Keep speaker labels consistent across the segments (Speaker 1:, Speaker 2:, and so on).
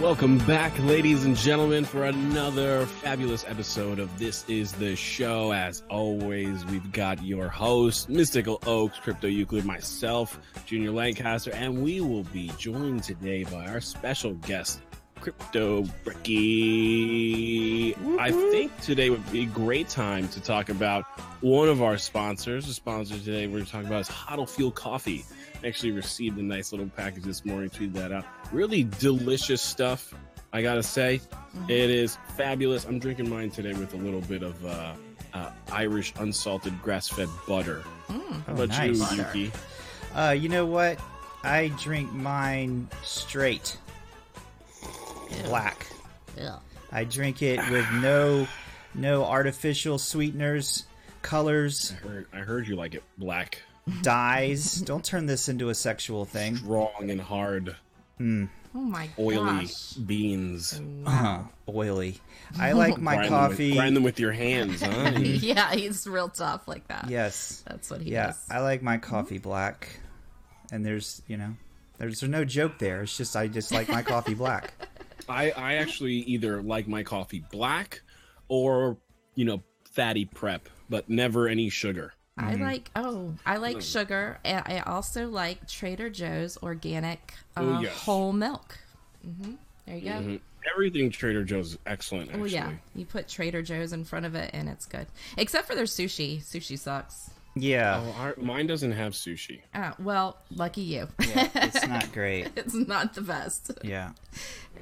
Speaker 1: Welcome back, ladies and gentlemen, for another fabulous episode of This Is the Show. As always, we've got your host, Mystical Oaks, Crypto Euclid, myself, Junior Lancaster, and we will be joined today by our special guest, Crypto Bricky. I
Speaker 2: Mm-hmm.
Speaker 3: Mm-hmm.
Speaker 1: think today would be a great time to talk about one of our sponsors. The sponsor today we're talking about is Huddle Fuel Coffee. Actually received a nice little package this morning, tweeted that out. Really delicious stuff, I gotta say.
Speaker 3: Mm-hmm.
Speaker 1: It is fabulous. I'm drinking mine today with a little bit of uh, uh, Irish unsalted grass fed butter.
Speaker 2: Mm.
Speaker 1: How
Speaker 3: Oh,
Speaker 1: about
Speaker 3: nice.
Speaker 1: you, Yuki?
Speaker 3: Uh, you know what? I drink mine straight, black.
Speaker 2: Yeah.
Speaker 3: I drink it with no, no artificial sweeteners, colors,
Speaker 1: I heard, I heard you like it black,
Speaker 3: dyes. Don't turn this into a sexual thing.
Speaker 1: strong, and hard,
Speaker 2: Oh my
Speaker 1: oily
Speaker 2: gosh.
Speaker 1: beans.
Speaker 3: Uh-huh. Oily. I like my
Speaker 1: grind Them
Speaker 3: coffee.
Speaker 1: with, grind them with your hands, huh?
Speaker 2: yeah, he's real tough like that.
Speaker 3: Oh, yes.
Speaker 2: That's what he
Speaker 3: Yeah,
Speaker 2: does.
Speaker 3: I like my coffee black. And there's, you know, there's no joke there. It's just I just like my coffee black.
Speaker 1: I, I actually either like my coffee black or, you know, fatty prep, but never any sugar.
Speaker 2: I like oh, I like
Speaker 1: mm.
Speaker 2: sugar, and I also like Trader Joe's organic uh,
Speaker 1: Oh, yes. Mm-hmm,
Speaker 2: whole milk. hmm There you go.
Speaker 1: Everything Trader Joe's is excellent, actually.
Speaker 2: Well, Oh, yeah, you put Trader Joe's in front of it, and it's good, except for their sushi. Sushi sucks.
Speaker 3: Yeah.
Speaker 1: Oh, our, mine doesn't have sushi.
Speaker 2: Uh, well, lucky you.
Speaker 3: yeah it's not great.
Speaker 2: it's not the best.
Speaker 3: Yeah.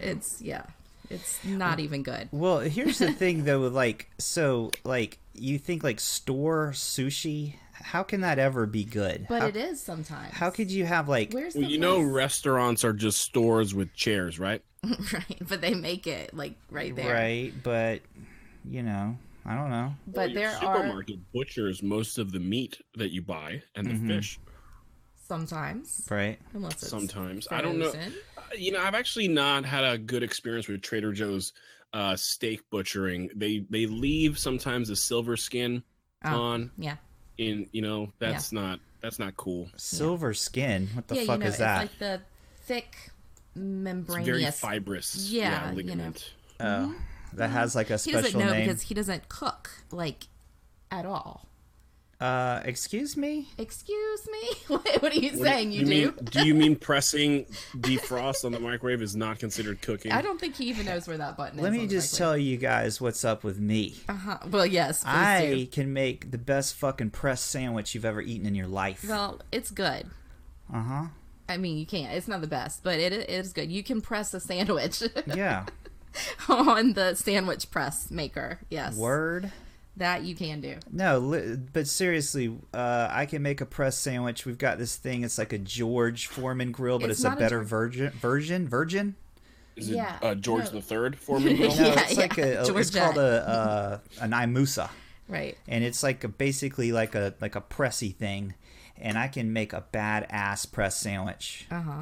Speaker 2: It's yeah, it's not even good.
Speaker 3: Well, here's the thing though, like so like you think like store sushi, how can that ever be good?
Speaker 2: But
Speaker 3: how,
Speaker 2: it is sometimes.
Speaker 3: how could you have like
Speaker 2: Where's
Speaker 1: Well,
Speaker 2: the
Speaker 1: you know,
Speaker 2: place?
Speaker 1: restaurants are just stores with chairs, right?
Speaker 2: right? But they make it like right there.
Speaker 3: right, but you know, I don't know.
Speaker 2: But
Speaker 1: Your
Speaker 2: there are
Speaker 1: supermarket butchers most of the meat that you buy and the fish.
Speaker 2: sometimes,
Speaker 3: Right.
Speaker 2: unless it's
Speaker 1: Sometimes I don't know.
Speaker 2: frozen.
Speaker 1: You know, I've actually not had a good experience with Trader Joe's uh, steak butchering. They they leave sometimes the silver skin
Speaker 2: Oh,
Speaker 1: on,
Speaker 2: Yeah.
Speaker 1: in you know that's not that's not cool.
Speaker 3: Silver skin. What the
Speaker 2: yeah,
Speaker 3: fuck
Speaker 2: you know,
Speaker 3: is that?
Speaker 2: It's like the thick
Speaker 1: It's very
Speaker 2: membraneous.
Speaker 1: fibrous.
Speaker 2: Yeah, you know.
Speaker 1: ligament.
Speaker 3: oh. That has like a
Speaker 2: he doesn't
Speaker 3: special
Speaker 2: know
Speaker 3: name.
Speaker 2: because he doesn't cook like at all.
Speaker 3: Uh excuse me?
Speaker 2: Excuse me. what, what are you
Speaker 1: What do
Speaker 2: saying? You, do?
Speaker 1: mean, do you mean pressing defrost on the microwave is not considered cooking?
Speaker 2: I don't think he even knows where that button is.
Speaker 3: Let me just tell you guys what's up with me.
Speaker 2: Uh huh. Well, yes. please do.
Speaker 3: I can make the best fucking press sandwich you've ever eaten in your life.
Speaker 2: Well, it's good.
Speaker 3: Uh-huh.
Speaker 2: I mean, you can't. It's not the best, but it it is good. You can press a sandwich
Speaker 3: Yeah.
Speaker 2: on the sandwich press maker. Yes.
Speaker 3: Word.
Speaker 2: That you can do.
Speaker 3: No, li- but seriously, uh, I can make a press sandwich. We've got this thing. It's like a George Foreman grill, but
Speaker 2: It's
Speaker 3: it's,
Speaker 2: not a
Speaker 3: a better
Speaker 2: George-
Speaker 3: virgin. Version, virgin.
Speaker 1: Is it
Speaker 2: Yeah,
Speaker 1: uh, George
Speaker 2: no.
Speaker 1: the Third Foreman? Bill?
Speaker 3: No,
Speaker 2: Yeah,
Speaker 3: it's like
Speaker 2: yeah,
Speaker 3: a, a- It's
Speaker 2: Georgette.
Speaker 3: called a, a an imusa,
Speaker 2: Right.
Speaker 3: and it's like a, basically like a like a pressy thing. And I can make a badass press sandwich.
Speaker 2: Uh huh.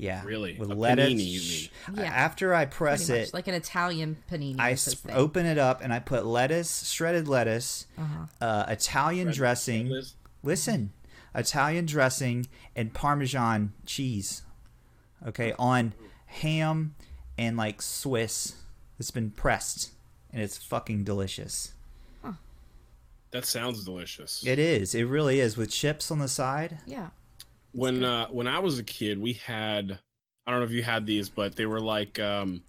Speaker 3: Yeah,
Speaker 1: Really?
Speaker 3: With
Speaker 1: A
Speaker 3: lettuce. Uh,
Speaker 1: panini, you mean.
Speaker 2: Yeah.
Speaker 3: After I press
Speaker 2: Pretty much,
Speaker 3: it,
Speaker 2: like an Italian panini.
Speaker 3: I
Speaker 2: is his
Speaker 3: sp- oh,
Speaker 2: thing.
Speaker 3: open it up and I put lettuce, shredded lettuce,
Speaker 2: Uh-huh.
Speaker 3: uh, Italian dressing.
Speaker 1: lettuce.
Speaker 3: Listen, Italian dressing and Parmesan cheese. Okay, on ham and like Swiss. It's been pressed and it's fucking delicious.
Speaker 1: That sounds delicious.
Speaker 3: It is. It really is with chips on the side.
Speaker 2: Yeah.
Speaker 1: when uh when I was a kid, we had I don't know if you had these, but they were like um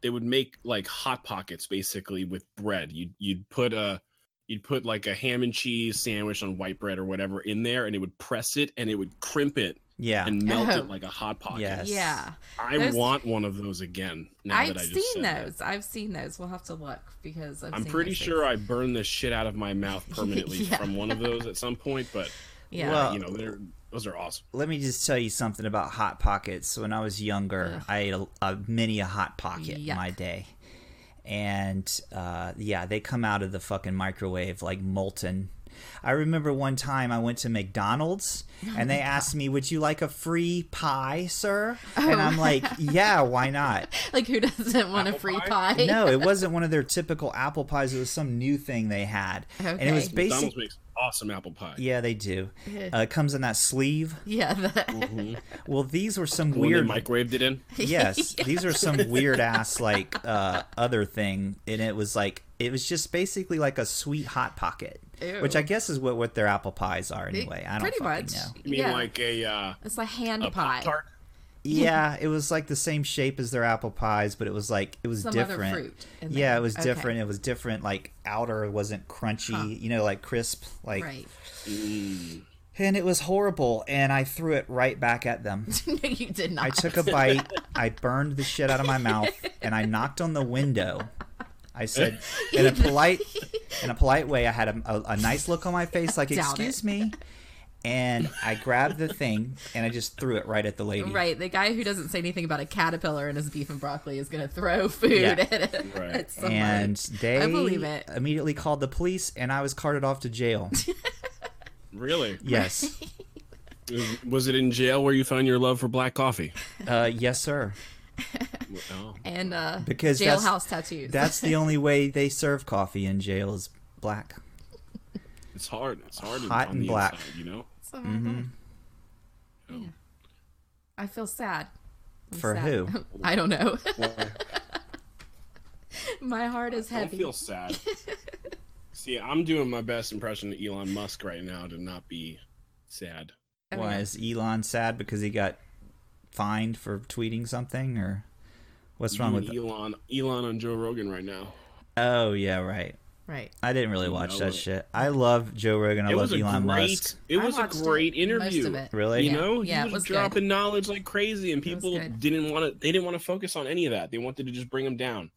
Speaker 1: they would make like hot pockets basically with bread. You'd you'd put a you'd put like a ham and cheese sandwich on white bread or whatever in there and it would press it and it would crimp it
Speaker 3: Yeah.
Speaker 1: and melt
Speaker 2: Oh.
Speaker 1: it like a hot pocket.
Speaker 3: Yes.
Speaker 2: Yeah.
Speaker 1: I
Speaker 2: Those-
Speaker 1: want one of those again now
Speaker 2: I've
Speaker 1: that I just
Speaker 2: seen
Speaker 1: said that.
Speaker 2: those. I've seen those. We'll have to look because I've
Speaker 1: I'm
Speaker 2: seen
Speaker 1: pretty
Speaker 2: those
Speaker 1: sure
Speaker 2: things.
Speaker 1: I burned the shit out of my mouth permanently
Speaker 2: Yeah.
Speaker 1: from one of those at some point, but
Speaker 2: Yeah.
Speaker 3: Well-
Speaker 1: you know, they're those are awesome.
Speaker 3: Let me just tell you something about hot pockets. When I was younger, I ate a, a many a hot pocket
Speaker 2: Yuck.
Speaker 3: in my day. And uh, yeah, they come out of the fucking microwave like molten. I remember one time I went to McDonald's
Speaker 2: Oh
Speaker 3: and they asked me, "Would you like a free pie, sir?"
Speaker 2: Oh.
Speaker 3: And I'm like, "Yeah, why not?"
Speaker 2: Like, who doesn't want a
Speaker 1: Apple
Speaker 2: free
Speaker 1: pie?
Speaker 2: pie?
Speaker 3: No, it wasn't one of their typical apple pies. It was some new thing they had, and it was
Speaker 2: Okay.
Speaker 3: basic.
Speaker 1: McDonald's makes awesome apple pie.
Speaker 3: Yeah, they do.
Speaker 2: Yeah.
Speaker 3: Uh, it comes in that sleeve.
Speaker 2: Yeah, that,
Speaker 1: Mhm.
Speaker 3: Well, these were some
Speaker 1: The one they
Speaker 3: weird.
Speaker 1: microwaved it in.
Speaker 3: yes these are some weird ass like uh other thing and it was like it was just basically like a sweet hot pocket
Speaker 2: Ew.
Speaker 3: which i guess is what what their apple pies are anyway i don't
Speaker 2: pretty
Speaker 3: fucking
Speaker 2: much.
Speaker 3: know
Speaker 1: You mean
Speaker 2: yeah.
Speaker 1: like a uh,
Speaker 2: it's like hand
Speaker 1: a
Speaker 2: pie,
Speaker 1: pop tart?
Speaker 3: yeah it was like the same shape as their apple pies but it was like it was
Speaker 2: some
Speaker 3: different
Speaker 2: other fruit. in
Speaker 3: yeah
Speaker 2: there.
Speaker 3: it was
Speaker 2: Okay.
Speaker 3: different it was different like outer wasn't crunchy
Speaker 2: Huh.
Speaker 3: you know like crisp like
Speaker 2: Right.
Speaker 3: and it was horrible and i threw it right back at them
Speaker 2: no, you did not.
Speaker 3: I took a bite. I burned the shit out of my mouth, and I knocked on the window. I said, in a polite, in a polite way, I had a, a, a nice look on my face, like
Speaker 2: Doubt
Speaker 3: "Excuse me," and I grabbed the thing and I just threw it right at the lady.
Speaker 2: Right, the guy who doesn't say anything about a caterpillar and his beef and broccoli is going to throw food
Speaker 3: Yeah.
Speaker 2: at, it,
Speaker 1: Right.
Speaker 2: at someone.
Speaker 3: And they
Speaker 2: believe it.
Speaker 3: immediately called the police, and I was carted off to jail.
Speaker 1: Really?
Speaker 3: Yes,
Speaker 1: Was- Was it in jail where you found your love for black coffee?
Speaker 3: uh, yes, sir.
Speaker 1: Oh.
Speaker 2: and uh,
Speaker 3: Because that's-
Speaker 2: jailhouse tattoos.
Speaker 3: That's the only way they serve coffee in jail is black.
Speaker 1: It's hard. It's hard
Speaker 3: Hot
Speaker 1: on
Speaker 3: and
Speaker 1: the
Speaker 3: black.
Speaker 1: inside, you know.
Speaker 2: So,
Speaker 3: mm-hmm.
Speaker 2: yeah. I feel sad. I'm
Speaker 3: For
Speaker 2: sad.
Speaker 3: who?
Speaker 2: I don't know. My heart is
Speaker 1: Don't
Speaker 2: heavy.
Speaker 1: feel sad. See, I'm doing my best impression of Elon Musk right now to not be sad.
Speaker 2: Oh,
Speaker 3: Why
Speaker 2: yeah.
Speaker 3: is Elon sad because he got fined for tweeting something or what's wrong
Speaker 1: You
Speaker 3: with
Speaker 1: and Elon, Elon on Joe Rogan right now.
Speaker 3: Oh yeah, right.
Speaker 2: Right.
Speaker 3: I didn't really watch
Speaker 1: know
Speaker 3: that
Speaker 1: it.
Speaker 3: shit. I love Joe Rogan. I
Speaker 1: it
Speaker 3: love
Speaker 1: was a
Speaker 3: Elon
Speaker 1: great.
Speaker 3: Musk.
Speaker 1: It was
Speaker 2: I
Speaker 1: a
Speaker 2: watched
Speaker 1: great interview.
Speaker 2: Most of it.
Speaker 3: Really?
Speaker 1: You
Speaker 2: Yeah.
Speaker 1: know, he
Speaker 2: yeah,
Speaker 1: was,
Speaker 2: it was
Speaker 1: dropping knowledge like crazy, and
Speaker 2: was
Speaker 1: people
Speaker 2: good.
Speaker 1: didn't want to. They didn't want to focus on any of that. They wanted to just bring him down.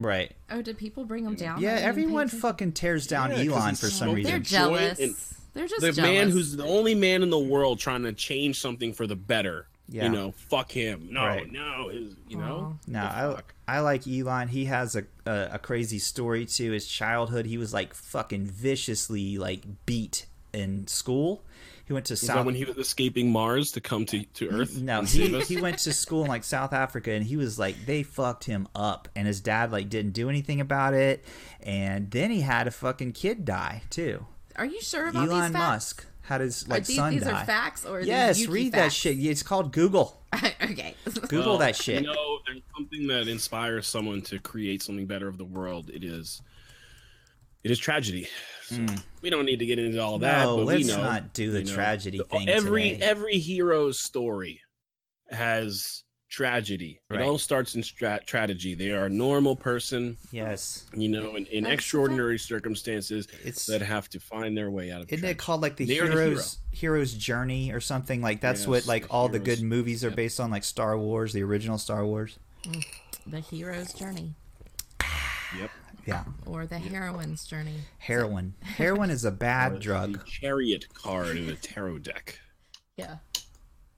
Speaker 3: Right.
Speaker 2: Good. Oh, did people bring him down? I
Speaker 3: Yeah,
Speaker 2: didn't pay
Speaker 3: everyone
Speaker 2: attention.
Speaker 3: fucking tears down
Speaker 1: Yeah, 'cause
Speaker 3: Elon
Speaker 1: he's
Speaker 3: for some
Speaker 1: smoking.
Speaker 2: They're
Speaker 3: reason.
Speaker 1: enjoyed
Speaker 2: jealous.
Speaker 1: and
Speaker 2: They're just
Speaker 1: the
Speaker 2: jealous.
Speaker 1: man who's the only man in the world trying to change something for the better.
Speaker 3: Yeah.
Speaker 1: You know, fuck him. No,
Speaker 3: Right.
Speaker 1: no, his, you know.
Speaker 3: No,
Speaker 1: The
Speaker 3: I
Speaker 1: fuck?
Speaker 3: I like Elon. He has a, a a crazy story too. His childhood, he was like fucking viciously like beat in school. He went to
Speaker 1: Is
Speaker 3: South
Speaker 1: that when he was escaping Mars to come to, to Earth?
Speaker 3: No,
Speaker 1: and save
Speaker 3: he,
Speaker 1: us?
Speaker 3: he went to school in like South Africa and he was like they fucked him up and his dad like didn't do anything about it and then he had a fucking kid die too.
Speaker 2: Are you sure
Speaker 1: Oh,
Speaker 2: about
Speaker 3: Elon
Speaker 2: these facts?
Speaker 3: Musk had his
Speaker 2: Are
Speaker 3: like
Speaker 2: these,
Speaker 3: son
Speaker 2: these
Speaker 3: die.
Speaker 2: are facts or are these
Speaker 3: yes,
Speaker 2: Yuki
Speaker 3: read that
Speaker 2: facts?
Speaker 3: shit. It's called Google.
Speaker 2: okay.
Speaker 3: Google
Speaker 1: Well,
Speaker 3: that shit.
Speaker 1: You know, there's something that inspires someone to create something better of the world. It is, it is tragedy. So We don't need to get into all that.
Speaker 3: Hmm. no,
Speaker 1: but
Speaker 3: let's
Speaker 1: we know,
Speaker 3: not do the
Speaker 1: you know,
Speaker 3: tragedy thing.
Speaker 1: every
Speaker 3: today.
Speaker 1: every hero's story has tragedy.
Speaker 3: Right.
Speaker 1: It all starts in strat- tragedy. They are a normal person,
Speaker 3: yes,
Speaker 1: you know, in, in
Speaker 2: That's-
Speaker 1: extraordinary circumstances
Speaker 3: it's
Speaker 1: that have to find their way out of.
Speaker 3: isn't
Speaker 1: tragedy.
Speaker 3: it called like the
Speaker 1: They are the
Speaker 3: hero's hero's journey or something like that's what
Speaker 1: Yes,
Speaker 3: like
Speaker 1: the
Speaker 3: all the
Speaker 1: hero's-
Speaker 3: good movies are
Speaker 1: yep.
Speaker 3: based on like Star Wars, the original Star Wars.
Speaker 2: the hero's journey
Speaker 1: Yep.
Speaker 3: Yeah,
Speaker 2: or the heroine's journey.
Speaker 3: heroin. Heroin is a bad drug.
Speaker 1: The chariot card in the tarot deck.
Speaker 2: Yeah.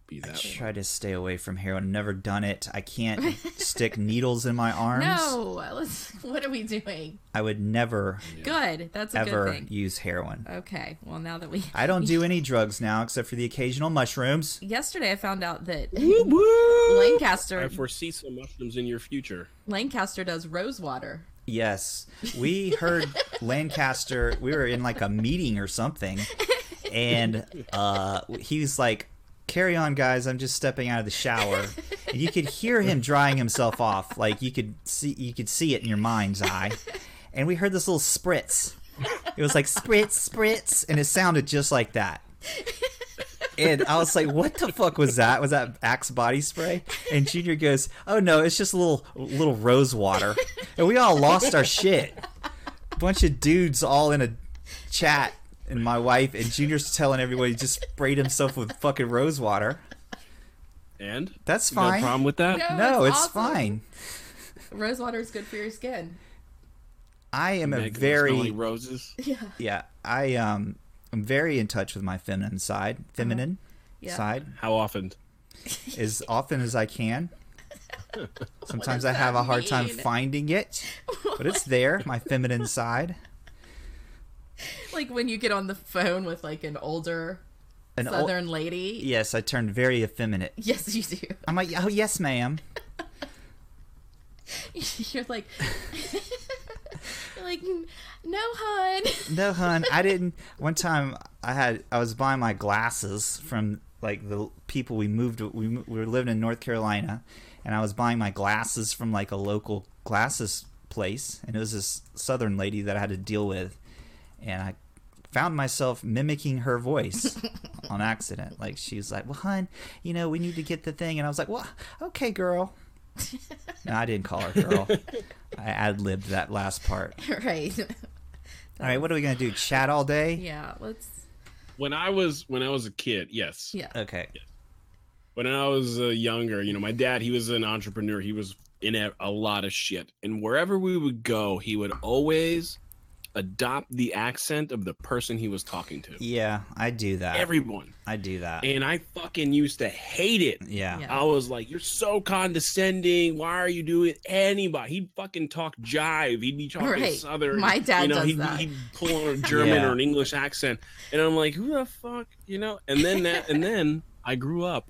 Speaker 1: Be that. one.
Speaker 3: try to stay away from heroin. Never done it. I can't stick needles in my arms.
Speaker 2: No, let's, what are we doing?
Speaker 3: I would never
Speaker 2: Good. That's a good
Speaker 3: ever
Speaker 2: thing. Uh,
Speaker 3: use heroin.
Speaker 2: Okay. Well, now that we
Speaker 3: I don't do any drugs now except for the occasional mushrooms.
Speaker 2: yesterday, I found out that
Speaker 1: Whoop, whoop. I
Speaker 2: Lancaster
Speaker 1: foresee some mushrooms in your future.
Speaker 2: Lancaster does rosewater.
Speaker 3: Yes. We heard Lancaster, we were in like a meeting or something, and uh, he was like, Carry on, guys. I'm just stepping out of the shower. And you could hear him drying himself off. Like you could see, you could see it in your mind's eye. And we heard this little spritz. It was like spritz, spritz, and it sounded just like that. And I was like, "What the fuck was that? Was that Axe body spray?" And Junior goes, "Oh no, it's just a little little rose water." And we all lost our shit. Bunch of dudes all in a chat, and my wife and Junior's telling everybody he just sprayed himself with fucking rose water.
Speaker 1: And
Speaker 3: That's
Speaker 1: You got a
Speaker 3: fine.
Speaker 1: problem with that?
Speaker 3: no, it's
Speaker 2: That's awesome.
Speaker 3: fine.
Speaker 2: Rosewater is good for your skin.
Speaker 3: I am a
Speaker 1: Make them smell
Speaker 3: very
Speaker 1: like roses.
Speaker 2: Yeah.
Speaker 3: yeah. I um I'm very in touch with my feminine side. Feminine
Speaker 2: Yeah.
Speaker 3: side
Speaker 1: How often?
Speaker 3: as often as I can. Sometimes I
Speaker 2: does
Speaker 3: have
Speaker 2: that
Speaker 3: a hard time
Speaker 2: mean?
Speaker 3: finding it, but it's there, my feminine side.
Speaker 2: like when you get on the phone with like an older
Speaker 3: An ol-
Speaker 2: Southern lady.
Speaker 3: yes, I turned very effeminate.
Speaker 2: Yes, you do.
Speaker 3: I'm like, oh yes, ma'am.
Speaker 2: You're like, you're like, "N- no, hun.
Speaker 3: No, hun, I didn't. One time, I had I was buying my glasses from like the people we moved. We, mo- we were living in North Carolina, and I was buying my glasses from like a local glasses place, and it was this Southern lady that I had to deal with, and I found myself mimicking her voice on accident. Like she was like, "Well, hun, you know, we need to get the thing," and I was like, "Well, okay, girl." no, I didn't call her girl. I ad libbed that last part.
Speaker 2: right.
Speaker 3: All right, what are we gonna do? Chat all day?
Speaker 2: Yeah. Let's.
Speaker 1: When I was when I was a kid, yes.
Speaker 2: Yeah.
Speaker 3: Okay.
Speaker 1: When I was uh, younger, you know, my dad he was an entrepreneur. He was in a, a lot of shit, and wherever we would go, he would always adopt the accent of the person he was talking to.
Speaker 3: Yeah, I do that.
Speaker 1: Everyone,
Speaker 3: I do that.
Speaker 1: and I fucking used to hate it.
Speaker 3: yeah.
Speaker 2: Yeah.
Speaker 1: I was like, "You're so condescending. Why are you doing anybody?" He'd fucking talk jive. He'd be talking
Speaker 2: Right.
Speaker 1: southern.
Speaker 2: My dad
Speaker 1: you know,
Speaker 2: does
Speaker 1: he'd,
Speaker 2: that.
Speaker 1: He'd pull on a German
Speaker 3: Yeah.
Speaker 1: or an English accent, and I'm like, "Who the fuck?" You know. And then that, and then I grew up,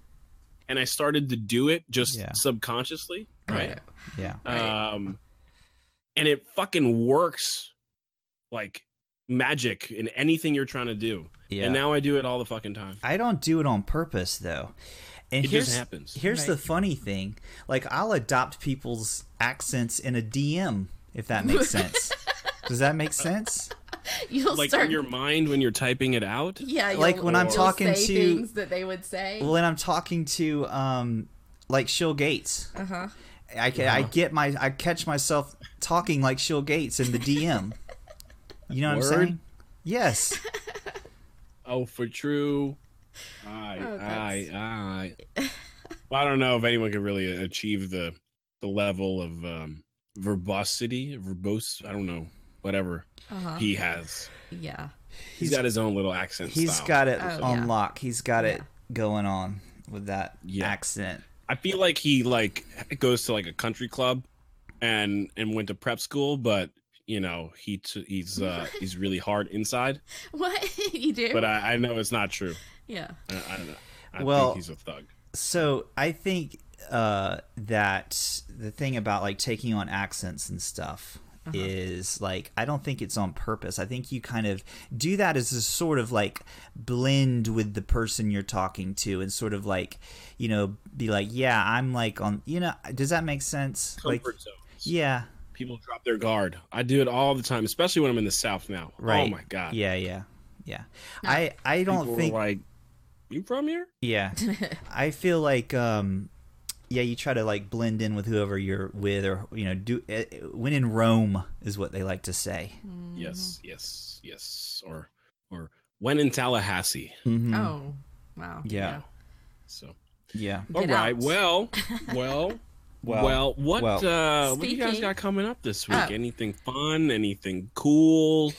Speaker 1: and I started to do it just
Speaker 3: Yeah.
Speaker 1: subconsciously, right?
Speaker 3: Yeah.
Speaker 2: Right.
Speaker 1: Um, and it fucking works like magic in anything you're trying to do.
Speaker 3: Yeah.
Speaker 1: And now I do it all the fucking time.
Speaker 3: I don't do it on purpose though. And
Speaker 1: It
Speaker 3: here's
Speaker 1: just happens.
Speaker 3: here's the
Speaker 2: Right.
Speaker 3: funny thing. Like I'll adopt people's accents in a DM if that makes sense. Does that make sense?
Speaker 2: You'll
Speaker 1: Like
Speaker 2: start.
Speaker 1: in your mind when you're typing it out.
Speaker 2: yeah. You'll,
Speaker 3: like, when I'm
Speaker 2: you'll
Speaker 3: talking
Speaker 2: say
Speaker 3: to-
Speaker 2: things that they would say.
Speaker 3: When I'm talking to um like Shill Gates,
Speaker 2: Uh huh.
Speaker 3: I ca-
Speaker 1: Uh-huh.
Speaker 3: I get my I catch myself talking like Shill Gates in the DM. You know what I'm
Speaker 1: Word.
Speaker 3: saying? Yes.
Speaker 1: Oh, for true.
Speaker 2: Oh,
Speaker 1: I,
Speaker 2: that's-
Speaker 1: I, I. Well, I don't know if anyone could really achieve the the level of um, verbosity, verbose. I don't know, whatever
Speaker 2: Uh huh.
Speaker 1: he has.
Speaker 2: Yeah.
Speaker 1: he's got his own little accent.
Speaker 3: He's
Speaker 1: style.
Speaker 3: got it
Speaker 2: Oh,
Speaker 3: on
Speaker 2: yeah.
Speaker 3: lock. He's got it
Speaker 2: Yeah.
Speaker 3: going on with that
Speaker 1: Yeah.
Speaker 3: accent.
Speaker 1: I feel like he like goes to like a country club, and and went to prep school, but you know he t- he's uh he's really hard inside.
Speaker 2: What you do?
Speaker 1: But I, I know it's not true.
Speaker 2: yeah.
Speaker 1: I, I don't know. I
Speaker 3: Well-
Speaker 1: think he's a thug.
Speaker 3: So I think uh, that the thing about like taking on accents and stuff
Speaker 2: Uh-huh.
Speaker 3: is like I don't think it's on purpose. I think you kind of do that as a sort of like blend with the person you're talking to and sort of like you know be like yeah I'm like on you know does that make sense? Like
Speaker 1: Comfort zone.
Speaker 3: yeah
Speaker 1: people drop their guard. I do it all the time, especially when I'm in the South now.
Speaker 3: right
Speaker 1: Oh my god.
Speaker 3: yeah yeah yeah I I don't
Speaker 1: People
Speaker 3: think
Speaker 1: are like, you from here?
Speaker 3: Yeah. I feel like um yeah, you try to like blend in with whoever you're with or you know, do eh, eh, when in Rome is what they like to say.
Speaker 1: Yes, yes, yes. Or, or when in Tallahassee.
Speaker 3: Mm-hmm.
Speaker 2: Oh. Wow.
Speaker 3: Yeah.
Speaker 1: So,
Speaker 3: Yeah.
Speaker 2: Get
Speaker 1: all right.
Speaker 2: out.
Speaker 1: Well, well,
Speaker 3: Well,
Speaker 1: well, What,
Speaker 3: well.
Speaker 1: uh, what do you guys
Speaker 2: Speaking-
Speaker 1: got coming up this week?
Speaker 2: Oh.
Speaker 1: Anything fun? Anything cool?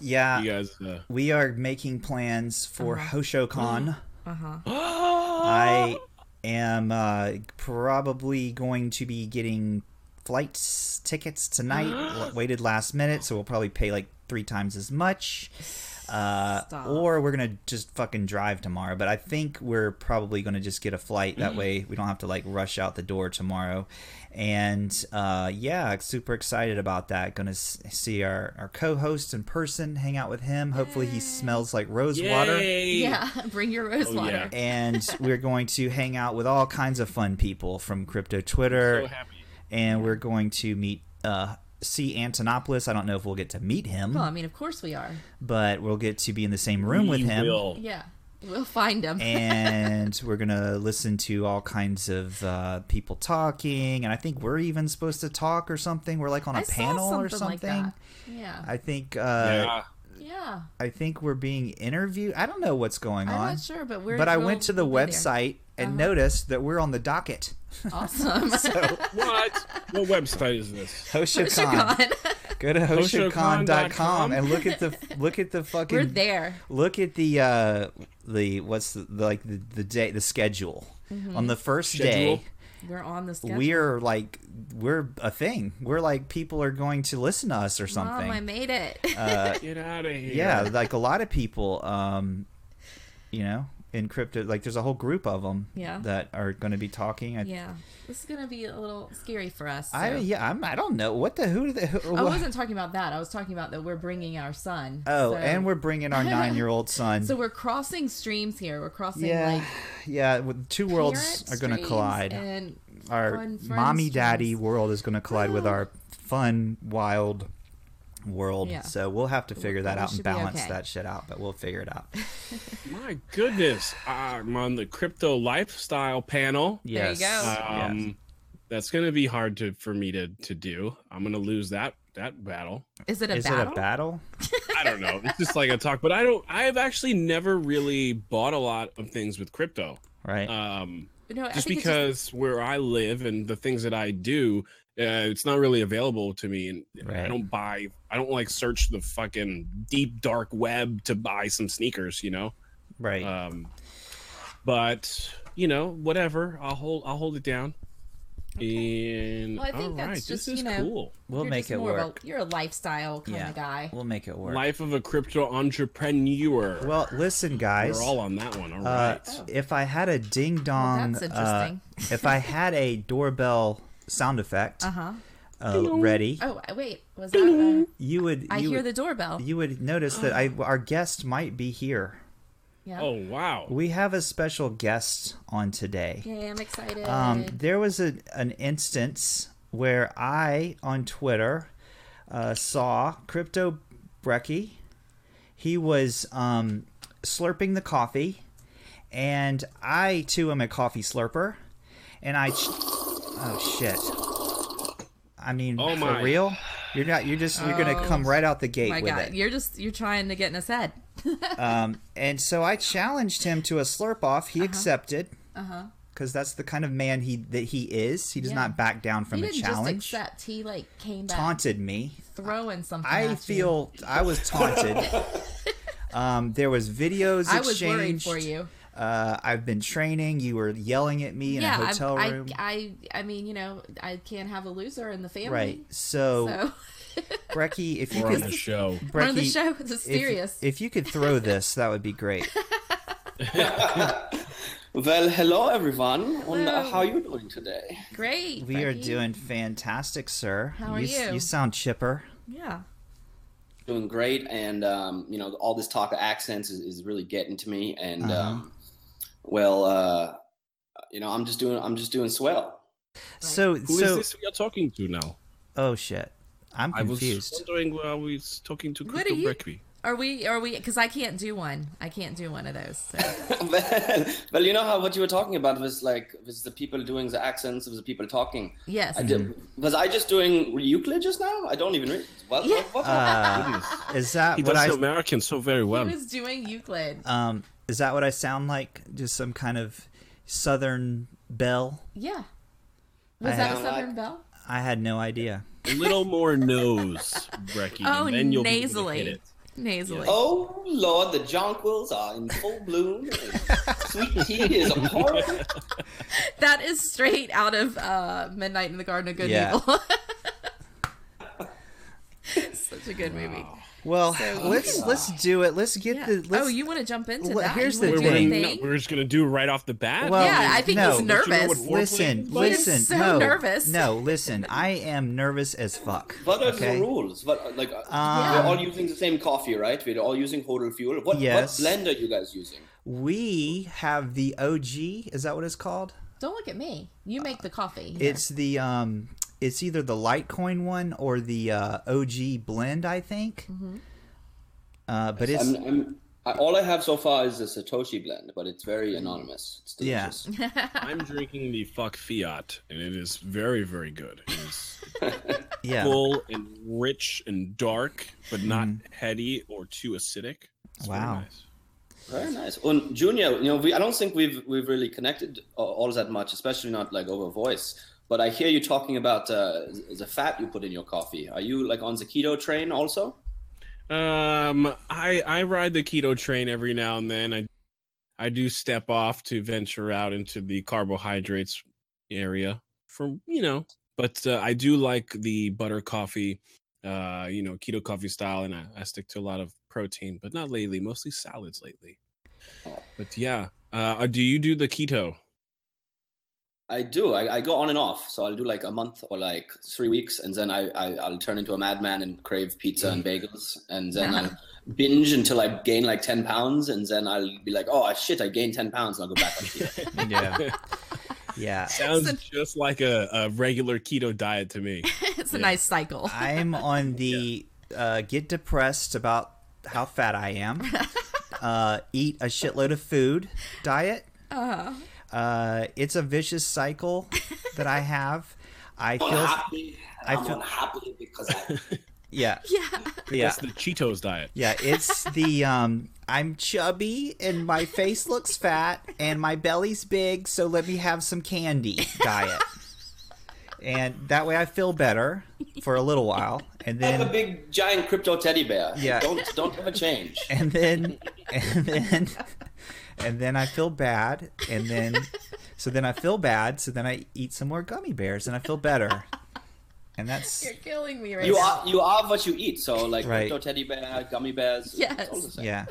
Speaker 3: Yeah.
Speaker 1: You guys. Uh...
Speaker 3: We are making plans for HoshoCon.
Speaker 2: Uh huh.
Speaker 3: I am uh, probably going to be getting flights tickets tonight. L- Waited last minute, so we'll probably pay like three times as much. Uh,
Speaker 2: Stop.
Speaker 3: or we're gonna just fucking drive tomorrow. But I think we're probably gonna just get a flight. That way we don't have to like rush out the door tomorrow. And uh, yeah, super excited about that. Gonna s- see our, our co-host in person, hang out with him. Hopefully he smells like rose water
Speaker 1: Yay!
Speaker 2: Yeah. Bring your rose
Speaker 1: Oh, yeah.
Speaker 2: water.
Speaker 3: and we're going to hang out with all kinds of fun people from crypto Twitter,
Speaker 1: So happy.
Speaker 3: and we're going to meet uh, C. Antonopoulos. I don't know if we'll get to meet him,
Speaker 2: Well, I mean, of course we are.
Speaker 3: but we'll get to be in the same room with
Speaker 1: We
Speaker 3: him,
Speaker 1: will.
Speaker 2: Yeah. We'll find them.
Speaker 3: and we're gonna listen to all kinds of uh, people talking. And I think we're even supposed to talk or something. We're like on a
Speaker 2: I saw
Speaker 3: panel or
Speaker 2: something like
Speaker 3: something.
Speaker 2: that. Yeah.
Speaker 3: I think uh,
Speaker 1: yeah.
Speaker 2: yeah.
Speaker 3: I think we're being interviewed. I don't know what's going
Speaker 2: I'm
Speaker 3: on,
Speaker 2: not sure, but we're.
Speaker 3: but I
Speaker 2: we'll-
Speaker 3: went to the
Speaker 2: we'll be there. Uh-huh.
Speaker 3: website and noticed that we're on the docket.
Speaker 2: Awesome.
Speaker 3: So.
Speaker 1: What? what website is this?
Speaker 3: HoshaCon. Go to HoshaCon.com
Speaker 1: HoshaCon.com.
Speaker 3: and look at the look at the fucking
Speaker 2: We're there.
Speaker 3: look at the
Speaker 2: Mm-hmm.
Speaker 3: uh the what's the, the like the, the day the schedule on the first day.
Speaker 1: Schedule?
Speaker 2: We're on the schedule.
Speaker 3: we're like we're a thing. We're like people are going to listen to us or something.
Speaker 2: Mom, I made it.
Speaker 3: uh,
Speaker 1: Get out of here.
Speaker 3: yeah, like a lot of people, um, you know, in crypto, like there's a whole group of them
Speaker 2: Yeah.
Speaker 3: that are going to be talking. I,
Speaker 2: yeah, this is gonna be a little scary for us. So.
Speaker 3: I yeah, I'm, I don't know what the who. do they- who
Speaker 2: I wasn't talking about that. I was talking about that we're bringing our son.
Speaker 3: oh,
Speaker 2: So-
Speaker 3: and we're bringing our nine year old son.
Speaker 2: so we're crossing streams here. We're crossing
Speaker 3: yeah,
Speaker 2: like
Speaker 3: yeah, with- two worlds
Speaker 2: parent
Speaker 3: are going to
Speaker 2: streams
Speaker 3: collide.
Speaker 2: and
Speaker 3: our
Speaker 2: fun friends
Speaker 3: mommy daddy
Speaker 2: streams.
Speaker 3: world is going to collide with
Speaker 2: Oh.
Speaker 3: our fun wild world
Speaker 2: Yeah.
Speaker 3: so we'll have to figure that
Speaker 2: we
Speaker 3: out and
Speaker 2: should be
Speaker 3: balance
Speaker 2: okay.
Speaker 3: that shit out but we'll figure it out
Speaker 1: My goodness. I'm on the crypto lifestyle panel.
Speaker 2: There you
Speaker 3: yes
Speaker 2: go.
Speaker 1: Um, That's going to be hard to for me to to do. I'm going to lose that that battle.
Speaker 2: Is it a
Speaker 3: is
Speaker 2: battle?
Speaker 3: it a battle
Speaker 1: I don't know. It's just like a talk, but I don't. I have actually never really bought a lot of things with crypto.
Speaker 3: right
Speaker 1: Um,
Speaker 2: no, I
Speaker 1: just
Speaker 2: think it's
Speaker 1: because where I live and the things that I do, uh, it's not really available to me, and I
Speaker 3: Right.
Speaker 1: don't buy. I don't like search the fucking deep dark web to buy some sneakers, you know.
Speaker 3: right
Speaker 1: Um, but you know, whatever. I'll hold. I'll hold it down. And
Speaker 2: Well, I think
Speaker 1: all
Speaker 2: that's
Speaker 1: right,
Speaker 2: just,
Speaker 1: this is
Speaker 2: you know,
Speaker 1: cool.
Speaker 3: we'll
Speaker 2: you're
Speaker 3: make
Speaker 2: just
Speaker 3: it
Speaker 2: more of a-
Speaker 3: work
Speaker 2: you're a lifestyle kind
Speaker 3: Yeah.
Speaker 2: of guy.
Speaker 3: we'll make it work
Speaker 1: Life of a crypto entrepreneur.
Speaker 3: well listen guys
Speaker 1: We're all on that one. All
Speaker 3: uh,
Speaker 1: right.
Speaker 3: if i had a ding dong
Speaker 2: that's
Speaker 3: uh,
Speaker 2: interesting.
Speaker 3: if i had a doorbell sound effect
Speaker 2: Uh huh.
Speaker 3: uh, ready
Speaker 2: Oh wait, was that? Uh,
Speaker 3: you would
Speaker 2: I
Speaker 3: you
Speaker 2: hear
Speaker 3: would,
Speaker 2: the doorbell.
Speaker 3: you would notice that I, our guest might be here
Speaker 2: yeah.
Speaker 1: oh wow.
Speaker 3: We have a special guest on today.
Speaker 2: Yay, I'm excited.
Speaker 3: Um, there was a, an instance where I on Twitter uh, saw Crypto Brecky. He was um, slurping the coffee, and I too am a coffee slurper. And I, ch- oh shit! I mean,
Speaker 1: Oh
Speaker 3: for
Speaker 1: my.
Speaker 3: real? You're not. You're just. You're gonna
Speaker 2: Oh
Speaker 3: come right out the gate
Speaker 2: my
Speaker 3: with
Speaker 2: God,
Speaker 3: it.
Speaker 2: you're just you're trying to get in his head.
Speaker 3: Um, and so I challenged him to a slurp off.
Speaker 2: Uh-huh.
Speaker 3: He accepted. Because that's the kind of man he that he is. He does
Speaker 2: Yeah.
Speaker 3: not back down from
Speaker 2: He
Speaker 3: a
Speaker 2: didn't
Speaker 3: challenge.
Speaker 2: just accept. He like came back
Speaker 3: Taunted me.
Speaker 2: throwing something.
Speaker 3: I
Speaker 2: at You.
Speaker 3: feel I was taunted. um, there was videos
Speaker 2: I was worried
Speaker 3: exchanged.
Speaker 2: for you.
Speaker 3: Uh, I've been training. You were yelling at me in
Speaker 2: yeah,
Speaker 3: a hotel
Speaker 2: I,
Speaker 3: room.
Speaker 2: I, I, I mean, you know, I can't have a loser in the family.
Speaker 3: right. So,
Speaker 2: So
Speaker 3: Brecky, if you
Speaker 1: We're on the
Speaker 3: could,
Speaker 1: show.
Speaker 2: we're on the
Speaker 3: Brecky,
Speaker 2: show. This is
Speaker 3: if-
Speaker 2: serious.
Speaker 3: If, you could throw this, that would be great.
Speaker 4: Well, hello everyone, and
Speaker 2: Hello.
Speaker 4: how are you doing today?
Speaker 2: Great.
Speaker 3: We are
Speaker 2: Frankie.
Speaker 3: doing fantastic, sir.
Speaker 2: How are
Speaker 3: s-
Speaker 2: you?
Speaker 3: You sound chipper.
Speaker 2: Yeah.
Speaker 4: Doing great, and um, you know all this talk of accents is, is really getting to me. And
Speaker 3: Uh-huh.
Speaker 4: um, well, uh, you know I'm just doing I'm just doing swell.
Speaker 3: So,
Speaker 1: Who is
Speaker 3: so
Speaker 1: this we are talking to now?
Speaker 3: oh shit, I'm
Speaker 1: I was
Speaker 3: confused.
Speaker 1: wondering why we was talking to
Speaker 2: What
Speaker 1: Crypto
Speaker 2: are you-
Speaker 1: Brecky.
Speaker 2: Are we? Are we? Because I can't do one. I can't do one of those. So.
Speaker 4: well, well, you know how what you were talking about was like was the people doing the accents, was the people talking.
Speaker 2: Yes.
Speaker 4: I did, was I just doing Euclid just now? I don't even read. What?
Speaker 2: Yeah.
Speaker 4: what, what
Speaker 3: Uh,
Speaker 1: Goodness.
Speaker 2: Ah.
Speaker 3: is that
Speaker 1: He
Speaker 3: what
Speaker 1: does
Speaker 3: I?
Speaker 1: American so very
Speaker 2: He
Speaker 1: well.
Speaker 2: was doing Euclid.
Speaker 3: Um, is that what I sound like? Just some kind of southern belle?
Speaker 2: Yeah. Was
Speaker 3: I
Speaker 2: that
Speaker 4: have-
Speaker 2: a Southern Belle?
Speaker 3: I had no idea.
Speaker 1: A little more nose, Brecky.
Speaker 2: Oh,
Speaker 1: and then you'll
Speaker 2: nasally.
Speaker 1: Be able to hit it.
Speaker 2: Nasally.
Speaker 4: Oh Lord, the jonquils are in full bloom. Sweet tea is upon.
Speaker 2: That is straight out of uh, Midnight in the Garden of Good
Speaker 3: Yeah.
Speaker 2: and Evil. Such a good movie.
Speaker 3: Well,
Speaker 2: So-
Speaker 3: let's let's do it. Let's get
Speaker 2: Yeah.
Speaker 3: the. Let's,
Speaker 2: oh, you want to jump into
Speaker 3: Well,
Speaker 2: that?
Speaker 3: here's
Speaker 2: You
Speaker 3: the
Speaker 1: We're,
Speaker 2: wanna do
Speaker 3: thing.
Speaker 2: a
Speaker 1: gonna- no, we're just gonna do right off the bat.
Speaker 3: Well,
Speaker 2: yeah, I think
Speaker 3: Um, no.
Speaker 2: he's
Speaker 1: Don't you know
Speaker 2: nervous.
Speaker 1: what-
Speaker 3: listen,
Speaker 1: Foreplay?
Speaker 3: listen.
Speaker 2: He's so
Speaker 3: no,
Speaker 2: nervous.
Speaker 3: No, listen. I am nervous as fuck.
Speaker 4: What are
Speaker 3: okay?
Speaker 4: the rules? What like uh,
Speaker 3: Um,
Speaker 4: we're all using the same coffee, right? We're all using Hodel fuel. What,
Speaker 3: Yes.
Speaker 4: what blend are you guys using?
Speaker 3: We have the OG. Is that what it's called?
Speaker 2: Don't look at me. You make the coffee. here.
Speaker 3: It's the um, it's either the Litecoin one or the uh, OG blend, I think. Uh, but it's
Speaker 4: I'm, I'm, I, all I have so far is the Satoshi blend, but it's very anonymous. It's
Speaker 3: Yeah.
Speaker 4: delicious.
Speaker 1: I'm drinking the fuck fiat, and it is very, very good. It is
Speaker 3: yeah,
Speaker 1: full and rich and dark, but not heady or too acidic. It's very
Speaker 3: Mm-hmm. Wow.
Speaker 1: nice.
Speaker 4: Very nice. And Junior, you know, we I don't think we've we've really connected a- all that much, especially not like over voice. But I hear you talking about uh, the fat you put in your coffee. Are you like on the keto train also?
Speaker 1: Um, I I ride the keto train every now and then. I I do step off to venture out into the carbohydrates area for you know but uh, i do like the butter coffee uh you know keto coffee style and I, I stick to a lot of protein but not lately mostly salads lately but yeah uh do you do the keto
Speaker 4: I do. I, I go on and off. So I'll do like a month or like three weeks, and then I, I I'll turn into a madman and crave pizza and
Speaker 3: Mm.
Speaker 4: bagels, and then I'll binge until I gain like ten pounds, and then I'll be like, oh shit, I gained ten pounds, and I'll go back on keto.
Speaker 3: Yeah. Yeah.
Speaker 1: sounds just like a, a regular keto diet to me
Speaker 2: it's a nice cycle.
Speaker 3: I'm on the uh, get depressed about how fat I am, uh, eat a shitload of food diet.
Speaker 2: Uh,
Speaker 3: Uh, it's a vicious cycle that I have. I feel,
Speaker 4: Unhappy.
Speaker 3: I
Speaker 4: I'm
Speaker 3: feel-
Speaker 4: unhappy because I,
Speaker 3: yeah,
Speaker 2: yeah.
Speaker 3: yeah,
Speaker 1: that's the cheetos diet
Speaker 3: yeah. It's the um, I'm chubby and my face looks fat and my belly's big, so let me have some candy diet. And that way I feel better for a little while, and
Speaker 4: I have a
Speaker 3: then
Speaker 4: big giant crypto teddy bear.
Speaker 3: Yeah.
Speaker 4: Don't don't ever change.
Speaker 3: and then and then and then I feel bad and then so then I feel bad so then I eat some more gummy bears and I feel better and that's
Speaker 2: You're killing me right
Speaker 4: You
Speaker 2: now.
Speaker 4: are you are what you eat. So like
Speaker 3: Right.
Speaker 4: crypto teddy bear, gummy bears.
Speaker 2: Yes.
Speaker 4: it's all the same.
Speaker 3: yeah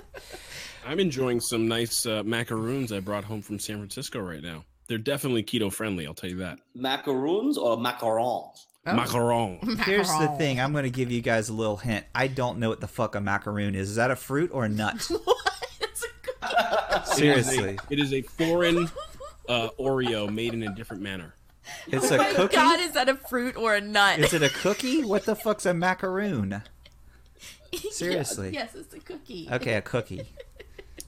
Speaker 1: i'm enjoying some nice uh, macaroons i brought home from san francisco right now they're definitely keto friendly i'll tell you that
Speaker 4: Macaroons or macarons.
Speaker 2: Oh.
Speaker 1: macaron
Speaker 3: here's the
Speaker 2: Macaron.
Speaker 3: thing I'm gonna give you guys a little hint I don't know what the fuck a macaroon is is that a fruit or a nut
Speaker 2: What? It's a good-
Speaker 3: seriously
Speaker 1: it is a, it is a foreign uh, oreo made in a different manner
Speaker 3: it's
Speaker 2: oh
Speaker 3: a
Speaker 2: my
Speaker 3: cookie
Speaker 2: god, is that a fruit or a nut?
Speaker 3: is it a cookie what the fuck's a macaroon seriously
Speaker 2: yes, it's a cookie.
Speaker 3: okay a cookie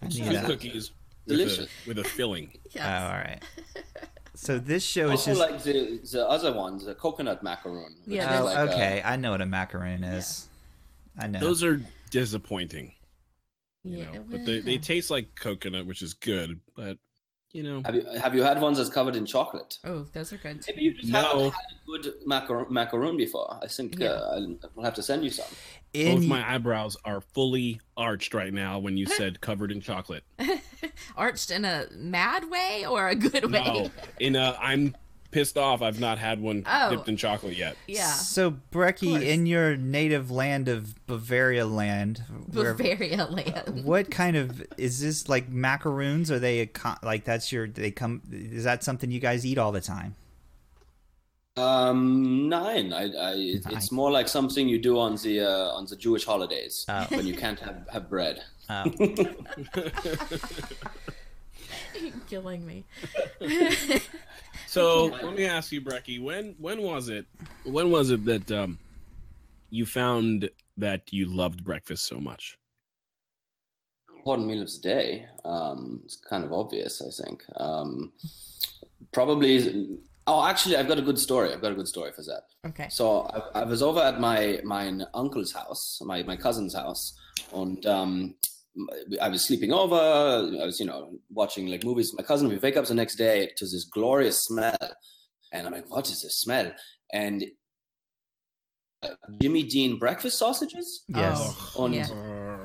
Speaker 3: I knew
Speaker 1: These
Speaker 3: that.
Speaker 1: cookies
Speaker 4: Delicious.
Speaker 1: with a, with a filling
Speaker 3: Oh, all
Speaker 2: Yes.
Speaker 3: right so this show is
Speaker 4: Also
Speaker 3: just
Speaker 4: Oh, like the the other ones, the coconut macaroon. which
Speaker 2: Yeah,
Speaker 4: is
Speaker 3: Oh,
Speaker 2: there's-
Speaker 4: like uh, a-
Speaker 3: okay. I know what a macaroon is. I know.
Speaker 1: those are disappointing you
Speaker 2: Yeah,
Speaker 1: know but they, they taste like coconut which is good but you know
Speaker 4: have you have you had ones that's covered in chocolate?
Speaker 2: Oh, those are good.
Speaker 4: Maybe you just
Speaker 1: No.
Speaker 4: haven't had a good macar- macaroon before. I think
Speaker 2: Yeah.
Speaker 4: uh, I'll, I'll have to send you some.
Speaker 1: both
Speaker 3: in
Speaker 1: my eyebrows are fully arched right now when you said covered in chocolate
Speaker 2: Arched in a mad way or a good way?
Speaker 1: No, in a, I'm pissed off. I've not had one
Speaker 2: Oh.
Speaker 1: dipped in chocolate yet.
Speaker 2: Yeah.
Speaker 3: So
Speaker 2: Of
Speaker 3: Brecky,
Speaker 2: course.
Speaker 3: in your native land of Bavaria land, where-
Speaker 2: Bavaria land.
Speaker 3: what kind of is this like macaroons? Are they a, co- like that's your? They come. Is that something you guys eat all the time?
Speaker 4: Um, nine. I, I, it- it's more like something you do on the uh, on the Jewish holidays
Speaker 3: Oh.
Speaker 4: when you can't have, have bread.
Speaker 2: You're killing me.
Speaker 1: So let me ask you, Brecky, when when was it? When was it that um, you found that you loved breakfast so much?
Speaker 4: Important meal of the day. Um, it's kind of obvious, I think. Um, probably. Oh, actually, I've got a good story. I've got a good story for that.
Speaker 2: Okay.
Speaker 4: So I, I was over at my my uncle's house, my my cousin's house, and um, I was sleeping over. I was you know watching like movies. with My cousin, we wake up the next day to this glorious smell, and I'm like, what is this smell? And uh, Jimmy Dean breakfast sausages.
Speaker 3: Yes.
Speaker 2: Oh,
Speaker 4: And,
Speaker 2: yeah.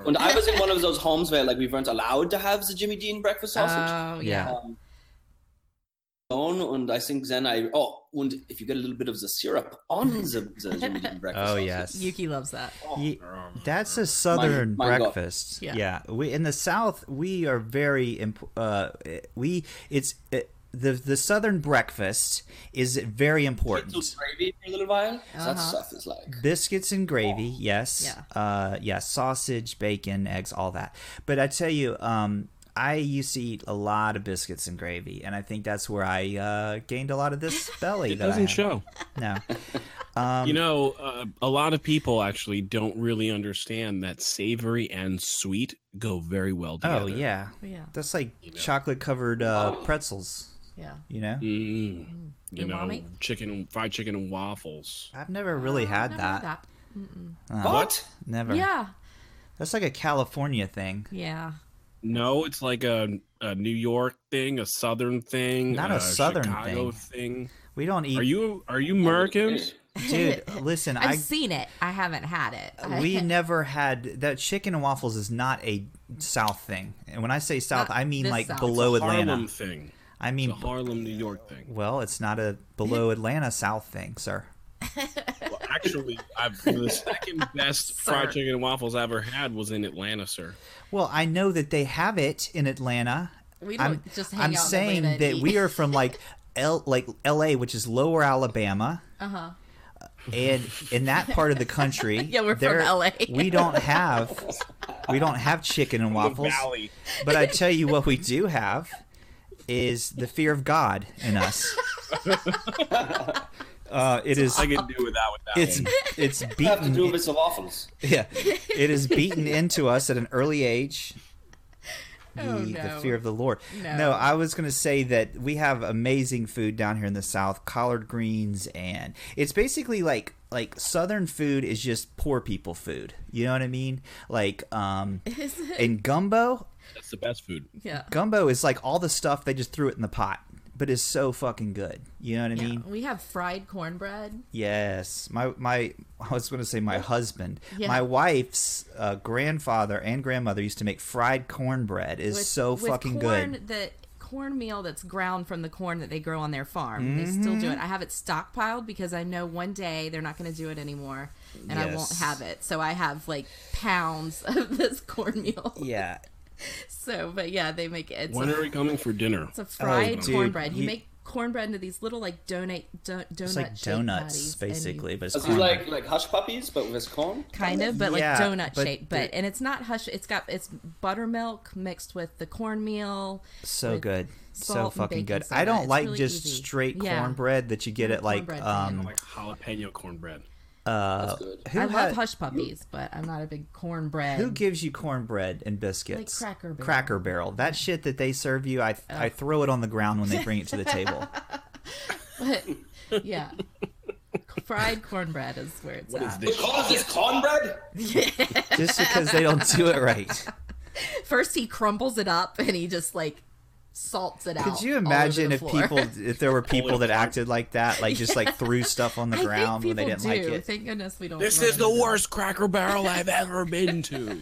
Speaker 4: and I was in one of those homes where like we weren't allowed to have the Jimmy Dean breakfast
Speaker 3: Ah.
Speaker 4: sausage
Speaker 2: Oh,
Speaker 3: Yeah.
Speaker 2: yeah.
Speaker 4: um, on, and I think then I oh, and if you get a little bit of the syrup on the, the Jimmy Dean breakfast.
Speaker 3: Oh
Speaker 4: sausage. oh,
Speaker 3: yes.
Speaker 2: Yuki loves that.
Speaker 3: Ye- that's a southern
Speaker 4: mine got-
Speaker 3: breakfast.
Speaker 2: Yeah.
Speaker 3: yeah. We in the south we are very imp- uh we it's uh the the southern breakfast is very important.
Speaker 4: Little gravy for a little while.
Speaker 2: Uh-huh.
Speaker 4: That stuff is like
Speaker 3: biscuits and gravy yes
Speaker 2: Yeah.
Speaker 3: uh yeah sausage bacon eggs all that but i tell you um i used to eat a lot of biscuits and gravy and i think that's where i uh gained a lot of this belly
Speaker 1: It
Speaker 3: that I
Speaker 1: doesn't
Speaker 3: have.
Speaker 1: show.
Speaker 3: no um
Speaker 1: You know, uh, a lot of people actually don't really understand that savory and sweet go very well together.
Speaker 3: oh yeah
Speaker 2: Yeah.
Speaker 3: that's like chocolate covered uh pretzels
Speaker 2: Yeah.
Speaker 3: you know
Speaker 1: Mm, you know,
Speaker 2: Umami?
Speaker 1: chicken, fried chicken and waffles.
Speaker 3: i've never really had
Speaker 2: Never
Speaker 3: that
Speaker 4: what?
Speaker 3: Uh-huh. never
Speaker 2: Yeah.
Speaker 3: that's like a california thing
Speaker 2: Yeah.
Speaker 1: No, it's like a, a New York thing, a Southern thing,
Speaker 3: Not a Southern
Speaker 1: Chicago thing.
Speaker 3: we don't eat
Speaker 1: Are you are you Americans?
Speaker 3: dude listen
Speaker 2: I've
Speaker 3: i
Speaker 2: seen it. I haven't had it. I-
Speaker 3: we never had that chicken and waffles is not a south thing and when i say south
Speaker 2: Not
Speaker 3: i mean
Speaker 2: this
Speaker 3: like
Speaker 2: South.
Speaker 3: below
Speaker 1: Harlem
Speaker 3: atlanta
Speaker 1: thing.
Speaker 3: I mean,
Speaker 1: The Harlem, New York thing.
Speaker 3: well, it's not a below Atlanta South thing, sir.
Speaker 1: Well, actually, I've, the second best
Speaker 2: Sir.
Speaker 1: fried chicken and waffles I ever had was in Atlanta, sir.
Speaker 3: Well, I know that they have it in Atlanta.
Speaker 2: We don't
Speaker 3: I'm
Speaker 2: just hang
Speaker 3: I'm
Speaker 2: out in
Speaker 3: saying
Speaker 2: Atlanta
Speaker 3: that
Speaker 2: and
Speaker 3: we
Speaker 2: eat.
Speaker 3: are from like L like L.A., which is Lower Alabama.
Speaker 2: Uh huh.
Speaker 3: and in that part of the country,
Speaker 2: Yeah, we're from
Speaker 3: there-
Speaker 2: LA.
Speaker 3: we don't have we don't have chicken and
Speaker 1: The
Speaker 3: waffles.
Speaker 1: Valley.
Speaker 3: But I tell you what, we do have is the fear of God in us. Uh, it is
Speaker 1: I can do without with that
Speaker 3: it's
Speaker 1: one.
Speaker 3: it's
Speaker 4: You have to do
Speaker 3: beaten
Speaker 4: with some waffles.
Speaker 3: yeah it is beaten into us at an early age. The,
Speaker 2: Oh,
Speaker 3: the
Speaker 2: no.
Speaker 3: fear of the Lord.
Speaker 2: No.
Speaker 3: I was going to say that we have amazing food down here in the South, collard greens, and it's basically like like Southern food is just poor people food. You know what I mean? Like, um, and gumbo,
Speaker 1: That's the best food.
Speaker 2: Yeah.
Speaker 3: gumbo is like all the stuff they just threw it in the pot, but it's so fucking good. You know what I
Speaker 2: Yeah,
Speaker 3: mean?
Speaker 2: we have fried cornbread.
Speaker 3: Yes, my my I was going to say my husband,
Speaker 2: Yeah.
Speaker 3: my wife's uh, grandfather and grandmother used to make fried cornbread. is
Speaker 2: with-
Speaker 3: so
Speaker 2: with
Speaker 3: fucking
Speaker 2: corn
Speaker 3: good.
Speaker 2: The cornmeal that's ground from the corn that they grow on their farm. They still
Speaker 3: Mm-hmm.
Speaker 2: do it. I have it stockpiled because I know one day they're not going to do it anymore, and I won't
Speaker 3: Yes.
Speaker 2: have it. So I have like pounds of this cornmeal.
Speaker 3: Yeah,
Speaker 2: So, but yeah, they make it. It's,
Speaker 1: When
Speaker 2: a,
Speaker 1: are we coming for dinner?
Speaker 2: it's a fried
Speaker 3: Oh, dude,
Speaker 2: cornbread. You,
Speaker 3: you-
Speaker 2: make cornbread into these little like donate do, donut.
Speaker 3: it's like donuts basically, but it's
Speaker 4: It's
Speaker 3: cornbread.
Speaker 4: like like hush puppies, but with corn.
Speaker 2: kind of but
Speaker 3: Yeah,
Speaker 2: like donut
Speaker 3: but
Speaker 2: shaped but
Speaker 3: the-
Speaker 2: and it's not hush it's got it's buttermilk mixed with the cornmeal
Speaker 3: so
Speaker 2: with
Speaker 3: good
Speaker 2: salt
Speaker 3: so
Speaker 2: and
Speaker 3: fucking
Speaker 2: baking
Speaker 3: good
Speaker 2: soda.
Speaker 3: i don't
Speaker 2: It's
Speaker 3: like
Speaker 2: really
Speaker 3: just
Speaker 2: easy.
Speaker 3: straight
Speaker 2: Yeah. Mm,
Speaker 3: cornbread that you get at like
Speaker 2: Cornbread
Speaker 1: I
Speaker 3: um
Speaker 1: like jalapeno cornbread.
Speaker 3: uh
Speaker 4: That's good.
Speaker 3: who,
Speaker 2: I love
Speaker 3: ha-
Speaker 2: hush puppies, but I'm not a big cornbread.
Speaker 3: who gives you cornbread and biscuits
Speaker 2: Cracker Barrel.
Speaker 3: cracker barrel that shit that they serve you i i throw it on the ground when they bring it to the table
Speaker 2: but yeah, fried cornbread is where it's
Speaker 1: What
Speaker 2: at.
Speaker 1: is this?
Speaker 4: Corn is this cornbread?
Speaker 3: just because they don't do it right
Speaker 2: First, he crumbles it up and he just like salts it out.
Speaker 3: could you
Speaker 2: all over the
Speaker 3: imagine if
Speaker 2: floor.
Speaker 3: people if there were people
Speaker 1: All
Speaker 3: that
Speaker 1: over.
Speaker 3: acted like that like just like threw stuff on the
Speaker 2: I think
Speaker 3: ground when they didn't
Speaker 2: people
Speaker 3: like
Speaker 2: do.
Speaker 3: it
Speaker 2: Thank goodness we don't.
Speaker 1: This
Speaker 2: run
Speaker 1: is the
Speaker 2: into that.
Speaker 1: worst Cracker Barrel I've ever been to.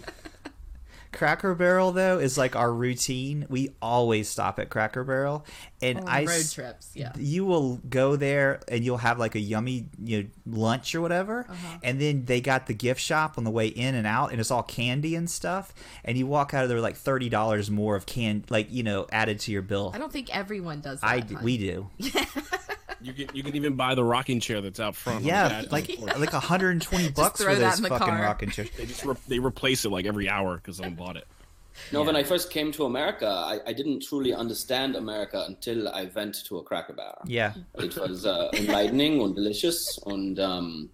Speaker 3: Cracker Barrel though is like our routine. We always stop at Cracker Barrel, and
Speaker 2: Oh, On
Speaker 3: I
Speaker 2: road
Speaker 3: s-
Speaker 2: trips, yeah.
Speaker 3: You will go there and you'll have like a yummy you know, lunch or whatever,
Speaker 2: Uh-huh.
Speaker 3: and then they got the gift shop on the way in and out, and it's all candy and stuff. And you walk out of there with, like thirty dollars more of can like you know added to your bill.
Speaker 2: I don't think everyone does. That
Speaker 3: I d-
Speaker 2: hun.
Speaker 3: we do
Speaker 1: You can you can even buy the rocking chair that's out front. on the
Speaker 3: yeah
Speaker 1: patio.
Speaker 3: like like hundred and twenty bucks
Speaker 2: throw
Speaker 3: for
Speaker 2: that
Speaker 3: those
Speaker 2: in the
Speaker 3: fucking
Speaker 2: car.
Speaker 3: rocking chairs.
Speaker 1: they just re- they replace it like every hour because someone bought it.
Speaker 4: No, when I first came to America, I, I didn't truly understand America until I went to a Cracker Barrel.
Speaker 3: Yeah,
Speaker 4: It was uh, enlightening and delicious, and um,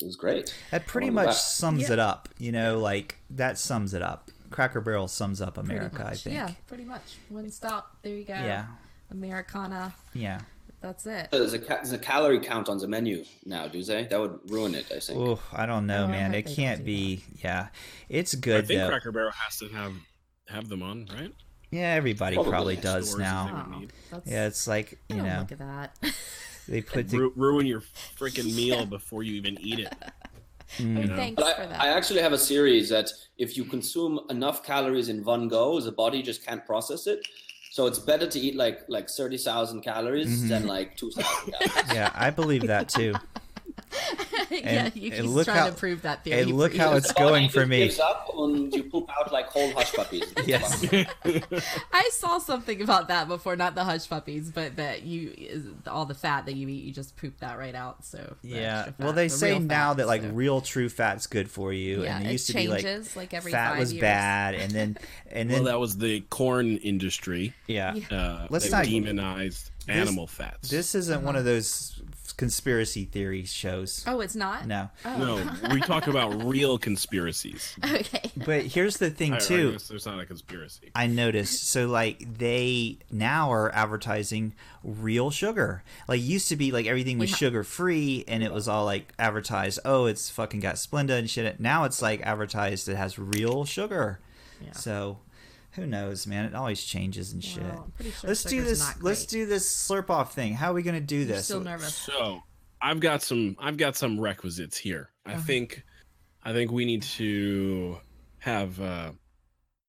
Speaker 4: it was great.
Speaker 3: that pretty
Speaker 4: Well,
Speaker 3: much
Speaker 4: that-
Speaker 3: sums it up. You know, like that sums it up. Cracker Barrel sums up
Speaker 2: Pretty
Speaker 3: America, I
Speaker 2: much,
Speaker 3: think.
Speaker 2: Yeah, pretty much. One stop. There you go.
Speaker 3: Yeah.
Speaker 2: Americana.
Speaker 3: Yeah.
Speaker 2: That's it.
Speaker 4: There's a, ca- there's a calorie count on the menu now, do they? That would ruin it, I think.
Speaker 3: Oh, I don't know,
Speaker 2: Oh, I
Speaker 3: man.
Speaker 2: hope they
Speaker 3: It
Speaker 2: don't
Speaker 3: can't
Speaker 2: do
Speaker 3: be. Yeah, it's
Speaker 1: I
Speaker 3: good
Speaker 1: think
Speaker 3: though.
Speaker 1: Cracker Barrel has to have have them on, right?
Speaker 3: yeah, everybody
Speaker 4: Probably
Speaker 3: probably
Speaker 4: has
Speaker 3: does
Speaker 1: stores
Speaker 3: now.
Speaker 1: and would
Speaker 2: Wow,
Speaker 1: need-
Speaker 2: Oh, that's,
Speaker 3: Yeah, it's like
Speaker 2: I
Speaker 3: you
Speaker 2: don't
Speaker 3: know
Speaker 2: look at that.
Speaker 3: they put the
Speaker 1: Ru- ruin your freaking meal before you even eat it.
Speaker 2: Well,
Speaker 3: Mm.
Speaker 1: You know?
Speaker 2: Thanks
Speaker 4: But
Speaker 2: for
Speaker 4: I, I
Speaker 2: that.
Speaker 4: actually have a series that if you consume enough calories in one go, the body just can't process it. So it's better to eat like like thirty thousand calories
Speaker 3: Mm-hmm.
Speaker 4: than like two thousand calories.
Speaker 3: yeah. I believe that too.
Speaker 2: yeah,
Speaker 3: and-
Speaker 2: you,
Speaker 3: and
Speaker 2: he's
Speaker 3: look
Speaker 2: trying
Speaker 3: how-
Speaker 2: to prove that theory.
Speaker 3: And
Speaker 2: for
Speaker 3: look
Speaker 2: you.
Speaker 3: how it's
Speaker 4: The body
Speaker 3: going for
Speaker 4: just
Speaker 3: me.
Speaker 4: Gives up and you poop out like whole hush puppies.
Speaker 3: Yes.
Speaker 2: I saw something about that before, not the hush puppies, but that you is- all the fat that you eat, you just poop that right out. So the
Speaker 3: Yeah.
Speaker 2: extra
Speaker 3: Well,
Speaker 2: fat,
Speaker 3: they
Speaker 2: the
Speaker 3: say
Speaker 2: real
Speaker 3: now
Speaker 2: fat,
Speaker 3: that like
Speaker 2: so-
Speaker 3: real true fat's good for you,
Speaker 2: yeah,
Speaker 3: and it
Speaker 2: it
Speaker 3: used to be
Speaker 2: changes like, every
Speaker 3: like fat
Speaker 2: five
Speaker 3: was
Speaker 2: years.
Speaker 3: bad, and then and
Speaker 1: Well,
Speaker 3: then
Speaker 1: that was the corn industry.
Speaker 3: yeah.
Speaker 2: Yeah.
Speaker 1: Uh,
Speaker 3: Let's
Speaker 1: that
Speaker 3: not-
Speaker 1: demonized animal fats.
Speaker 3: This isn't one of those conspiracy theory shows.
Speaker 2: Uh-huh. Oh, it's not.
Speaker 3: No.
Speaker 1: no, we talk about real conspiracies.
Speaker 2: Okay.
Speaker 3: But here's the thing
Speaker 1: I- I
Speaker 3: too.
Speaker 1: guess There's not a conspiracy.
Speaker 3: I noticed. So like they now are advertising real sugar. Like used to be like everything was
Speaker 2: Yeah.
Speaker 3: sugar free and it was all like advertised, oh it's fucking got Splenda and shit. Now it's like advertised it has real sugar.
Speaker 2: Yeah.
Speaker 3: So who knows, man? It always changes and shit.
Speaker 2: I'm Oh, pretty sure
Speaker 3: let's do
Speaker 2: sugar's
Speaker 3: this
Speaker 2: not
Speaker 3: let's
Speaker 2: great.
Speaker 3: do this slurp off thing. How are we gonna do
Speaker 2: I'm
Speaker 3: this?
Speaker 2: still nervous.
Speaker 1: So I've got some I've got some requisites
Speaker 2: Uh-huh.
Speaker 1: here. I think I think we need to have uh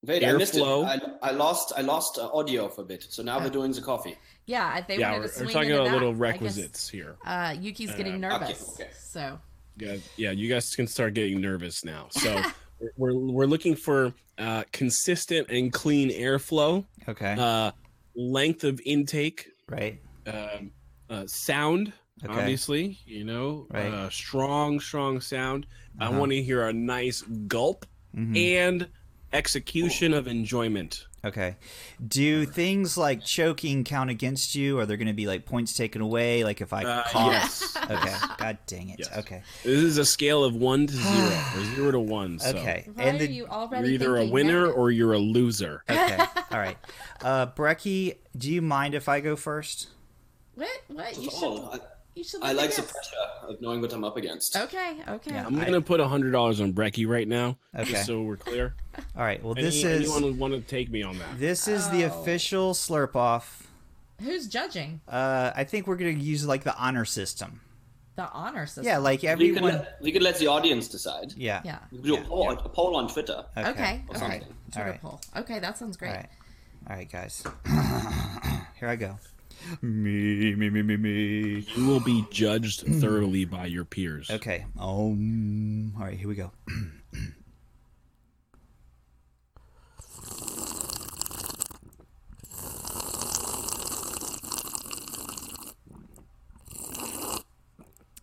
Speaker 4: Wait, I missed
Speaker 1: Airflow.
Speaker 4: it. I, I lost I lost uh, audio for a bit, so now we're
Speaker 2: Oh.
Speaker 4: doing the coffee.
Speaker 2: Yeah, I- they
Speaker 1: yeah,
Speaker 2: wanted
Speaker 1: we're,
Speaker 2: to
Speaker 1: we're
Speaker 2: swing
Speaker 1: talking
Speaker 2: into
Speaker 1: about
Speaker 2: that. I
Speaker 1: little
Speaker 2: guess,
Speaker 1: requisites here.
Speaker 2: Uh, Yuki's getting
Speaker 1: Uh,
Speaker 2: nervous.
Speaker 4: okay.
Speaker 2: So
Speaker 1: Yeah, yeah, you guys can start getting nervous now. So we're- we're we're looking for uh, consistent and clean airflow,
Speaker 3: Okay.
Speaker 1: uh, length of intake,
Speaker 3: right.
Speaker 1: um, uh, sound.
Speaker 3: Okay.
Speaker 1: Obviously, you know,
Speaker 3: Right.
Speaker 1: uh, strong, strong sound. I
Speaker 3: Uh-huh.
Speaker 1: want to hear a nice gulp
Speaker 3: Mhm.
Speaker 1: and execution of enjoyment.
Speaker 3: Okay. Do things like choking count against you? Are there going to be like points taken away? Like if I
Speaker 1: Uh,
Speaker 3: cough?
Speaker 1: yes.
Speaker 3: Okay. God dang it.
Speaker 1: Yes.
Speaker 3: Okay.
Speaker 1: This is a scale of one to zero, or zero to one. So
Speaker 3: Okay.
Speaker 2: why
Speaker 3: and
Speaker 2: are
Speaker 3: the,
Speaker 2: you
Speaker 1: you're
Speaker 2: already
Speaker 1: either a
Speaker 2: thinking
Speaker 1: winner
Speaker 2: that?
Speaker 1: or you're a loser.
Speaker 3: okay. All right. Uh, Brecky, do you mind if I go first?
Speaker 2: what? What? You should.
Speaker 4: Oh,
Speaker 2: you should.
Speaker 4: I, I
Speaker 2: look at
Speaker 4: like the
Speaker 2: this.
Speaker 4: pressure of knowing what I'm up against.
Speaker 2: Okay. Okay.
Speaker 3: Yeah.
Speaker 1: I'm
Speaker 3: I-
Speaker 1: gonna put a hundred dollars on Brecky right now,
Speaker 3: Okay.
Speaker 1: just so we're clear.
Speaker 3: All right. Well, this
Speaker 1: Any,
Speaker 3: is
Speaker 1: anyone would want to take me on that?
Speaker 3: this is the
Speaker 2: Oh.
Speaker 3: official slurp off.
Speaker 2: Who's judging
Speaker 3: Uh, I think we're going to use like the honor system.
Speaker 2: the honor system?
Speaker 3: Yeah, like
Speaker 4: we could
Speaker 3: everyone.
Speaker 4: let, we could let the audience decide.
Speaker 3: Yeah.
Speaker 2: Yeah.
Speaker 4: We could do
Speaker 3: Yeah.
Speaker 4: a, poll, a poll on Twitter.
Speaker 3: Okay.
Speaker 2: Okay.
Speaker 4: Or
Speaker 2: All right.
Speaker 4: something.
Speaker 2: Twitter
Speaker 3: All right.
Speaker 2: poll. Okay, that sounds great.
Speaker 3: All right. All right, guys. Here I go. Me, me, me, me, me.
Speaker 1: You will be judged thoroughly by your peers.
Speaker 3: Okay. Um. All right. Here we go.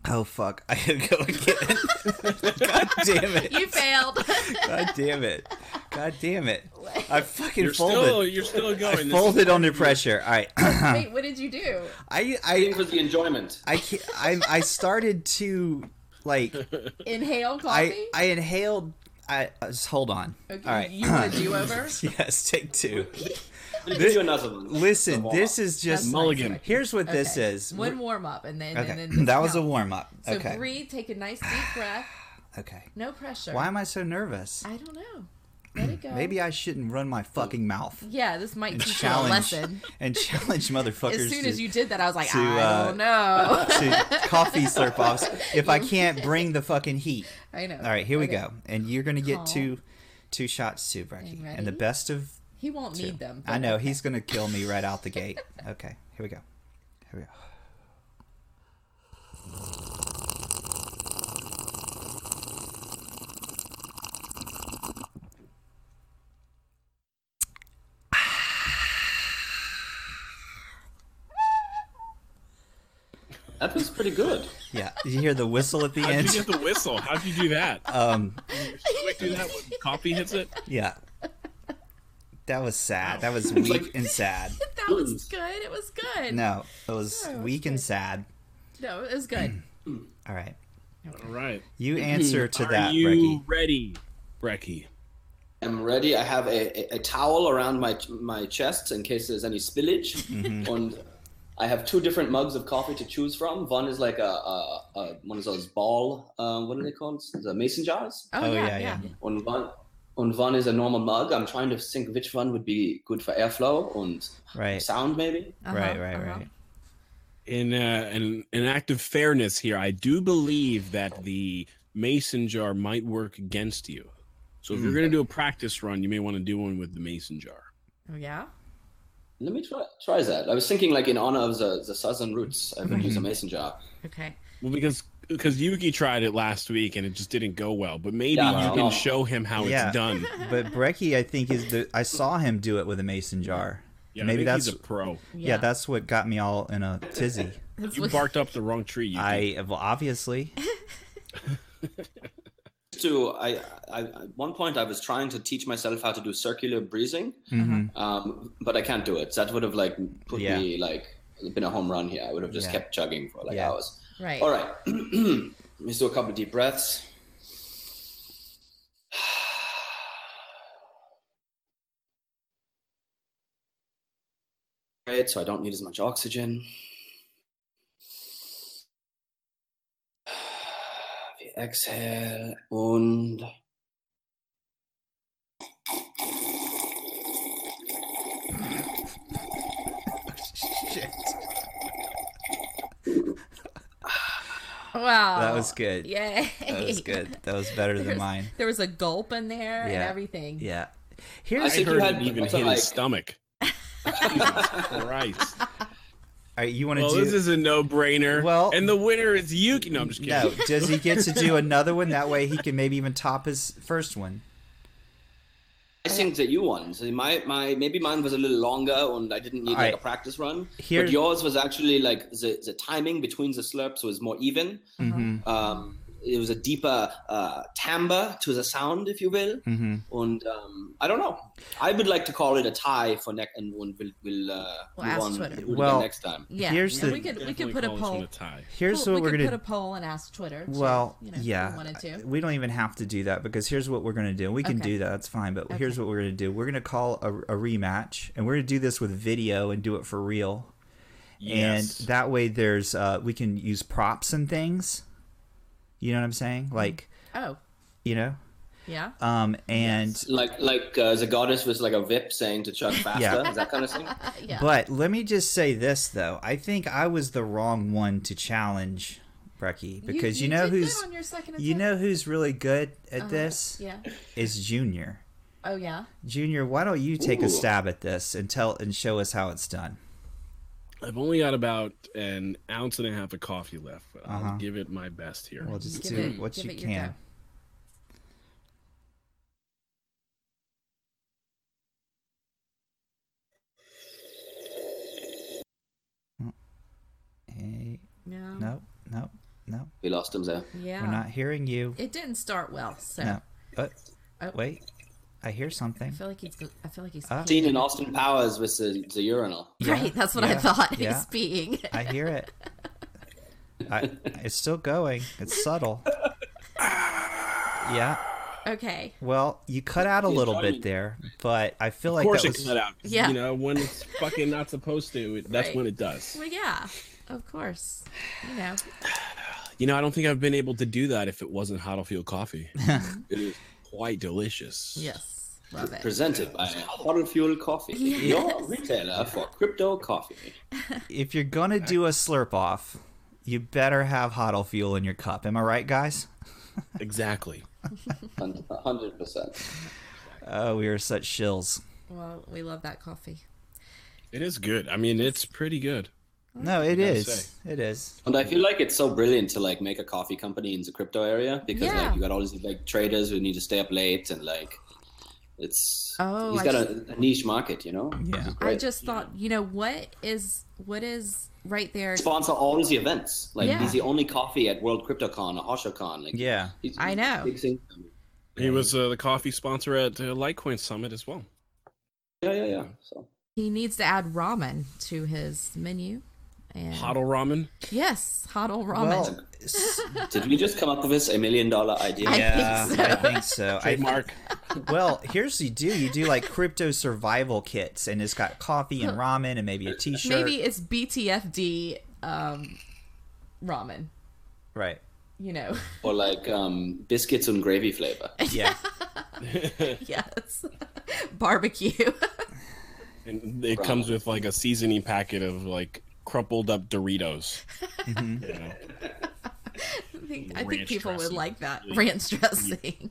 Speaker 3: Oh fuck! I gotta go again. God damn it!
Speaker 2: You failed.
Speaker 3: God damn it! God damn it! I fucking
Speaker 1: You're
Speaker 3: folded.
Speaker 1: still, you're still
Speaker 3: I
Speaker 1: going. This is-
Speaker 3: folded under pressure. All right. I
Speaker 2: Wait, what did you do?
Speaker 4: I
Speaker 3: I
Speaker 4: think it was the enjoyment.
Speaker 3: I can't, I I started to like
Speaker 2: Inhale coffee.
Speaker 3: I I inhaled. I uh, just hold on.
Speaker 2: okay,
Speaker 3: All right.
Speaker 2: You want a do over?
Speaker 3: yes, take two.
Speaker 4: We'll give you another one.
Speaker 3: Listen,
Speaker 4: Go on.
Speaker 3: this is just.
Speaker 2: That's
Speaker 1: Mulligan.
Speaker 2: nice.
Speaker 3: Here's what this
Speaker 2: Okay.
Speaker 3: is.
Speaker 2: One warm up, and then
Speaker 3: Okay,
Speaker 2: and then
Speaker 3: that was a
Speaker 2: count.
Speaker 3: warm up.
Speaker 2: So
Speaker 3: okay.
Speaker 2: breathe. Take a nice deep breath.
Speaker 3: Okay.
Speaker 2: No pressure.
Speaker 3: Why am I so nervous?
Speaker 2: I don't know. Let it go.
Speaker 3: Maybe I shouldn't run my fucking mouth
Speaker 2: Yeah, this might
Speaker 3: and
Speaker 2: teach you a
Speaker 3: challenge
Speaker 2: lesson.
Speaker 3: and challenge motherfuckers.
Speaker 2: As soon
Speaker 3: to,
Speaker 2: as you did that, I was like,
Speaker 3: to, uh,
Speaker 2: I don't know.
Speaker 3: to coffee slurp offs if I can't bring the fucking heat.
Speaker 2: I know.
Speaker 3: All right, here we
Speaker 2: Okay.
Speaker 3: go, and you're gonna get
Speaker 2: Aw.
Speaker 3: two two shots too, Brecky, and the
Speaker 2: ready?
Speaker 3: best of
Speaker 2: He won't
Speaker 3: two.
Speaker 2: need them.
Speaker 3: I know he's gonna kill me right out the gate. Okay, here we go. Here we go.
Speaker 4: That was pretty good.
Speaker 3: Yeah, did you hear the whistle at the
Speaker 1: How'd you
Speaker 3: end?
Speaker 1: get the whistle? How'd you do that?
Speaker 3: Um,
Speaker 1: Quick do that when coffee hits it.
Speaker 3: yeah, that was sad. That was weak and sad.
Speaker 2: That was good. It was good. No,
Speaker 3: No, it was
Speaker 2: No,
Speaker 3: weak and sad.
Speaker 2: it was good.
Speaker 3: All right,
Speaker 1: All right.
Speaker 3: you answer to
Speaker 1: Mm-hmm. Are
Speaker 3: that,
Speaker 1: you
Speaker 3: Brecky.
Speaker 1: ready, Brecky?
Speaker 4: I'm ready. I have a, a, a towel around my my chest in case there's any spillage. And I have two different mugs of coffee to choose from. One is like a, a, a one of those ball. Uh, what are they called? The mason jars.
Speaker 2: Oh,
Speaker 3: Oh,
Speaker 2: yeah,
Speaker 3: yeah,
Speaker 2: yeah,
Speaker 3: yeah.
Speaker 4: And one and one is a normal mug. I'm trying to think which one would be good for airflow and
Speaker 3: Right,
Speaker 4: sound maybe.
Speaker 2: Uh-huh,
Speaker 3: right, right,
Speaker 2: uh-huh.
Speaker 3: right.
Speaker 1: In uh, an an act of fairness here, I do believe that the mason jar might work against you. So
Speaker 3: Hmm.
Speaker 1: if you're gonna do a practice run, you may want to do one with the mason jar.
Speaker 2: Oh, yeah.
Speaker 4: Let me try try that. I was thinking like in honor of the, the southern roots, I would use a mason jar.
Speaker 2: Okay.
Speaker 1: Well, because because Yuki tried it last week and it just didn't go well. But maybe
Speaker 4: Yeah,
Speaker 1: you
Speaker 4: well.
Speaker 1: can show him how
Speaker 3: Yeah.
Speaker 1: it's done.
Speaker 3: But Brecky, I think is the I saw him do it with a mason jar.
Speaker 1: Yeah,
Speaker 3: Maybe
Speaker 1: Maybe
Speaker 3: that's
Speaker 1: he's a pro.
Speaker 3: yeah, that's what got me all in a tizzy.
Speaker 2: That's
Speaker 1: You
Speaker 2: what-
Speaker 1: barked up the wrong tree. Yuki.
Speaker 3: I well, obviously.
Speaker 4: to I, I at one point I was trying to teach myself how to do circular breathing,
Speaker 3: Mhm.
Speaker 4: um, but I can't do it. That would have like put
Speaker 3: Yeah.
Speaker 4: me like been a home run here. I would have just
Speaker 3: Yeah.
Speaker 4: kept chugging for like
Speaker 3: Yeah.
Speaker 4: hours.
Speaker 2: Right.
Speaker 4: All right, let's do a couple of deep breaths. Right, so I don't need as much oxygen. We exhale und
Speaker 3: Shit.
Speaker 2: Wow.
Speaker 3: That was good.
Speaker 2: Yay.
Speaker 3: That was good. That was better than
Speaker 2: There's-
Speaker 3: mine.
Speaker 2: There was a gulp in there
Speaker 3: Yeah.
Speaker 2: and everything.
Speaker 3: Yeah.
Speaker 1: I
Speaker 3: Here's
Speaker 4: think you
Speaker 1: heard
Speaker 4: had-
Speaker 1: it even
Speaker 4: what's it
Speaker 1: hit
Speaker 4: like?
Speaker 1: his stomach. Jesus Christ.
Speaker 3: All right, you want to
Speaker 1: Well,
Speaker 3: do
Speaker 1: this is a no-brainer.
Speaker 3: Well-
Speaker 1: and the winner is Yuki. No, I'm just
Speaker 3: No,
Speaker 1: kidding.
Speaker 3: does he get to do another one? That way he can maybe even top his first one.
Speaker 4: I think that you won. So my, my maybe mine was a little longer and I didn't need like
Speaker 3: Alright.
Speaker 4: a practice run.
Speaker 3: Here-
Speaker 4: But yours was actually like the, the timing between the slurps was more even.
Speaker 3: Mm-hmm.
Speaker 4: Um, it was a deeper uh, timbre to the sound, if you will.
Speaker 3: Mm-hmm.
Speaker 4: And um, I don't know. I would like to call it a tie for next, and we'll, we'll, we'll, uh,
Speaker 2: We'll
Speaker 4: move
Speaker 2: ask
Speaker 4: on
Speaker 2: Twitter.
Speaker 4: we'll do that
Speaker 3: Well,
Speaker 4: next time.
Speaker 2: Yeah,
Speaker 3: Here's the-
Speaker 2: we could we could
Speaker 1: Definitely
Speaker 2: put a
Speaker 1: call this one
Speaker 2: poll.
Speaker 1: a tie.
Speaker 3: Here's
Speaker 2: Well, we
Speaker 3: what we're
Speaker 2: could
Speaker 3: gonna.
Speaker 2: put a poll and ask Twitter. to,
Speaker 3: well,
Speaker 2: you know, if
Speaker 3: yeah, uh,
Speaker 2: we wanted to.
Speaker 3: we don't even have to do that because here's what we're gonna do. We can
Speaker 2: Okay.
Speaker 3: do that. That's fine. But here's what we're gonna do. We're gonna call a, a rematch, and we're gonna do this with video and do it for real.
Speaker 1: Yes.
Speaker 3: And that way, there's uh, we can use props and things. You know what I'm saying? Like
Speaker 2: Oh,
Speaker 3: you know.
Speaker 2: yeah.
Speaker 3: Um, and
Speaker 4: Like like uh, the goddess was like a vip saying to Chuck faster, is that kind of thing?
Speaker 2: Yeah.
Speaker 3: But let me just say this though. I think I was the wrong one to challenge Brecky because you, know
Speaker 2: did good
Speaker 3: who's
Speaker 2: on your second
Speaker 3: you
Speaker 2: attempt.
Speaker 3: know who's really good at this
Speaker 2: Yeah.
Speaker 3: is Junior.
Speaker 2: Oh yeah.
Speaker 3: Junior, why don't you take a
Speaker 4: Ooh.
Speaker 3: stab at this and tell and show us how it's done?
Speaker 1: I've only got about an ounce and a half of coffee left, but I'll give it my best here.
Speaker 3: Uh-huh. We'll just
Speaker 2: Give
Speaker 3: do
Speaker 2: it-
Speaker 3: what
Speaker 2: give
Speaker 3: you
Speaker 2: it your
Speaker 3: can.
Speaker 2: go.
Speaker 3: Oh, Hey,
Speaker 2: No.
Speaker 3: no, no, no.
Speaker 4: We lost him there.
Speaker 2: Oh. Yeah.
Speaker 3: We're not hearing you.
Speaker 2: It didn't start well, so
Speaker 3: No. But
Speaker 2: Oh.
Speaker 3: wait, I hear
Speaker 2: I
Speaker 3: something.
Speaker 2: feel like he's. I feel like he's.
Speaker 3: Ah.
Speaker 4: Seen
Speaker 2: peeing.
Speaker 4: in Austin Powers with the, the urinal.
Speaker 2: Right. That's what I
Speaker 3: yeah,
Speaker 2: thought.
Speaker 3: yeah.
Speaker 2: He's being.
Speaker 3: I hear it. I, it's still going. It's subtle. Yeah.
Speaker 2: Okay.
Speaker 3: Well, you cut out a little bit there, but I feel
Speaker 1: Of
Speaker 3: like
Speaker 1: course
Speaker 3: that
Speaker 1: it
Speaker 3: was
Speaker 1: cut out.
Speaker 2: Yeah.
Speaker 1: You know, when it's fucking not supposed to, it, that's
Speaker 2: Right.
Speaker 1: when it does.
Speaker 2: Well, yeah. Of course. You know.
Speaker 1: You know, I don't think I've been able to do that if it wasn't Hottlefield coffee. it is quite delicious.
Speaker 2: Yes. Love it.
Speaker 4: Presented by Huddle Fuel Coffee, your retailer for crypto coffee.
Speaker 3: if you're gonna do a slurp off, you better have Hoddle fuel in your cup. Am I right, guys?
Speaker 1: Exactly.
Speaker 4: 100%.
Speaker 3: Oh, we are such shills.
Speaker 2: Well, we love that coffee.
Speaker 1: It is good. I mean, it's pretty good.
Speaker 3: No, it
Speaker 1: gotta
Speaker 3: is.
Speaker 1: say.
Speaker 3: It is.
Speaker 4: And I feel like it's so brilliant to like make a coffee company in the crypto area because
Speaker 2: Yeah.
Speaker 4: like you got all these like traders who need to stay up late and like it's
Speaker 2: Oh,
Speaker 4: he's
Speaker 2: I
Speaker 4: got a, a niche market, you know?
Speaker 3: Yeah.
Speaker 2: I
Speaker 4: Right.
Speaker 2: just thought, you know, what is what is right there?
Speaker 4: Sponsor all the events. Like
Speaker 2: Yeah.
Speaker 4: he's the only coffee at World CryptoCon or HoshoCon. Like
Speaker 3: Yeah.
Speaker 4: he's-
Speaker 2: I know.
Speaker 4: big thing.
Speaker 1: He was uh, the coffee sponsor at uh, Litecoin Summit as well.
Speaker 4: Yeah, yeah, yeah. So
Speaker 2: He needs to add ramen to his menu. And
Speaker 1: Hoddle ramen.
Speaker 2: yes, hodl ramen.
Speaker 3: Well, s-
Speaker 4: did we just come up with this a million dollar idea?
Speaker 2: I-
Speaker 3: yeah,
Speaker 2: think so.
Speaker 3: I think so. I
Speaker 1: Trademark.
Speaker 3: well, here's what you do. You do like crypto survival kits, and it's got coffee and ramen and maybe a t-shirt.
Speaker 2: Maybe it's BTFD um, ramen.
Speaker 3: Right.
Speaker 2: You know,
Speaker 4: Or like um, biscuits and gravy flavor.
Speaker 3: Yeah.
Speaker 2: yes, barbecue.
Speaker 1: And it comes with like a seasoning packet of like crumpled up Doritos. You know?
Speaker 2: I think, I think
Speaker 1: Ranch
Speaker 2: people would
Speaker 1: dressing.
Speaker 2: like that ranch dressing.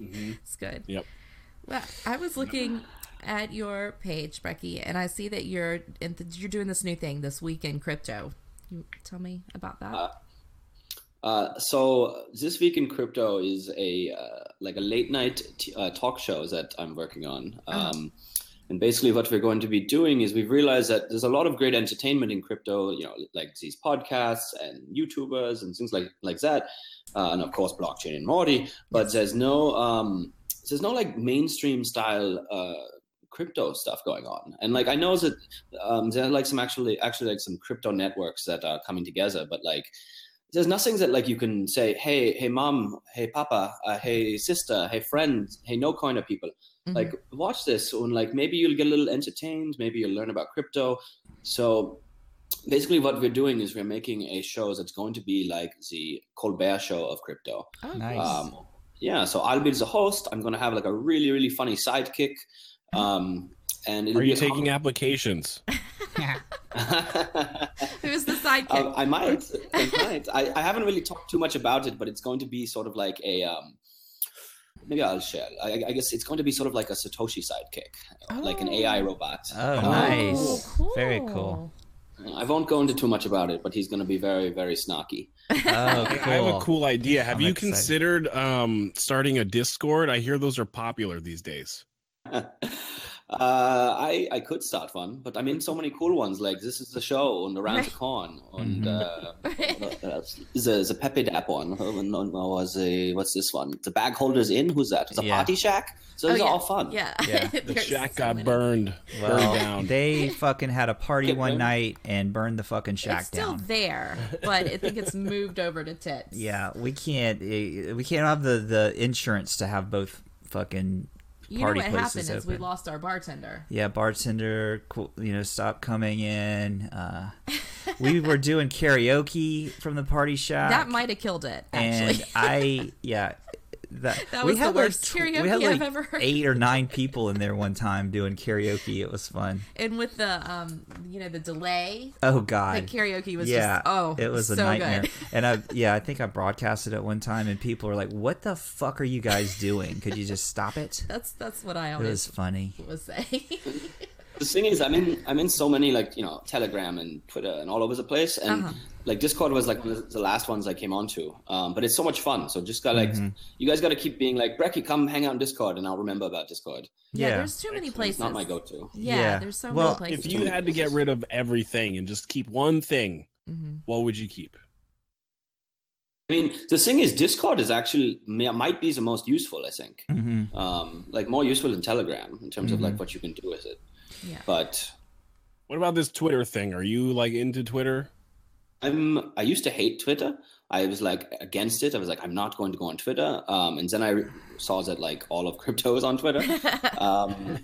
Speaker 4: Mm-hmm.
Speaker 2: it's good.
Speaker 1: Yep.
Speaker 2: Well, I was looking at your page, Becky, and I see that you're in th- you're doing this new thing this week in crypto. You tell me about that.
Speaker 4: Uh, so this week in crypto is a uh, like a late night t- uh, talk show that I'm working on. Um, and basically, what we're going to be doing is we've realized that there's a lot of great entertainment in crypto. You know, like these podcasts and YouTubers and things like like that, uh, and of course blockchain and Morty. But there's no um, there's no like mainstream style. Uh, crypto stuff going on and like i know that um there are like some actually actually like some crypto networks that are coming together but like there's nothing that like you can say hey hey mom hey papa uh, hey sister hey friend hey no coiner people
Speaker 1: Mm-hmm.
Speaker 2: Mhm.
Speaker 4: like watch this and like maybe you'll get a little entertained maybe you'll learn about crypto so basically what we're doing is we're making a show that's going to be like the colbert show of crypto
Speaker 2: Oh,
Speaker 3: Nice.
Speaker 4: um, yeah so i'll be the host i'm going to have like a really really funny sidekick um, and it'll
Speaker 1: Mm-hmm. Are
Speaker 4: be
Speaker 1: you
Speaker 4: a
Speaker 1: taking applications?
Speaker 2: Who's the sidekick?
Speaker 4: Um, I might. I might. I, I haven't really talked too much about it, but it's going to be sort of like a um, maybe I'll share. I, I guess it's going to be sort of like a Satoshi sidekick, uh, like an AI robot.
Speaker 5: Oh,
Speaker 4: Um,
Speaker 5: nice.
Speaker 2: Oh,
Speaker 5: Very cool.
Speaker 4: I won't go into too much about it, but he's going to be very, very snarky.
Speaker 5: Oh, cool.
Speaker 1: I have a cool idea. Have
Speaker 5: I'm
Speaker 1: you
Speaker 5: excited.
Speaker 1: considered um, starting a Discord? I hear those are popular these days.
Speaker 4: uh, I I could start one, but I'm in so many cool ones. Like this is the show and around the con and uh,
Speaker 5: Mm-hmm.
Speaker 4: what else? the the Pepe Dap one. Oh, And, and what was the what's this one? The bag holders in. Who's that? The
Speaker 5: Yeah.
Speaker 4: party shack. So these
Speaker 2: Oh, yeah.
Speaker 4: are all fun.
Speaker 2: Yeah.
Speaker 5: Yeah,
Speaker 1: The
Speaker 2: There's
Speaker 1: shack
Speaker 2: so
Speaker 1: got
Speaker 2: many.
Speaker 1: burned, burned
Speaker 3: Well,
Speaker 1: down.
Speaker 3: they fucking had a party
Speaker 4: Get
Speaker 3: one
Speaker 4: burned.
Speaker 3: night and burned the fucking shack
Speaker 2: It's still
Speaker 3: down.
Speaker 2: there, but I think it's moved over to tits.
Speaker 3: Yeah, we can't. eh, We can't have the the insurance to have both fucking
Speaker 2: You know
Speaker 3: party
Speaker 2: what happened
Speaker 3: places
Speaker 2: is we
Speaker 3: open.
Speaker 2: lost our bartender.
Speaker 3: yeah, bartender, cool, you know, stop coming in. Uh, we were doing karaoke from the party shop.
Speaker 2: That might have killed it. Actually,
Speaker 3: and I yeah. That,
Speaker 2: That
Speaker 3: we
Speaker 2: was the
Speaker 3: had
Speaker 2: worst
Speaker 3: like, tw- we
Speaker 2: karaoke
Speaker 3: had
Speaker 2: I've
Speaker 3: like
Speaker 2: ever heard.
Speaker 3: eight or nine people in there one time doing karaoke. It was fun.
Speaker 2: and with the um, you know, the delay,
Speaker 3: Oh God,
Speaker 2: like karaoke was
Speaker 3: yeah,
Speaker 2: just oh,
Speaker 3: it was a
Speaker 2: so
Speaker 3: nightmare.
Speaker 2: good.
Speaker 3: and I yeah, I think I broadcasted it one time, and people were like, "What the fuck are you guys doing? Could you just stop it?"
Speaker 2: That's that's what I
Speaker 3: It was
Speaker 2: always
Speaker 3: funny.
Speaker 2: was saying.
Speaker 4: The thing is, I'm in I'm in so many like you know Telegram and Twitter and all over the place, and like Discord was like one of the last ones I came onto. Um, but it's so much fun. So just got like you guys got to keep being like Brecky, come hang out on Discord, and I'll remember about Discord.
Speaker 2: yeah.
Speaker 3: Yeah.
Speaker 2: there's too many places.
Speaker 4: It's not my go-to.
Speaker 2: Yeah,
Speaker 3: Yeah.
Speaker 2: there's so
Speaker 3: Well,
Speaker 2: many
Speaker 1: If
Speaker 2: places.
Speaker 1: you had to get rid of everything and just keep one thing,
Speaker 2: Mhm.
Speaker 1: what would you keep?
Speaker 4: I mean, the thing is, Discord is actually may- might be the most useful. I think,
Speaker 3: hmm
Speaker 4: um, like more useful than Telegram in terms of like what you can do with it.
Speaker 2: Yeah.
Speaker 4: But
Speaker 1: What about this Twitter thing? Are you like into Twitter?
Speaker 4: I'm I used to hate Twitter. I was like against it. I was like, I'm not going to go on Twitter. Um, and then I re- saw that like all of crypto is on Twitter. Um,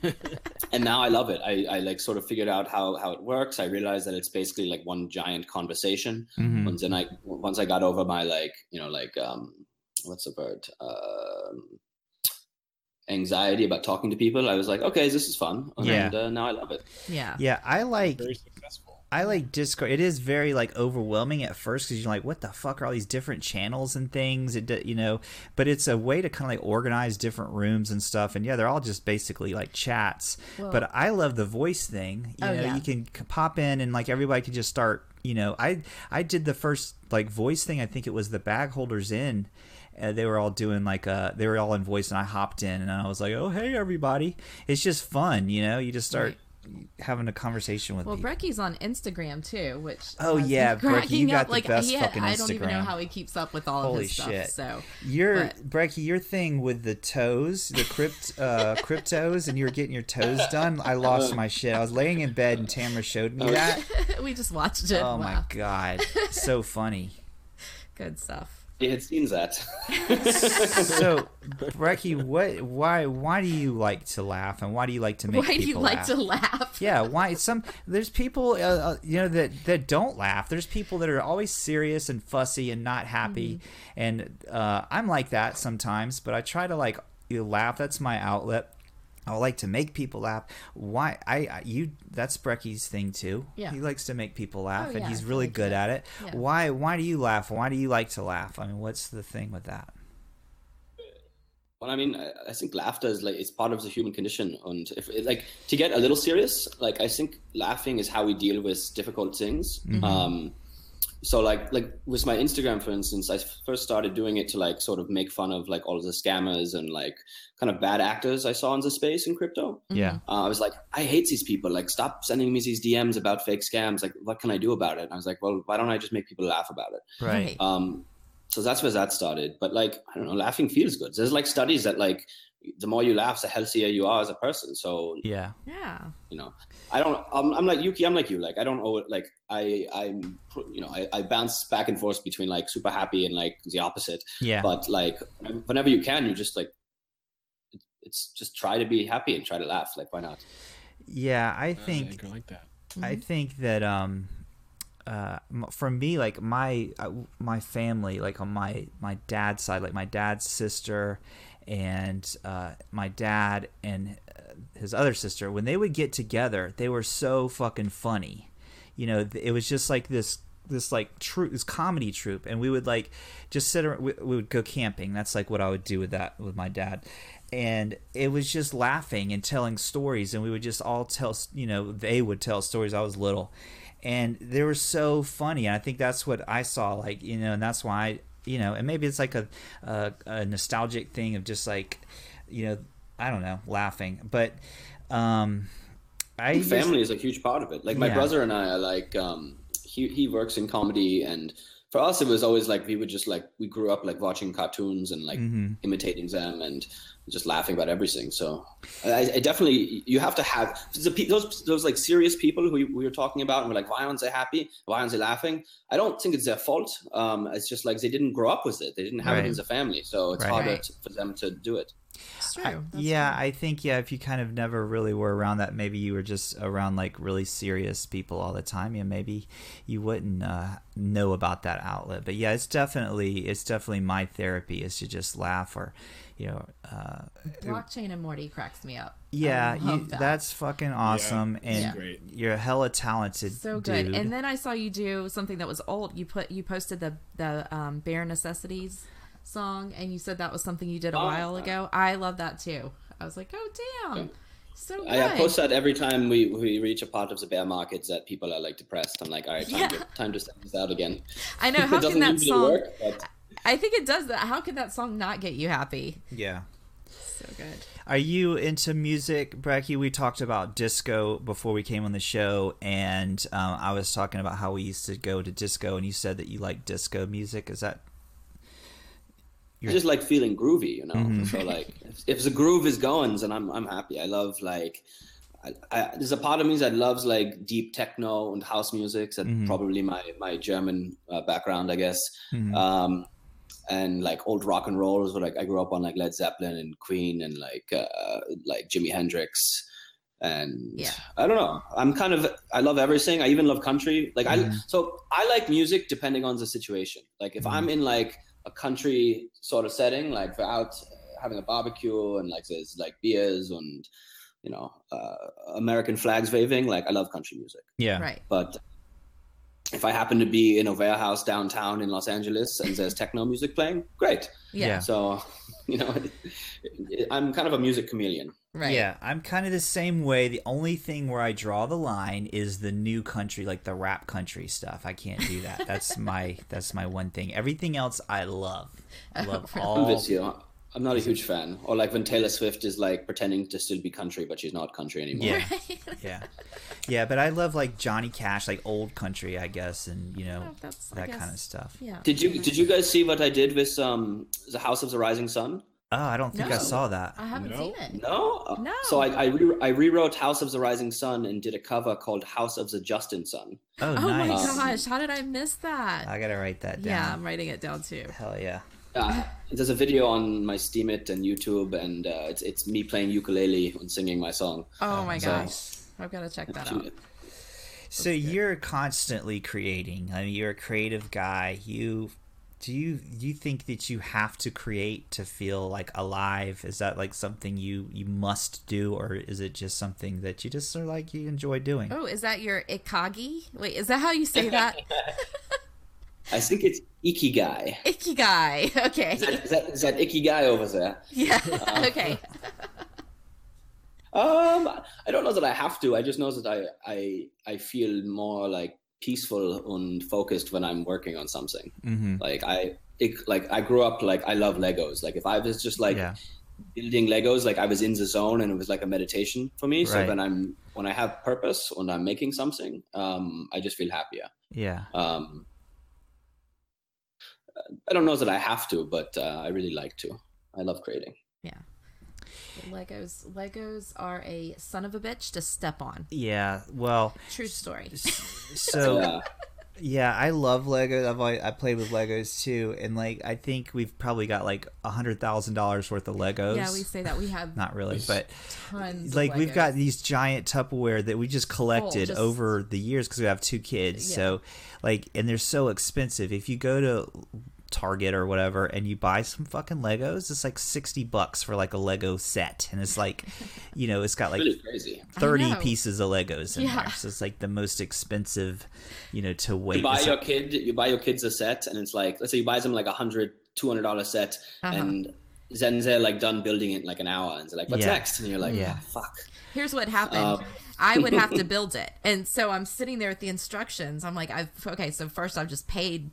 Speaker 4: and now I love it. I, I like sort of figured out how how it works. I realized that it's basically like one giant conversation.
Speaker 3: Mhm.
Speaker 4: And then I once I got over my like you know like um what's the word um anxiety about talking to people. I was like, okay, this is fun. And
Speaker 3: Yeah.
Speaker 4: uh, now I love it.
Speaker 2: yeah.
Speaker 3: Yeah, I like
Speaker 1: Very successful.
Speaker 3: I like Discord. It is very like overwhelming at first because you're like, what the fuck are all these different channels and things? It d- you know, but it's a way to kind of like organize different rooms and stuff. And yeah, they're all just basically like chats. but I love the voice thing. You
Speaker 2: Oh,
Speaker 3: know,
Speaker 2: yeah.
Speaker 3: you can c- pop in and like everybody can just start. You know, I I did the first like voice thing. I think it was the bag holders in. Uh, they were all doing like uh they were all in voice and I hopped in and I was like, "Oh, hey everybody." It's just fun, you know? You just start having a conversation with
Speaker 2: Well,
Speaker 3: people.
Speaker 2: Brecky's on Instagram too, which
Speaker 3: Oh,
Speaker 2: has me
Speaker 3: yeah, Brecky,
Speaker 2: cracking
Speaker 3: you got
Speaker 2: up.
Speaker 3: the
Speaker 2: like,
Speaker 3: best
Speaker 2: he had-
Speaker 3: fucking
Speaker 2: I don't even know
Speaker 3: Instagram.
Speaker 2: how he keeps up with all
Speaker 3: Holy
Speaker 2: of his
Speaker 3: shit.
Speaker 2: stuff. So
Speaker 3: Your
Speaker 2: But-
Speaker 3: Brecky, your thing with the toes, the crypt uh cryptos and you were getting your toes done. I lost my shit. I was laying in bed and Tamara showed me that.
Speaker 2: we just watched it.
Speaker 3: Oh
Speaker 2: Oh, wow.
Speaker 3: my god. So funny.
Speaker 2: Good stuff.
Speaker 4: You had seen that.
Speaker 3: So Brecky, what why why do you like to laugh and why do you like to make
Speaker 2: Why do you
Speaker 3: people
Speaker 2: like
Speaker 3: laugh?
Speaker 2: to laugh?
Speaker 3: yeah, why some there's people uh, uh, you know that that don't laugh. There's people that are always serious and fussy and not happy,
Speaker 2: Mm-hmm.
Speaker 3: and uh, I'm like that sometimes. But I try to like you know, laugh. That's my outlet. I like to make people laugh. Why I, I you that's Brecky's thing too.
Speaker 2: Yeah.
Speaker 3: he likes to make people laugh,
Speaker 2: Oh,
Speaker 3: and
Speaker 2: yeah,
Speaker 3: he's
Speaker 2: I
Speaker 3: really
Speaker 2: like
Speaker 3: good at it.
Speaker 2: Yeah.
Speaker 3: Why why do you laugh? Why do you like to laugh? I mean, what's the thing with that?
Speaker 4: Well, I mean, I, I think laughter is like it's part of the human condition, and if like to get a little serious, like I think laughing is how we deal with difficult things. Um, so like like with my Instagram, for instance, I first started doing it to like sort of make fun of like all of the scammers and like kind of bad actors I saw in the space in crypto.
Speaker 2: Mm-hmm.
Speaker 3: Yeah.
Speaker 4: Uh, I was like, I hate these people. Like, stop sending me these DMs about fake scams. Like, what can I do about it? And I was like, well, why don't I just make people laugh about it?
Speaker 3: Right.
Speaker 4: Um, so that's where that started. But like, I don't know, laughing feels good. There's like studies that like the more you laugh, the healthier you are as a person. So
Speaker 3: Yeah.
Speaker 2: Yeah.
Speaker 4: you know, I don't. I'm, I'm like Yuki. I'm like you. Like I don't owe it. Like I, I'm. You know, I, I bounce back and forth between like super happy and like the opposite.
Speaker 3: Yeah.
Speaker 4: But like whenever you can, you just like it's just try to be happy and try to laugh. Like why not?
Speaker 3: yeah. I
Speaker 1: I
Speaker 3: think
Speaker 1: think I like that.
Speaker 3: I think that um uh m- for me like my uh, my family like on my my dad's side like my dad's sister and uh my dad and uh, his other sister when they would get together they were so fucking funny you know th- it was just like this this like troupe, this comedy troupe, and we would like just sit around. We, we would go camping. That's like what I would do with that with my dad, and it was just laughing and telling stories, and we would just all tell. You know, they would tell stories. I was little, and they were so funny, and I think that's what I saw. Like you know, and that's why I, you know, and maybe it's like a a, a nostalgic thing of just like you know, I don't know, laughing, but. um I used-
Speaker 4: family is a huge part of it. Like my
Speaker 3: Yeah.
Speaker 4: brother and I are like um he he works in comedy and for us it was always like we would just like we grew up like watching cartoons and like
Speaker 3: Mhm.
Speaker 4: imitating them and just laughing about everything. So I, I definitely you have to have the, pe- those those like serious people who we were talking about and we're like why aren't they happy? Why aren't they laughing? I don't think it's their fault. Um, it's just like they didn't grow up with it. They didn't have
Speaker 3: Right.
Speaker 4: it as a family, so it's
Speaker 3: Right.
Speaker 4: harder
Speaker 2: Right.
Speaker 4: to, for them to do it.
Speaker 2: It's true.
Speaker 3: I-
Speaker 2: That's
Speaker 3: yeah,
Speaker 2: true.
Speaker 3: I think yeah, if you kind of never really were around that, maybe you were just around like really serious people all the time. Yeah, maybe you wouldn't uh, know about that outlet. But yeah, it's definitely it's definitely my therapy is to just laugh or, you know, uh,
Speaker 2: Blockchain and Morty cracks me up.
Speaker 3: yeah,
Speaker 2: I
Speaker 3: you,
Speaker 2: love that.
Speaker 3: that's fucking awesome
Speaker 1: Yeah, it's
Speaker 3: and
Speaker 1: great.
Speaker 3: you're a hella talented.
Speaker 2: so good.
Speaker 3: dude.
Speaker 2: And then I saw you do something that was old. You put you posted the the um, bare necessities song, and you said that was something you did a
Speaker 4: Oh,
Speaker 2: while
Speaker 4: uh,
Speaker 2: ago. I love that too. I was like, oh damn, so good.
Speaker 4: I, I post that every time we, we reach a part of the bear markets that people are like depressed. I'm like, all right, time,
Speaker 2: Yeah.
Speaker 4: to, time to send this out again.
Speaker 2: I know. How can
Speaker 4: it doesn't
Speaker 2: that
Speaker 4: usually
Speaker 2: song?
Speaker 4: work, but
Speaker 2: I think it does that. How could that song not get you happy?
Speaker 3: yeah.
Speaker 2: So good.
Speaker 3: Are you into music, Bracky? We talked about disco before we came on the show, and um, I was talking about how we used to go to disco, and you said that you like disco music. Is that
Speaker 4: I just like feeling groovy, you know. So like, if, if the groove is going, then I'm I'm happy. I love like. I, I, there's a part of me that loves like deep techno and house music. That's
Speaker 3: Mhm.
Speaker 4: probably my my German uh, background, I guess.
Speaker 3: Mhm.
Speaker 1: Uh,
Speaker 4: Um, and like old rock and roll is what like, I grew up on, like Led Zeppelin and Queen and like uh, like Jimi Hendrix. And
Speaker 2: Yeah.
Speaker 4: I don't know. I'm kind of I love everything. I even love country. Like I
Speaker 3: Mhm.
Speaker 4: so I like music depending on the situation. Like if
Speaker 3: Mhm.
Speaker 4: I'm in like a country sort of setting, like for out uh, having a barbecue and like there's like beers and you know uh, American flags waving. Like I love country music,
Speaker 3: yeah?
Speaker 2: Right.
Speaker 4: but if I happen to be in a warehouse downtown in Los Angeles and there's techno music playing, great.
Speaker 2: Yeah.
Speaker 3: Yeah.
Speaker 4: So you know, I'm kind of a music chameleon.
Speaker 2: Right.
Speaker 3: Yeah, I'm kind of the same way. The only thing where I draw the line is the new country, like the rap country stuff. I can't do that. That's my that's my one thing. Everything else, I love.
Speaker 2: Oh,
Speaker 3: I love
Speaker 4: I'm
Speaker 3: all.
Speaker 4: with you. I'm not a huge fan. Or like when Taylor Swift is like pretending to still be country, but she's not country anymore.
Speaker 3: Yeah. yeah yeah but i love like johnny cash like old country i guess and you know
Speaker 2: Oh, that's- I
Speaker 3: that
Speaker 2: guess-
Speaker 3: kind of stuff
Speaker 2: Yeah.
Speaker 4: Did you did you guys see what I did with um the House of the Rising Sun?
Speaker 3: oh i don't think i
Speaker 2: No.
Speaker 3: saw that
Speaker 2: I haven't
Speaker 1: No.
Speaker 2: seen it.
Speaker 4: No. Uh,
Speaker 2: No.
Speaker 4: So I I, re- I rewrote House of the Rising Sun and did a cover called House of the Justin Sun.
Speaker 3: oh,
Speaker 2: Oh
Speaker 3: nice
Speaker 2: my gosh! How did I miss that?
Speaker 3: i gotta write that
Speaker 2: yeah,
Speaker 3: down
Speaker 2: I'm writing it down too.
Speaker 3: hell yeah
Speaker 4: Uh, there's a video on my Steam it and YouTube, and uh, it's it's me playing ukulele and singing my song.
Speaker 2: Oh my
Speaker 4: so-
Speaker 2: gosh. I've got to check that out.
Speaker 3: so you're constantly creating i mean you're a creative guy you do you you think that you have to create to feel like alive is that like something you you must do or is it just something that you just are like you enjoy doing
Speaker 2: Oh, is that your ikagi? Wait, is that how you say that?
Speaker 4: I think it's ikigai.
Speaker 2: Ikigai.
Speaker 4: Is that,
Speaker 2: Okay.
Speaker 4: is that, is that ikigai over there?
Speaker 2: Yeah. Okay.
Speaker 4: Um, I don't know that I have to. I just know that I I I feel more like peaceful and focused when I'm working on something.
Speaker 3: mm-hmm.
Speaker 4: Like I it, like I grew up like I love Legos. Like if I was just like
Speaker 3: yeah
Speaker 4: building Legos, like I was in the zone and it was like a meditation for me. So
Speaker 3: Right.
Speaker 4: when I'm when I have purpose when I'm making something, um, I just feel happier.
Speaker 3: yeah
Speaker 4: Um, I don't know that I have to, but uh, I really like to. I love creating.
Speaker 2: Legos. Legos are a son of a bitch to step on.
Speaker 3: yeah well
Speaker 2: True story.
Speaker 3: so
Speaker 4: Yeah.
Speaker 3: Yeah, I love Legos. I've always, I played with Legos too, and like I think we've probably got like a hundred thousand dollars worth of Legos.
Speaker 2: Yeah, we say that we have
Speaker 3: not really, but
Speaker 2: tons.
Speaker 3: like
Speaker 2: of
Speaker 3: we've
Speaker 2: Legos.
Speaker 3: got these giant Tupperware that we just collected
Speaker 2: just-
Speaker 3: over the years because we have two kids. So, like, and they're so expensive. If you go to Target or whatever, and you buy some fucking Legos. It's like sixty bucks for like a Lego set, and it's like, you know, it's got like
Speaker 4: really crazy.
Speaker 3: thirty
Speaker 2: know.
Speaker 3: pieces of Legos in
Speaker 2: Yeah.
Speaker 3: there. So it's like the most expensive, you know, to wait.
Speaker 4: You buy
Speaker 3: It's
Speaker 4: your
Speaker 3: like-
Speaker 4: kid, you buy your kids a set, and it's like, let's say you buy them like a hundred, two hundred dollar set,
Speaker 2: Uh-huh.
Speaker 4: and then they're like done building it in like an hour, and they're like, "What's
Speaker 3: Yeah.
Speaker 4: next?" And you're like,
Speaker 3: Yeah.
Speaker 4: "Yeah, fuck."
Speaker 2: Here's
Speaker 3: Uh,
Speaker 2: what happened.
Speaker 4: Um.
Speaker 2: I would have to build it. And so I'm sitting there with the instructions. I'm like, I've okay, so first I've just paid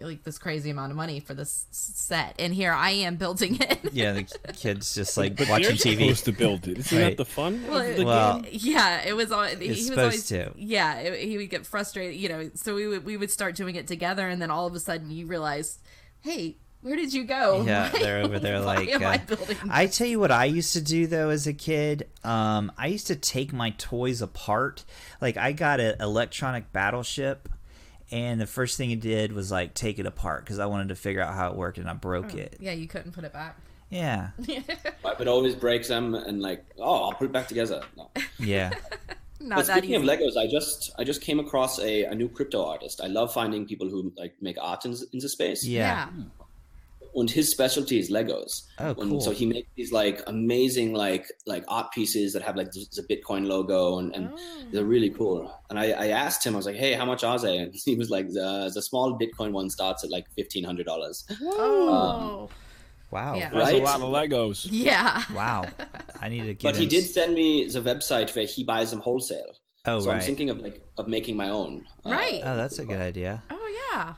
Speaker 2: like this crazy amount of money for this s- set. And here I am building it.
Speaker 3: yeah, the kids just like
Speaker 1: But
Speaker 3: watching
Speaker 1: you're
Speaker 3: TV.
Speaker 1: supposed to build it. Isn't
Speaker 3: Right.
Speaker 1: that the fun?
Speaker 2: Well,
Speaker 1: of
Speaker 2: it-
Speaker 1: the
Speaker 3: Well,
Speaker 1: game?
Speaker 2: yeah, it was all he was
Speaker 3: supposed
Speaker 2: always
Speaker 3: to.
Speaker 2: yeah, it, he would get frustrated, you know, so we would we would start doing it together and then all of a sudden you realize, "Hey, where did you go?"
Speaker 3: Yeah, they're over there
Speaker 2: Why
Speaker 3: like.
Speaker 2: am I
Speaker 3: uh,
Speaker 2: building
Speaker 3: I tell you what I used to do though as a kid. Um, I used to take my toys apart. Like I got an electronic battleship, and the first thing it did was like take it apart because I wanted to figure out how it worked, and I broke it.
Speaker 2: yeah, you couldn't put it back.
Speaker 3: Yeah,
Speaker 4: I would always break them and like, oh, I'll put it back together. No.
Speaker 3: yeah,
Speaker 2: Not
Speaker 4: but
Speaker 2: that easy.
Speaker 4: speaking of Legos, I just I just came across a, a new crypto artist. I love finding people who like make art in, in the space.
Speaker 3: yeah.
Speaker 4: and his specialty is Legos.
Speaker 3: Oh,
Speaker 4: And
Speaker 3: cool.
Speaker 4: so he makes these like amazing like like art pieces that have like the, the Bitcoin logo and, and
Speaker 3: Oh.
Speaker 4: they're really cool. And I, I asked him, I was like, hey, how much are they? And he was like, the, the small Bitcoin one starts at like fifteen hundred dollars.
Speaker 2: Oh.
Speaker 3: Wow,
Speaker 2: Yeah.
Speaker 1: That's
Speaker 4: Right?
Speaker 1: a lot of Legos.
Speaker 2: yeah.
Speaker 3: wow. I need to get.
Speaker 4: But he did send me the website where he buys them wholesale.
Speaker 3: Oh
Speaker 4: so
Speaker 3: right.
Speaker 4: I'm thinking of like of making my own. Uh,
Speaker 2: Right.
Speaker 3: oh, that's a good idea.
Speaker 2: oh yeah.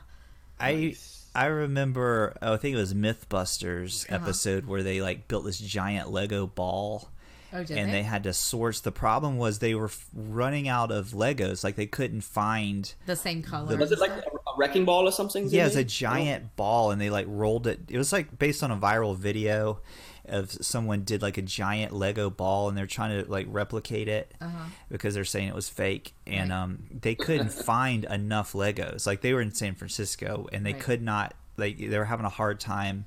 Speaker 3: I I remember oh, I think it was MythBusters episode where they like built this giant Lego ball
Speaker 2: Oh, did
Speaker 3: and
Speaker 2: they?
Speaker 3: they had to source. The problem was they were f- running out of Legos. Like they couldn't find.
Speaker 2: the same color.
Speaker 4: was it like a, a wrecking ball or something?
Speaker 3: Yeah, it's a
Speaker 4: Ziggy?
Speaker 2: Oh.
Speaker 3: giant ball, and they like rolled it. It was like based on a viral video of someone did like a giant Lego ball, and they're trying to like replicate it because they're saying it was fake. And
Speaker 2: Uh-huh. Right.
Speaker 3: um, they couldn't find enough Legos. Like they were in San Francisco, and they
Speaker 2: Right.
Speaker 3: could not. Like they were having a hard time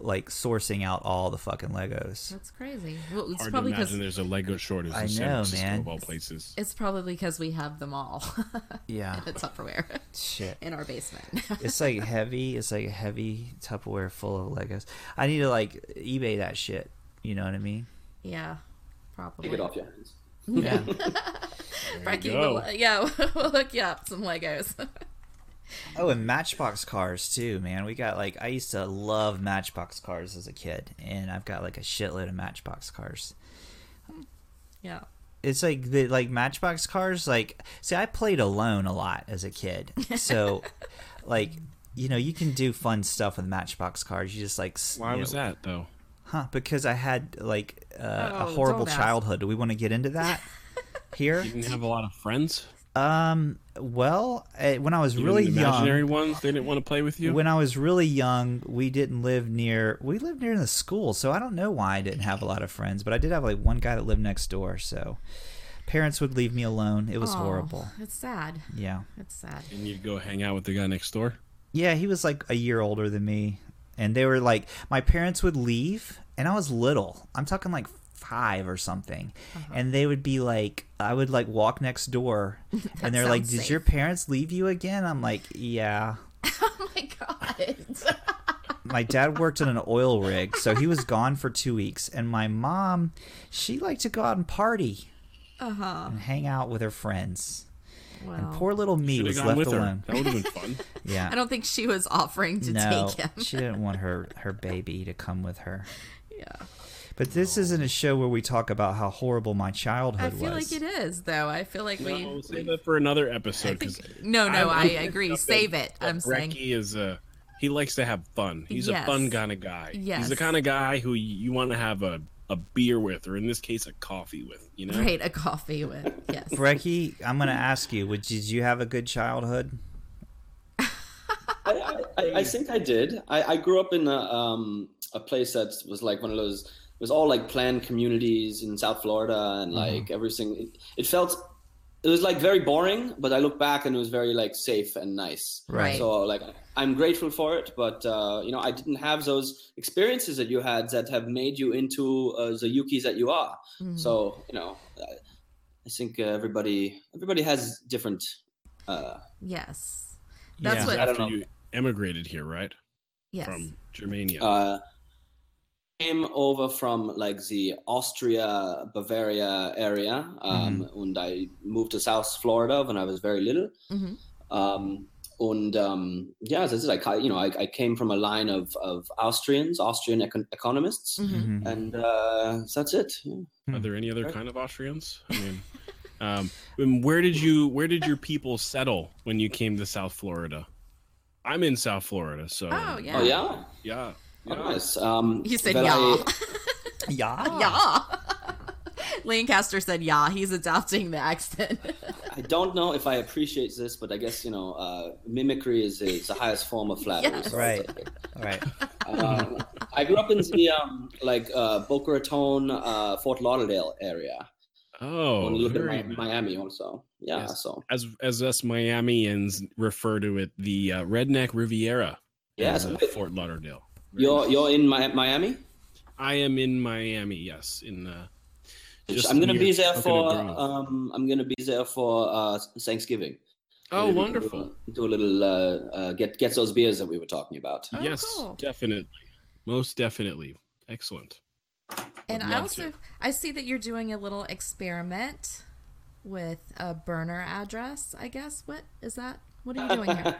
Speaker 3: like sourcing out all the fucking Legos.
Speaker 2: That's crazy. Well, it's
Speaker 1: Hard to
Speaker 2: probably because
Speaker 1: imagine there's a Lego shortage
Speaker 3: I
Speaker 1: in San
Speaker 3: know,
Speaker 1: Francisco
Speaker 3: man.
Speaker 1: of all places.
Speaker 2: it's probably because we have them all.
Speaker 3: Yeah.
Speaker 2: it's Tupperware
Speaker 3: Shit.
Speaker 2: in our basement.
Speaker 3: It's like heavy. It's like a heavy Tupperware full of Legos. I need to like eBay that shit. You know what I mean?
Speaker 2: yeah,
Speaker 4: Take it
Speaker 2: probably.
Speaker 4: off your hands.
Speaker 3: Yeah.
Speaker 2: Frankie,
Speaker 1: go.
Speaker 2: will, yeah, we'll look you up some Legos.
Speaker 3: oh, and Matchbox cars too, man. We got like I used to love Matchbox cars as a kid, and I've got like a shitload of Matchbox cars.
Speaker 2: yeah.
Speaker 3: It's like the like Matchbox cars. Like, see, I played alone a lot as a kid, so like you know you can do fun stuff with Matchbox cars. You just like s-
Speaker 1: Why
Speaker 3: you
Speaker 1: was
Speaker 3: know,
Speaker 1: that though?
Speaker 3: Huh? Because I had like uh,
Speaker 2: Oh,
Speaker 3: a horrible
Speaker 2: don't ask.
Speaker 3: childhood. Do we want to get into that here?
Speaker 1: You didn't have a lot of friends.
Speaker 3: Um. Well, eh, when I was
Speaker 1: Even
Speaker 3: really
Speaker 1: the imaginary
Speaker 3: young,
Speaker 1: ones. They didn't want to play with you.
Speaker 3: when I was really young, we didn't live near. We lived near the school, so I don't know why I didn't have a lot of friends. But I did have like one guy that lived next door, so parents would leave me alone. It was
Speaker 2: Aw,
Speaker 3: horrible.
Speaker 2: It's sad.
Speaker 3: Yeah.
Speaker 2: It's sad.
Speaker 1: and you'd go hang out with the guy next door.
Speaker 3: Yeah, he was like a year older than me, and they were like, my parents would leave, and I was little. I'm talking like five or something,
Speaker 2: Uh-huh.
Speaker 3: and they would be like, I would like walk next door, and they're like,
Speaker 2: sounds
Speaker 3: "Did
Speaker 2: safe.
Speaker 3: your parents leave you again?" I'm like, "Yeah."
Speaker 2: Oh my god.
Speaker 3: my dad worked on an oil rig, so he was gone for two weeks. And my mom, she liked to go out and party
Speaker 2: Uh huh.
Speaker 3: and hang out with her friends. And
Speaker 2: Well,
Speaker 3: poor little me
Speaker 1: Should've
Speaker 3: was
Speaker 1: gone
Speaker 3: left
Speaker 1: with her.
Speaker 3: alone.
Speaker 1: That would have been fun.
Speaker 2: Oh. I
Speaker 3: Yeah.
Speaker 2: don't think she was offering to
Speaker 3: No,
Speaker 2: take him.
Speaker 3: she didn't want her, her baby to come with her.
Speaker 2: yeah.
Speaker 3: But this isn't a show where we talk about how horrible my childhood
Speaker 2: I feel
Speaker 3: was.
Speaker 2: like it is though. I feel like we.
Speaker 1: no, save that for another episode. 'cause
Speaker 2: No, no, I,
Speaker 1: I'm- I'm
Speaker 2: agree.
Speaker 1: convinced
Speaker 2: Save
Speaker 1: that-
Speaker 2: it.
Speaker 1: that
Speaker 2: I'm saying.
Speaker 1: Brecky is a. He likes to have fun. He's
Speaker 2: Yes.
Speaker 1: a fun kind of guy.
Speaker 2: Yes.
Speaker 1: He's the kind of guy who you want to have a, a beer with, or in this case, a coffee with. You know.
Speaker 2: Right, a coffee with yes.
Speaker 3: Brecky, I'm going to ask you, would, did you have a good childhood?
Speaker 4: I, I- I, I think I did. I, I grew up in a, um, a place that was like one of those. It was all like planned communities in South Florida, and like everything. It, it felt. It was like very boring, but I look back and it was very like safe and nice.
Speaker 2: Right.
Speaker 4: So like I'm grateful for it, but uh, you know I didn't have those experiences that you had that have made you into uh, the Yukis that you are.
Speaker 2: Mm-hmm. Mm.
Speaker 4: So you know, I, I think uh, everybody everybody has different. Uh,
Speaker 2: Yes.
Speaker 3: Yeah.
Speaker 2: That's
Speaker 1: This is
Speaker 2: what
Speaker 1: after
Speaker 4: know.
Speaker 1: you emigrated here, right?
Speaker 2: Yes.
Speaker 1: from Germania.
Speaker 4: Uh, came over from like the Austria Bavaria area, um,
Speaker 2: Mm-hmm.
Speaker 4: and I moved to South Florida when I was very little.
Speaker 2: Mhm.
Speaker 4: Um, and um, yeah, this is like I- you know, I, I came from a line of, of Austrians, Austrian econ- economists,
Speaker 2: Mhm.
Speaker 3: Mhm.
Speaker 4: and uh, that's it. yeah.
Speaker 1: Are there any other kind of Austrians? I mean, um, and where did you where did your people settle when you came to South Florida? I'm in South Florida, so
Speaker 2: Oh, yeah.
Speaker 4: Oh yeah,
Speaker 1: yeah,
Speaker 4: Oh,
Speaker 1: yeah.
Speaker 4: nice. Um,
Speaker 2: He said
Speaker 4: well,
Speaker 2: yeah.
Speaker 4: I-
Speaker 3: Yeah.
Speaker 2: yeah. Lancaster said yeah. He's adopting the accent.
Speaker 4: I don't know if I appreciate this, but I guess you know, uh, mimicry is, is the highest form of flattery.
Speaker 2: Yes.
Speaker 4: so-
Speaker 3: Right. All right.
Speaker 4: Um, I grew up in the um, like uh, Boca Raton, uh, Fort Lauderdale area, and a
Speaker 1: Oh,
Speaker 4: little bit
Speaker 1: very
Speaker 4: Mi- Miami also. Yeah,
Speaker 1: Yes.
Speaker 4: so
Speaker 1: as as us Miamians refer to it, the uh, Redneck Riviera.
Speaker 4: Yes.
Speaker 1: in, uh, Fort Lauderdale. Very
Speaker 4: you're
Speaker 1: nice.
Speaker 4: you're in Mi- Miami.
Speaker 1: I am in Miami. Yes, in uh, just
Speaker 4: I'm gonna
Speaker 1: near
Speaker 4: be there
Speaker 1: Coconut
Speaker 4: for
Speaker 1: Grove.
Speaker 4: um, I'm gonna be there for uh, Thanksgiving.
Speaker 1: oh,
Speaker 4: Maybe we
Speaker 1: wonderful!
Speaker 4: can Do a little uh, uh, get get those beers that we were talking about.
Speaker 2: Oh,
Speaker 1: yes,
Speaker 2: cool.
Speaker 1: definitely, most definitely, excellent. Would
Speaker 2: and I
Speaker 1: love
Speaker 2: also
Speaker 1: to.
Speaker 2: I see that you're doing a little experiment with a burner address. I guess what is that? What are you doing here?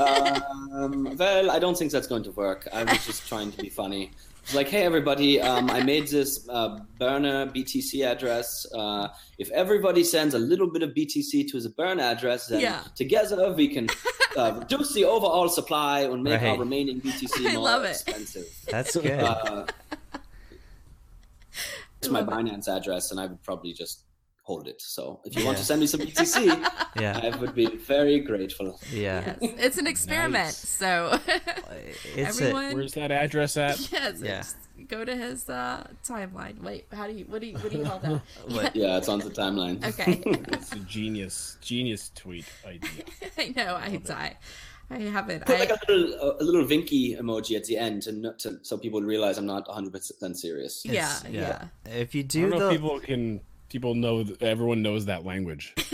Speaker 4: um, well, I don't think that's going to work. I was just trying to be funny. It's like, hey, everybody, um, I made this uh, burner BTC address. Uh, if everybody sends a little bit of BTC to the burn address, then
Speaker 2: Yeah.
Speaker 4: together we can uh, reduce the overall supply and make
Speaker 3: Right.
Speaker 4: our remaining BTC
Speaker 2: I
Speaker 4: more
Speaker 2: love it.
Speaker 4: expensive.
Speaker 3: That's good.
Speaker 4: Uh, it's my
Speaker 2: love it.
Speaker 4: Binance address, and I would probably just hold it. So if you want
Speaker 3: Yeah.
Speaker 4: to send me some BTC,
Speaker 3: yeah.
Speaker 4: I would be very grateful.
Speaker 3: Yeah.
Speaker 2: yes, it's an experiment.
Speaker 1: Nice.
Speaker 2: So
Speaker 3: It's a,
Speaker 2: everyone,
Speaker 1: Where's that address at?
Speaker 2: yes,
Speaker 3: Yeah.
Speaker 2: just go to his uh, timeline. Wait, how do you? What do you? What do you call that?
Speaker 3: What?
Speaker 4: Yeah, it's on the timeline.
Speaker 2: Okay,
Speaker 1: It's a genius, genius tweet idea.
Speaker 2: I know. I die. I haven't.
Speaker 4: Put like
Speaker 2: I,
Speaker 4: a little, a little vinky emoji at the end to, no- to so people realize I'm not 100% serious.
Speaker 2: yeah,
Speaker 3: It's-
Speaker 2: yeah.
Speaker 3: If
Speaker 1: I
Speaker 3: you do
Speaker 1: don't know
Speaker 3: the
Speaker 1: if people can. People know. th- Everyone knows that language.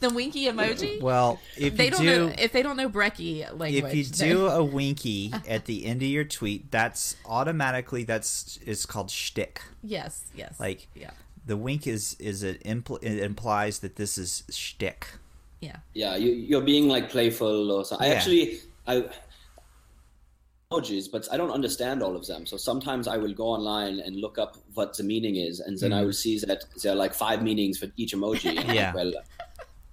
Speaker 2: The winky emoji.
Speaker 3: well, if
Speaker 2: they
Speaker 3: you
Speaker 2: don't
Speaker 3: do
Speaker 2: know if they don't know Brecky language.
Speaker 3: if you
Speaker 2: then-
Speaker 3: do a winky at the end of your tweet, that's automatically that's it's called shtick.
Speaker 2: yes, yes,
Speaker 3: Like
Speaker 2: yeah,
Speaker 3: the wink is is it, impl- it implies that this is shtick.
Speaker 2: yeah.
Speaker 4: Yeah, you, you're being like playful or something. I
Speaker 3: Yeah.
Speaker 4: actually, I emojis, but I don't understand all of them. So sometimes I will go online and look up what the meaning is, and then I will see that there are like five meanings for each emoji. And I'm like,
Speaker 3: Yeah.
Speaker 4: well,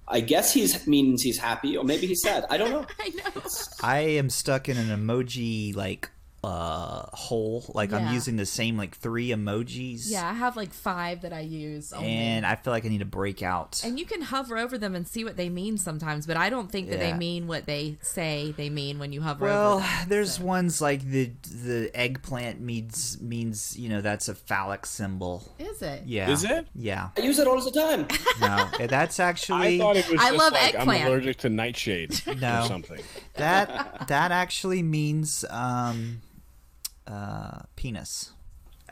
Speaker 4: I guess he's means he's happy, or maybe he's sad. I don't know.
Speaker 2: I know.
Speaker 3: I am stuck in an emoji like uh hole. Like
Speaker 2: Yeah.
Speaker 3: I'm using the same like three emojis.
Speaker 2: Yeah, I have like five that I use. Only.
Speaker 3: And I feel like I need to break out.
Speaker 2: And you can hover over them and see what they mean sometimes, but I don't think that
Speaker 3: Yeah.
Speaker 2: they mean what they say they mean when you hover over
Speaker 3: Well,
Speaker 2: them.
Speaker 3: there's ones like the the eggplant means means you know that's a phallic symbol.
Speaker 2: Is it?
Speaker 3: Yeah.
Speaker 1: Is it?
Speaker 3: Yeah.
Speaker 4: I use it all the time.
Speaker 3: No, Eh, that's
Speaker 1: I
Speaker 3: actually
Speaker 1: thought it was.
Speaker 2: I
Speaker 1: just
Speaker 2: love
Speaker 1: like,
Speaker 2: eggplant.
Speaker 1: I'm allergic to nightshade
Speaker 3: No.
Speaker 1: or something.
Speaker 3: that that actually means um uh penis.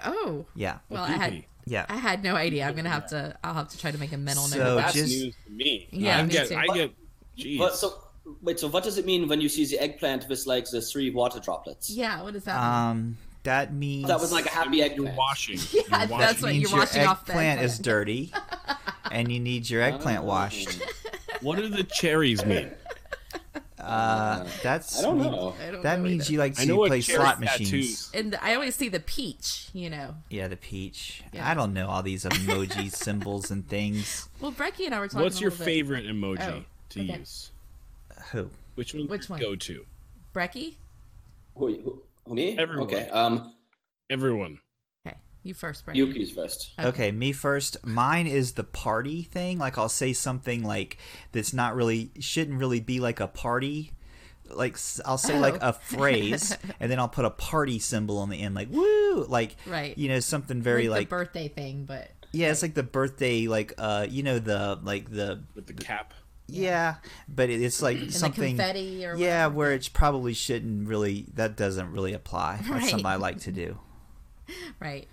Speaker 2: Oh.
Speaker 3: Yeah.
Speaker 2: Well, I had
Speaker 1: Creepy.
Speaker 3: Yeah.
Speaker 2: I had no idea. I'm gonna have to. I'll have to try to make a mental
Speaker 3: So-
Speaker 2: note. of that.
Speaker 1: That's
Speaker 3: just-
Speaker 1: news to me.
Speaker 2: Yeah,
Speaker 1: I
Speaker 2: me
Speaker 1: get.
Speaker 2: too.
Speaker 1: I get. Jeez.
Speaker 4: But so wait, so what does it mean when you see the eggplant with like the three water droplets?
Speaker 2: Yeah. What is that?
Speaker 3: Um that means
Speaker 4: That was like a happy
Speaker 1: you're
Speaker 4: eggplant.
Speaker 1: washing.
Speaker 2: yeah,
Speaker 1: you're washing.
Speaker 2: that's what
Speaker 3: means
Speaker 2: you're
Speaker 3: your
Speaker 2: washing off. The
Speaker 3: eggplant is dirty and you need your
Speaker 1: Oh.
Speaker 3: eggplant washed.
Speaker 1: What do the cherries mean?
Speaker 3: Uh that's
Speaker 4: I don't
Speaker 3: mean-
Speaker 4: know.
Speaker 2: I don't
Speaker 3: That
Speaker 2: know
Speaker 3: means
Speaker 2: either.
Speaker 3: you like
Speaker 1: I
Speaker 3: so
Speaker 1: know
Speaker 3: you
Speaker 1: what
Speaker 3: play
Speaker 1: cherry
Speaker 3: slot
Speaker 1: tattoos.
Speaker 3: machines.
Speaker 2: And I always see the peach. You know.
Speaker 3: Yeah, the peach.
Speaker 2: Yeah.
Speaker 3: I don't know all these emoji symbols and things.
Speaker 2: Well, Brecky and I were talking.
Speaker 1: What's
Speaker 2: a
Speaker 1: your
Speaker 2: little bit.
Speaker 1: favorite emoji
Speaker 2: Oh,
Speaker 1: to
Speaker 2: okay.
Speaker 1: use?
Speaker 3: Who?
Speaker 1: Which one?
Speaker 2: Which one?
Speaker 1: Go to
Speaker 2: Brecky.
Speaker 4: Who, who, who me?
Speaker 1: Everyone.
Speaker 4: Okay. Um,
Speaker 1: everyone.
Speaker 2: Okay, you first, Brecky.
Speaker 4: Yuki's first.
Speaker 3: Okay, me first. Mine is the party thing. Like I'll say something like that's not really shouldn't really be like a party. Like s- I'll say like
Speaker 2: Oh.
Speaker 3: a phrase, and then I'll put a party symbol on the end, like woo, like
Speaker 2: Right.
Speaker 3: you know something very
Speaker 2: like,
Speaker 3: like,
Speaker 2: the birthday thing, but
Speaker 3: yeah, it's like the birthday, like uh, you know the like the
Speaker 1: With the cap.
Speaker 3: yeah, but it, it's like
Speaker 2: and
Speaker 3: something
Speaker 2: the confetti or
Speaker 3: yeah,
Speaker 2: whatever.
Speaker 3: where it probably shouldn't really that doesn't really apply. That's
Speaker 2: Right.
Speaker 3: something I like to do.
Speaker 2: right.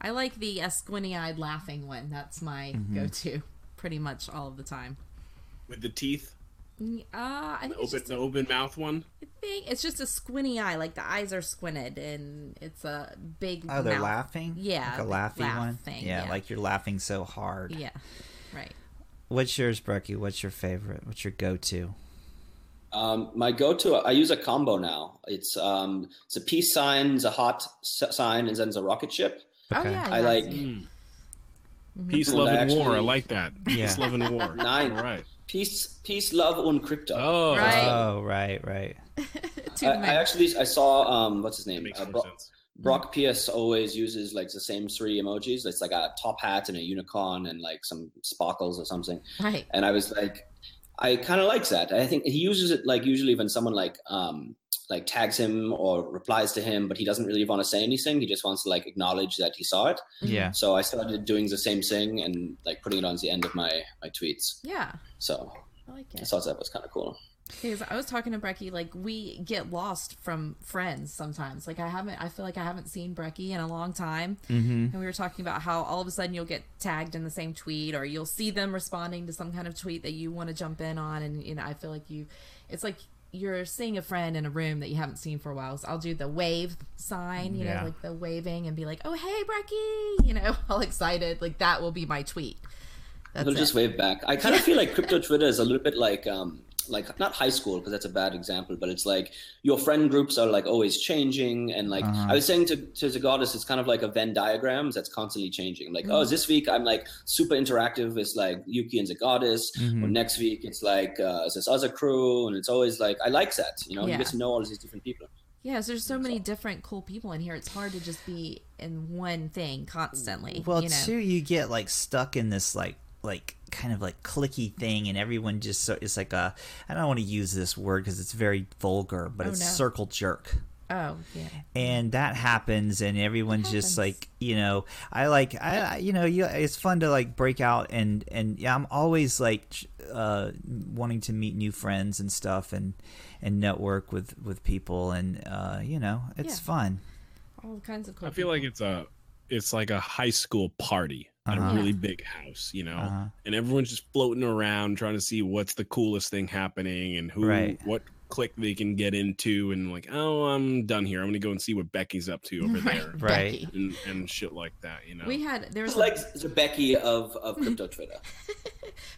Speaker 2: I like the uh, squinty-eyed laughing one. That's my go-to pretty much all of the time.
Speaker 1: With the teeth.
Speaker 2: Mm, Uh, I
Speaker 1: The
Speaker 2: think it's
Speaker 1: open,
Speaker 2: just
Speaker 1: the
Speaker 2: a
Speaker 1: open mouth one.
Speaker 2: big. It's just a squinty eye, like the eyes are squinted, and it's a big.
Speaker 3: Oh, they're
Speaker 2: mouth.
Speaker 3: laughing.
Speaker 2: Yeah,
Speaker 3: like a
Speaker 2: like
Speaker 3: laughy
Speaker 2: laugh
Speaker 3: one.
Speaker 2: thing,
Speaker 3: yeah,
Speaker 2: yeah.
Speaker 3: like you're laughing so hard.
Speaker 2: Yeah, right.
Speaker 3: What's yours, Brookie? What's your favorite? What's your go-to?
Speaker 4: Um, my go-to, I use a combo now. It's um, it's a peace sign, it's a hot s- sign, and then it's a rocket ship.
Speaker 2: Oh yeah,
Speaker 4: I
Speaker 2: yeah,
Speaker 4: like-
Speaker 2: see.
Speaker 1: Mm. Peace,
Speaker 4: Well,
Speaker 1: love, and
Speaker 4: actually-
Speaker 1: war. I like that.
Speaker 3: Yeah.
Speaker 1: Peace, love, and war.
Speaker 4: Nine.
Speaker 1: All right.
Speaker 4: Peace, peace, love, and crypto.
Speaker 1: Oh,
Speaker 2: Right.
Speaker 3: Oh, right, right.
Speaker 2: Two
Speaker 4: I, I
Speaker 2: men.
Speaker 4: actually I saw um, what's his
Speaker 1: that
Speaker 4: name?
Speaker 1: makes
Speaker 4: Uh,
Speaker 1: more
Speaker 4: Bro-
Speaker 1: sense.
Speaker 4: Brock Pierce always uses like the same three emojis. It's like a top hat and a unicorn and like some sparkles or something.
Speaker 2: right.
Speaker 4: And I was like, I kind of like that. I think he uses it like usually when someone like um like tags him or replies to him, but he doesn't really want to say anything. He just wants to like acknowledge that he saw it.
Speaker 2: Mm-hmm.
Speaker 3: Yeah.
Speaker 4: So I started doing the same thing and like putting it on the end of my my tweets.
Speaker 2: Yeah,
Speaker 4: So
Speaker 2: I like
Speaker 4: I
Speaker 2: it.
Speaker 4: thought that was kind of cool.
Speaker 2: Because I was talking to Brecky, like we get lost from friends sometimes. Like I haven't, I feel like I haven't seen Brecky in a long time,
Speaker 3: Mm-hmm.
Speaker 2: and we were talking about how all of a sudden you'll get tagged in the same tweet, or you'll see them responding to some kind of tweet that you want to jump in on, and you know I feel like you, it's like you're seeing a friend in a room that you haven't seen for a while. So I'll do the wave sign, you
Speaker 3: Yeah.
Speaker 2: know, like the waving, and be like, "Oh hey, Brecky," you know, all excited. Like that will be my tweet. That's
Speaker 4: They'll
Speaker 2: it.
Speaker 4: just wave back. I kind of feel like crypto Twitter is a little bit like um like not high school because that's a bad example, but it's like your friend groups are like always changing and like
Speaker 3: Uh-huh.
Speaker 4: I was saying to to the goddess, it's kind of like a Venn diagrams that's constantly changing. Like oh, this week I'm like super interactive with like Yuki and the goddess, or
Speaker 3: Mhm.
Speaker 4: next week it's like uh, this other crew, and it's always like I like that. You know, you
Speaker 2: Yeah.
Speaker 4: get to know all these different people.
Speaker 2: Yeah, so there's so many different cool people in here. It's hard to just be in one thing constantly.
Speaker 3: Well,
Speaker 2: you know?
Speaker 3: too, you get like stuck in this like like kind of like clicky thing, and everyone just so it's like a I don't want to use this word because it's very vulgar, but
Speaker 2: Oh,
Speaker 3: it's
Speaker 2: no.
Speaker 3: circle jerk.
Speaker 2: Oh yeah,
Speaker 3: and that happens and everyone's just
Speaker 2: happens.
Speaker 3: like you know i like I, I you know you it's fun to like break out and and yeah i'm always like ch- uh wanting to meet new friends and stuff and and network with with people and uh you know it's
Speaker 2: Yeah.
Speaker 3: fun
Speaker 2: all kinds of cool.
Speaker 1: I feel like it's a it's like a high school party at
Speaker 3: Uh-huh.
Speaker 1: a really big house, you know,
Speaker 3: Uh-huh.
Speaker 1: and everyone's just floating around trying to see what's the coolest thing happening and who
Speaker 3: Right.
Speaker 1: what clique they can get into and like oh I'm done here I'm gonna go and see what Becky's up to over there
Speaker 3: Right.
Speaker 2: Becky.
Speaker 1: and, and shit like that, you know.
Speaker 2: We had there was
Speaker 4: It's
Speaker 2: like
Speaker 4: like the Becky of of crypto Twitter.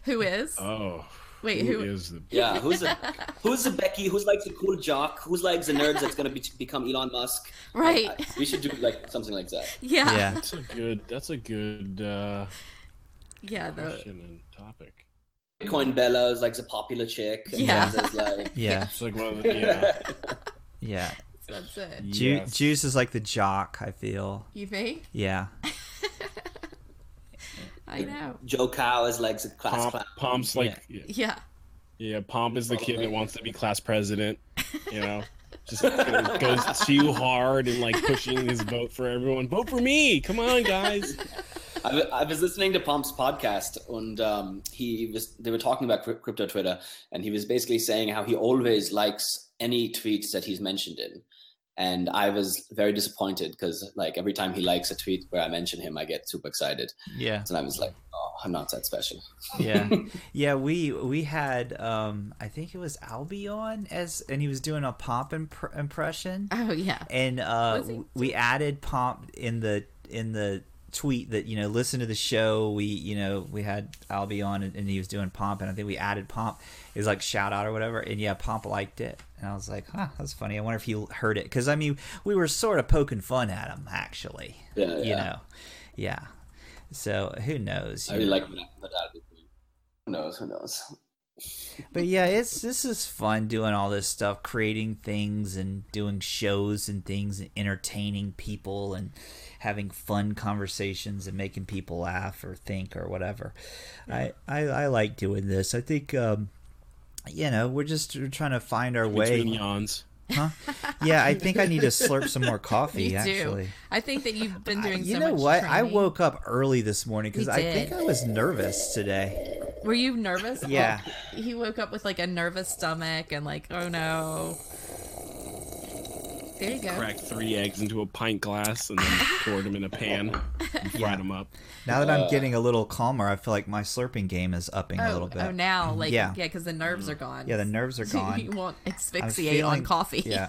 Speaker 2: who is
Speaker 1: oh
Speaker 2: wait
Speaker 1: who
Speaker 2: who
Speaker 1: is the
Speaker 4: Yeah, who's the who's the Becky? Who's like the cool jock? Who's like the nerd that's gonna be, become Elon Musk?
Speaker 2: right
Speaker 4: I- we should do like something like that.
Speaker 2: yeah yeah,
Speaker 3: yeah
Speaker 1: that's a good that's a good uh Oh,
Speaker 2: the,
Speaker 1: question and topic.
Speaker 4: Bitcoin Bella is like the popular chick. And
Speaker 2: Yeah.
Speaker 4: then there's like
Speaker 3: yeah
Speaker 1: It's like one of the yeah.
Speaker 3: yeah
Speaker 2: that's it.
Speaker 3: Ju-
Speaker 1: yes.
Speaker 3: juice is like the jock i feel
Speaker 2: You think?
Speaker 3: yeah
Speaker 2: I know.
Speaker 4: Joe Cow is like the class
Speaker 1: Pomp,
Speaker 4: clown.
Speaker 1: Pomp's like yeah.
Speaker 2: Yeah,
Speaker 1: Yeah, Pomp is the kid that wants to be class president. You know, just goes, goes too hard and like pushing his vote for everyone. Vote for me! Come on, guys.
Speaker 4: I, w- I was listening to Pomp's podcast, and um, he was they were talking about cryp- crypto Twitter, and he was basically saying how he always likes any tweets that he's mentioned in. And I was very disappointed because like every time he likes a tweet where I mention him, I get super excited,
Speaker 3: yeah
Speaker 4: and I was like, oh, I'm not that special.
Speaker 3: yeah yeah we we had um i think it was albion as and he was doing a pomp imp- impression
Speaker 2: oh yeah,
Speaker 3: and uh
Speaker 2: Was he-
Speaker 3: we added pomp in the in the tweet that you know listen to the show we you know we had albion and, and he was doing pomp and i think we added pomp it was like shout out or whatever and yeah pomp liked it and i was like huh that's funny i wonder if he heard it because i mean we were sort of poking fun at him actually
Speaker 4: Yeah,
Speaker 3: you
Speaker 4: yeah.
Speaker 3: know yeah so who knows
Speaker 4: I
Speaker 3: you
Speaker 4: really
Speaker 3: know?
Speaker 4: like that. that attitude. Who knows? Who knows?
Speaker 3: But yeah, it's this is fun doing all this stuff, creating things and doing shows and things and entertaining people and having fun conversations and making people laugh or think or whatever. I, I I like doing this. I think um you know, we're just we're trying to find our
Speaker 1: Between
Speaker 3: way.
Speaker 1: yawns.
Speaker 3: Huh? Yeah, I think I need to slurp some more coffee
Speaker 2: you
Speaker 3: actually.
Speaker 2: do. I think that you've been doing.
Speaker 3: You
Speaker 2: so
Speaker 3: know
Speaker 2: much
Speaker 3: what? I
Speaker 2: training.
Speaker 3: woke up early this morning because
Speaker 2: You
Speaker 3: I think
Speaker 2: did.
Speaker 3: I was nervous today.
Speaker 2: Were you nervous?
Speaker 3: Yeah.
Speaker 2: Like, he woke up with like a nervous stomach and like, oh no. oh, There you go.
Speaker 1: Crack three eggs into a pint glass and then poured them in a pan and fried them up.
Speaker 3: Now that I'm getting a little calmer, I feel like my slurping game is upping a
Speaker 2: Oh,
Speaker 3: little bit.
Speaker 2: oh, now like yeah,
Speaker 3: Yeah.
Speaker 2: because the nerves are gone.
Speaker 3: Yeah, the nerves are
Speaker 2: you
Speaker 3: gone.
Speaker 2: won't
Speaker 3: I'm
Speaker 2: asphyxiate on
Speaker 3: feeling-
Speaker 2: coffee.
Speaker 3: Yeah.